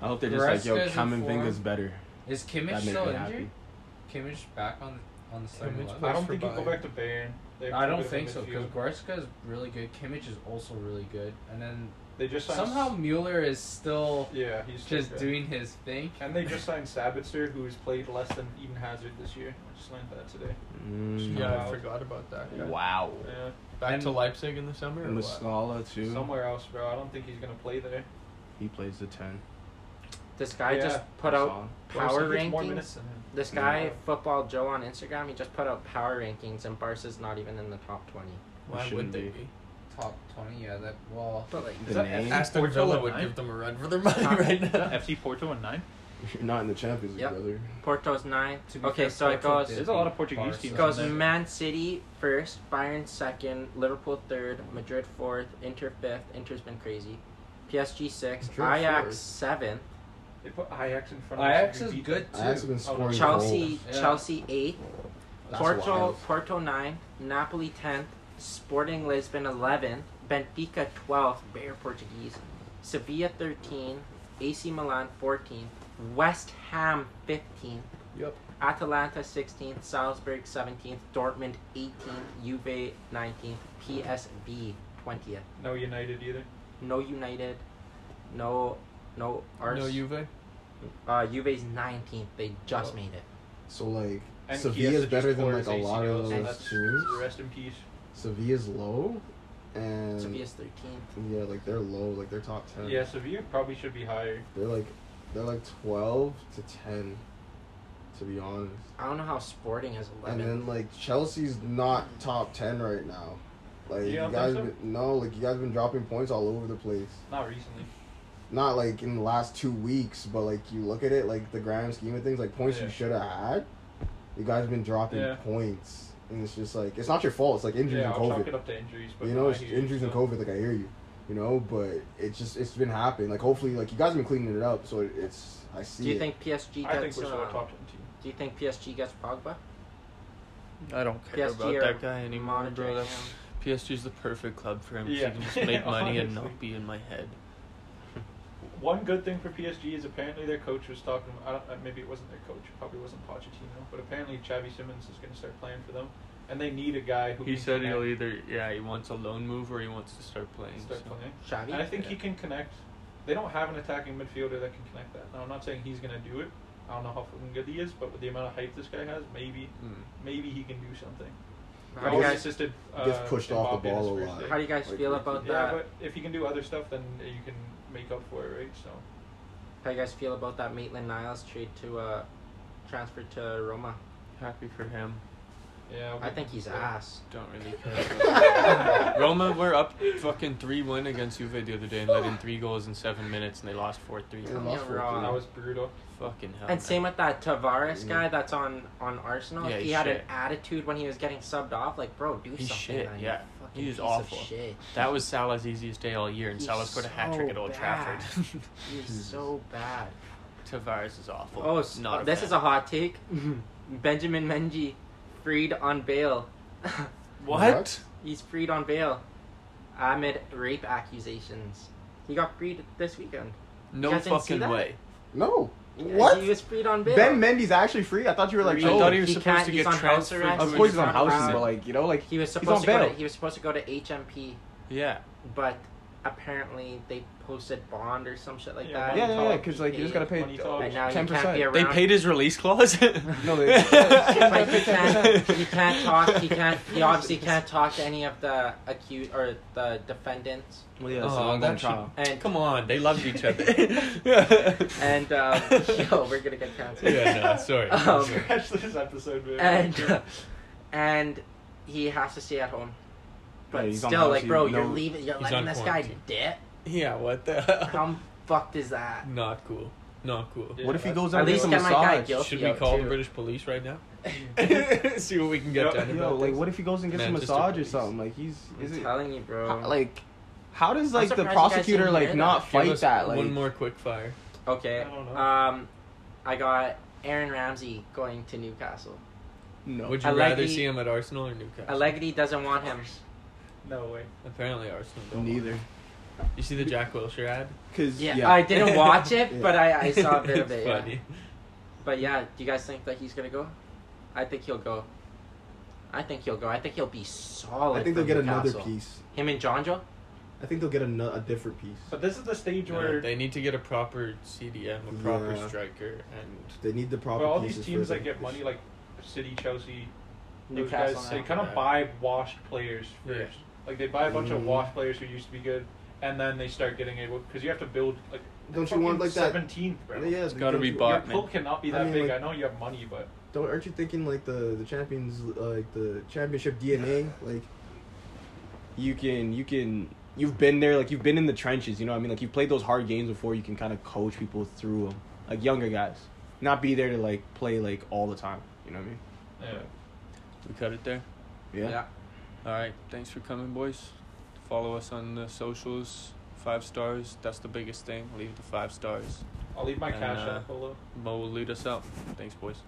Speaker 2: hope they're just
Speaker 5: Goretzka
Speaker 2: like yo,
Speaker 5: is in form.
Speaker 2: Kaminga's better.
Speaker 5: Is
Speaker 2: That
Speaker 5: Kimmich
Speaker 2: makes me
Speaker 5: still
Speaker 2: happy.
Speaker 5: injured? Kimmich back on on the
Speaker 4: Kimmich
Speaker 5: starting
Speaker 4: plays
Speaker 5: left.
Speaker 4: I don't
Speaker 5: for
Speaker 4: think you go
Speaker 5: Bayern.
Speaker 4: back to Bayern. They
Speaker 5: I
Speaker 4: put
Speaker 5: don't
Speaker 4: him
Speaker 5: think
Speaker 4: in
Speaker 5: so because
Speaker 4: midfield.
Speaker 5: Goretzka is really good. Kimmich is also really good, and then
Speaker 4: they just signed
Speaker 5: somehow Mueller is still
Speaker 4: Yeah, he's still
Speaker 5: just
Speaker 4: good.
Speaker 5: doing his thing.
Speaker 4: And they just signed Sabitzer, who's played less than Eden Hazard this year. I just learned that today.
Speaker 2: Mm.
Speaker 1: Yeah, I
Speaker 4: Wow.
Speaker 1: forgot about that. guy.
Speaker 7: Wow.
Speaker 4: Yeah,
Speaker 1: Back
Speaker 5: And-
Speaker 1: to Leipzig in the summer. Or what?
Speaker 7: Masala too.
Speaker 4: somewhere else, bro. I don't think he's gonna play there.
Speaker 7: He plays the ten.
Speaker 3: This guy
Speaker 4: Yeah.
Speaker 3: just put out
Speaker 4: Well, so
Speaker 3: power
Speaker 4: he gets More
Speaker 3: rankings.
Speaker 4: minutes than him.
Speaker 3: This guy,
Speaker 4: Yeah.
Speaker 3: Football Joe on Instagram, he just put out power rankings, and Barca's not even in the top 20.
Speaker 1: Why would
Speaker 7: shouldn't
Speaker 1: they
Speaker 7: be.
Speaker 1: be?
Speaker 5: Top twenty, yeah. That well,
Speaker 3: But, like,
Speaker 7: The
Speaker 4: that
Speaker 7: name.
Speaker 4: F-
Speaker 1: Aston
Speaker 4: Porto
Speaker 1: Villa
Speaker 4: at
Speaker 1: would
Speaker 4: nine?
Speaker 1: give them a run for their money
Speaker 3: Huh?
Speaker 1: right
Speaker 4: Is that
Speaker 1: now.
Speaker 4: FC Porto in nine.
Speaker 2: You're not in the Champions League,
Speaker 3: Yep.
Speaker 2: brother.
Speaker 3: Porto's 9.
Speaker 5: to be
Speaker 3: Okay,
Speaker 5: fair,
Speaker 3: so it
Speaker 5: Porto
Speaker 3: goes.
Speaker 5: did
Speaker 4: There's a lot of
Speaker 5: beat
Speaker 4: Portuguese
Speaker 5: Barca.
Speaker 4: teams.
Speaker 3: It
Speaker 4: Yeah.
Speaker 3: goes
Speaker 4: Yeah.
Speaker 3: Man City first, Bayern second, Liverpool third, Madrid fourth, Inter fifth. Inter's been crazy. PSG sixth,
Speaker 2: Madrid
Speaker 3: Ajax
Speaker 2: fourth.
Speaker 3: seventh,
Speaker 4: They put Ajax in front. of
Speaker 5: Ajax
Speaker 4: us and
Speaker 5: is
Speaker 4: we beat
Speaker 5: good
Speaker 4: them.
Speaker 5: too.
Speaker 2: Ajax has been
Speaker 4: Oh, no.
Speaker 2: scoring
Speaker 3: Chelsea
Speaker 2: goals.
Speaker 5: Yeah.
Speaker 3: Chelsea eighth,
Speaker 2: That's
Speaker 3: Porto
Speaker 2: wild.
Speaker 3: Porto nine, Napoli tenth, Sporting Lisbon eleventh, Benfica twelfth, bare Portuguese, Sevilla thirteen, AC Milan fourteenth, West Ham fifteenth,
Speaker 2: Yep.
Speaker 3: Atalanta sixteenth, Salzburg seventeenth, Dortmund eighteenth, Juve nineteenth, PSV twentieth.
Speaker 4: No United either.
Speaker 3: No United, no no Ars.
Speaker 1: No Juve.
Speaker 3: uh, Juve's nineteenth. They just
Speaker 4: Oh.
Speaker 3: made it.
Speaker 2: So like
Speaker 4: And
Speaker 2: Sevilla's
Speaker 4: Chiesa
Speaker 2: better than
Speaker 4: just scored
Speaker 2: like a
Speaker 4: his
Speaker 2: lot
Speaker 4: ACL,
Speaker 2: of
Speaker 4: so
Speaker 2: those
Speaker 4: that's-
Speaker 2: teams.
Speaker 4: Rest in peace.
Speaker 2: Sevilla's low, and
Speaker 3: Sevilla's thirteenth.
Speaker 2: yeah, like they're low, like they're top ten.
Speaker 4: Yeah, Sevilla probably should be higher.
Speaker 2: They're like they're like twelve to ten, to be honest.
Speaker 3: I don't know how Sporting has
Speaker 2: And
Speaker 3: eleven.
Speaker 2: then like Chelsea's not top ten right now. Like
Speaker 4: You
Speaker 2: you,
Speaker 4: don't
Speaker 2: guys,
Speaker 4: think so?
Speaker 2: been, no, like you guys been dropping points all over the place.
Speaker 4: Not recently.
Speaker 2: Not like in the last two weeks, but like you look at it, like the grand scheme of things, like points
Speaker 4: Yeah.
Speaker 2: you should have had. You guys been dropping
Speaker 4: Yeah.
Speaker 2: points, and it's just like it's not your fault. It's like injuries and
Speaker 4: yeah, I'll chalk
Speaker 2: COVID.
Speaker 4: it up to injuries. But
Speaker 2: you know,
Speaker 4: I
Speaker 2: it's
Speaker 4: hear you
Speaker 2: injuries and
Speaker 4: still.
Speaker 2: COVID. Like I hear you, you know, but it's just it's been happening. Like hopefully, like you guys have been cleaning it up, so it, it's I see.
Speaker 3: Do you
Speaker 2: it.
Speaker 3: think PSG
Speaker 4: I think
Speaker 3: gets?
Speaker 4: we're still a
Speaker 3: Uh,
Speaker 4: top ten team.
Speaker 3: do you think PSG gets Pogba?
Speaker 1: I don't care
Speaker 3: PSG
Speaker 1: about
Speaker 3: or
Speaker 1: that guy anymore, bro.
Speaker 3: Monitoring him.
Speaker 1: That's, PSG's the perfect club for him. 'cause
Speaker 4: Yeah.
Speaker 1: He can just make money and
Speaker 4: Honestly.
Speaker 1: not be in my head.
Speaker 4: One good thing for PSG is apparently their coach was talking. I don't, uh, maybe it wasn't their coach. It probably wasn't Pochettino. But apparently, Xavi Simmons is going to start playing for them, and they need a guy who
Speaker 1: He
Speaker 4: can
Speaker 1: said
Speaker 4: connect,
Speaker 1: he'll either yeah he wants a loan move or he wants to start playing.
Speaker 4: start
Speaker 1: so.
Speaker 4: playing.
Speaker 3: Xavi.
Speaker 4: And I think
Speaker 1: Yeah.
Speaker 4: he can connect. They don't have an attacking midfielder that can connect that. Now, I'm not saying he's going to do it. I don't know how fucking good he is, but with the amount of hype this guy has, maybe
Speaker 1: Mm.
Speaker 4: maybe he can do something.
Speaker 3: How do
Speaker 4: He
Speaker 3: you
Speaker 4: always
Speaker 3: guys?
Speaker 4: assisted, uh,
Speaker 2: gets pushed off the
Speaker 4: Mbappe in his
Speaker 2: ball a
Speaker 4: first
Speaker 2: lot.
Speaker 4: day.
Speaker 3: How do you guys
Speaker 2: Like,
Speaker 3: feel
Speaker 2: like,
Speaker 3: about
Speaker 4: yeah,
Speaker 3: that?
Speaker 4: but if you can do other stuff, then you can make up for it, right? So
Speaker 3: How you guys feel about that Maitland Niles trade to uh, transfer to Roma?
Speaker 1: Happy for him.
Speaker 4: yeah,
Speaker 3: I think he's ass.
Speaker 4: ass.
Speaker 1: Don't really care. About Roma were up fucking three one against Juve the other day and let in three goals in seven minutes and they lost four three.
Speaker 2: Yeah,
Speaker 3: me
Speaker 2: lost
Speaker 3: wrong.
Speaker 2: fourteen.
Speaker 4: That was brutal.
Speaker 1: Fucking hell.
Speaker 3: And same with that Tavares
Speaker 2: Mm.
Speaker 3: guy that's on on Arsenal.
Speaker 1: Yeah,
Speaker 3: If he
Speaker 1: he's
Speaker 3: had an
Speaker 1: shit.
Speaker 3: attitude when he was getting subbed off. Like, bro, do
Speaker 1: He's
Speaker 3: something.
Speaker 1: shit,
Speaker 3: man, you
Speaker 1: yeah.
Speaker 3: fucking
Speaker 1: He was
Speaker 3: piece of
Speaker 1: awful.
Speaker 3: shit.
Speaker 1: That was Salah's easiest day all year, and
Speaker 3: He's
Speaker 1: Salah scored a hat trick
Speaker 3: so
Speaker 1: at Old
Speaker 3: bad.
Speaker 1: Trafford.
Speaker 3: He's
Speaker 2: Jesus.
Speaker 3: so bad.
Speaker 1: Tavares is awful.
Speaker 3: Oh, s-
Speaker 1: Not
Speaker 3: this
Speaker 1: fan.
Speaker 3: is a hot take.
Speaker 7: Mm-hmm.
Speaker 3: Benjamin Menji freed on bail.
Speaker 1: what?
Speaker 3: He's freed on bail amid rape accusations. He got freed this weekend. You
Speaker 1: No
Speaker 3: guys didn't see
Speaker 1: fucking
Speaker 3: that?
Speaker 1: way.
Speaker 2: No.
Speaker 3: Yeah,
Speaker 2: What?
Speaker 3: He was freed on bail.
Speaker 7: Ben Mendy's actually free. I thought you were like,
Speaker 1: I
Speaker 3: Really?
Speaker 7: oh,
Speaker 1: thought he was
Speaker 3: He
Speaker 1: supposed
Speaker 3: can't-
Speaker 1: to
Speaker 3: he's
Speaker 1: get
Speaker 3: on house
Speaker 1: transferred.
Speaker 3: arrest.
Speaker 1: to
Speaker 7: of
Speaker 1: a
Speaker 7: course he's on
Speaker 3: He's on
Speaker 7: houses,
Speaker 3: trial.
Speaker 7: but like you know, like
Speaker 3: He was
Speaker 7: He's on
Speaker 3: supposed to go to,
Speaker 7: bail.
Speaker 3: he was supposed to go to HMP,
Speaker 1: Yeah.
Speaker 3: but apparently they posted bond or some shit like
Speaker 4: Yeah,
Speaker 3: that.
Speaker 4: money
Speaker 7: yeah, yeah, yeah,
Speaker 4: talk,
Speaker 7: because like you just gotta pay
Speaker 4: money talk.
Speaker 3: And now you
Speaker 7: ten
Speaker 3: can't be
Speaker 7: percent.
Speaker 3: around.
Speaker 1: They paid his release clause.
Speaker 7: No, they-
Speaker 3: like he can't, he can't talk. He can't. He obviously can't talk to any of the accused or the defendants.
Speaker 7: Well, yeah,
Speaker 1: that's an ongoing trial.
Speaker 3: And
Speaker 1: Come on, they loved each other. yeah,
Speaker 3: and um, yo, we're gonna get canceled.
Speaker 1: no, sorry.
Speaker 3: Um,
Speaker 4: Scratch this episode, man.
Speaker 3: And uh, and he has to stay at home. But
Speaker 7: he's on
Speaker 3: still, like,
Speaker 7: house,
Speaker 3: bro,
Speaker 7: you
Speaker 3: you're
Speaker 7: know-
Speaker 3: leaving. You're
Speaker 1: He's
Speaker 3: letting
Speaker 1: on
Speaker 3: this guy
Speaker 1: quarantine.
Speaker 3: dip.
Speaker 1: yeah, what the hell?
Speaker 3: How fucked is that?
Speaker 1: Not cool. Not cool.
Speaker 4: Yeah,
Speaker 7: What if he
Speaker 4: that's-
Speaker 7: goes
Speaker 3: At
Speaker 7: out and
Speaker 3: least
Speaker 7: gets a
Speaker 3: get my guy
Speaker 7: massage?
Speaker 3: guilty.
Speaker 1: Should we call
Speaker 3: too.
Speaker 1: the British police right now? See what we can get
Speaker 4: Yo,
Speaker 1: done.
Speaker 7: Yo,
Speaker 1: about
Speaker 7: like
Speaker 1: this.
Speaker 7: what if he goes and gets a
Speaker 1: Manchester
Speaker 7: massage or
Speaker 1: police.
Speaker 7: something? Like he's is
Speaker 3: I'm
Speaker 7: it
Speaker 3: telling you, bro.
Speaker 7: how- like how does like the
Speaker 3: surprised you guys
Speaker 7: prosecutor
Speaker 3: didn't
Speaker 7: like
Speaker 3: hear
Speaker 7: not
Speaker 1: Give
Speaker 7: fight
Speaker 1: us
Speaker 7: that? Like
Speaker 1: one more quick fire.
Speaker 3: Okay.
Speaker 4: I don't know.
Speaker 3: Um, I got Aaron Ramsey going to Newcastle.
Speaker 7: no.
Speaker 1: Would you
Speaker 3: Allegri-
Speaker 1: rather see him at Arsenal or Newcastle?
Speaker 3: Allegri doesn't want him.
Speaker 4: No way.
Speaker 1: Apparently Arsenal. Don't want
Speaker 7: Neither,
Speaker 1: him. You see the Jack Wilshere ad?
Speaker 7: because
Speaker 3: Yeah,
Speaker 7: yeah,
Speaker 3: I didn't watch it,
Speaker 2: Yeah.
Speaker 3: but I, I saw a bit of it.
Speaker 1: It's
Speaker 3: yeah.
Speaker 1: funny.
Speaker 3: But yeah, do you guys think that he's gonna go? I think he'll go.
Speaker 8: I think he'll go. I think he'll be solid.
Speaker 6: I think they'll
Speaker 8: for
Speaker 6: get another
Speaker 8: Newcastle.
Speaker 6: piece.
Speaker 8: Him and Jonjo.
Speaker 6: I think they'll get ano- a different piece.
Speaker 4: But this is the stage
Speaker 1: No,
Speaker 4: where
Speaker 1: they need to get a proper CDM, a proper
Speaker 6: Yeah.
Speaker 1: striker, and
Speaker 6: They need the proper.
Speaker 4: but all these
Speaker 6: pieces for
Speaker 4: teams
Speaker 6: the-
Speaker 4: that get money like City, Chelsea, those
Speaker 3: Newcastle
Speaker 4: guys,
Speaker 3: now.
Speaker 4: they kind of
Speaker 1: Yeah.
Speaker 4: buy washed players
Speaker 1: Yeah.
Speaker 4: first. Like they buy a bunch of
Speaker 6: Mm.
Speaker 4: washed players who used to be good, and then they start getting able because you have to build like.
Speaker 6: Don't you want, like, that-
Speaker 4: seventeenth?
Speaker 6: yeah,
Speaker 1: it's got to be
Speaker 4: Your
Speaker 1: bought. man.
Speaker 4: pool cannot be
Speaker 6: I
Speaker 4: that
Speaker 6: mean,
Speaker 4: big.
Speaker 6: like-
Speaker 4: I know you have money, but
Speaker 6: Don't aren't you thinking like the the champions uh, like the championship DNA like
Speaker 2: you can you can you've been there like you've been in the trenches you know what i mean like you've played those hard games before you can kind of coach people through them like younger guys not be there to like play like all the time you know what i mean
Speaker 4: yeah.
Speaker 1: We cut it there.
Speaker 2: yeah,
Speaker 1: All right. Thanks for coming, boys. Follow us on the socials. Five stars. That's the biggest thing. Leave the five stars.
Speaker 4: I'll leave my
Speaker 1: And,
Speaker 4: cash
Speaker 1: uh,
Speaker 4: app below.
Speaker 1: Mo will lead us out. Thanks, boys.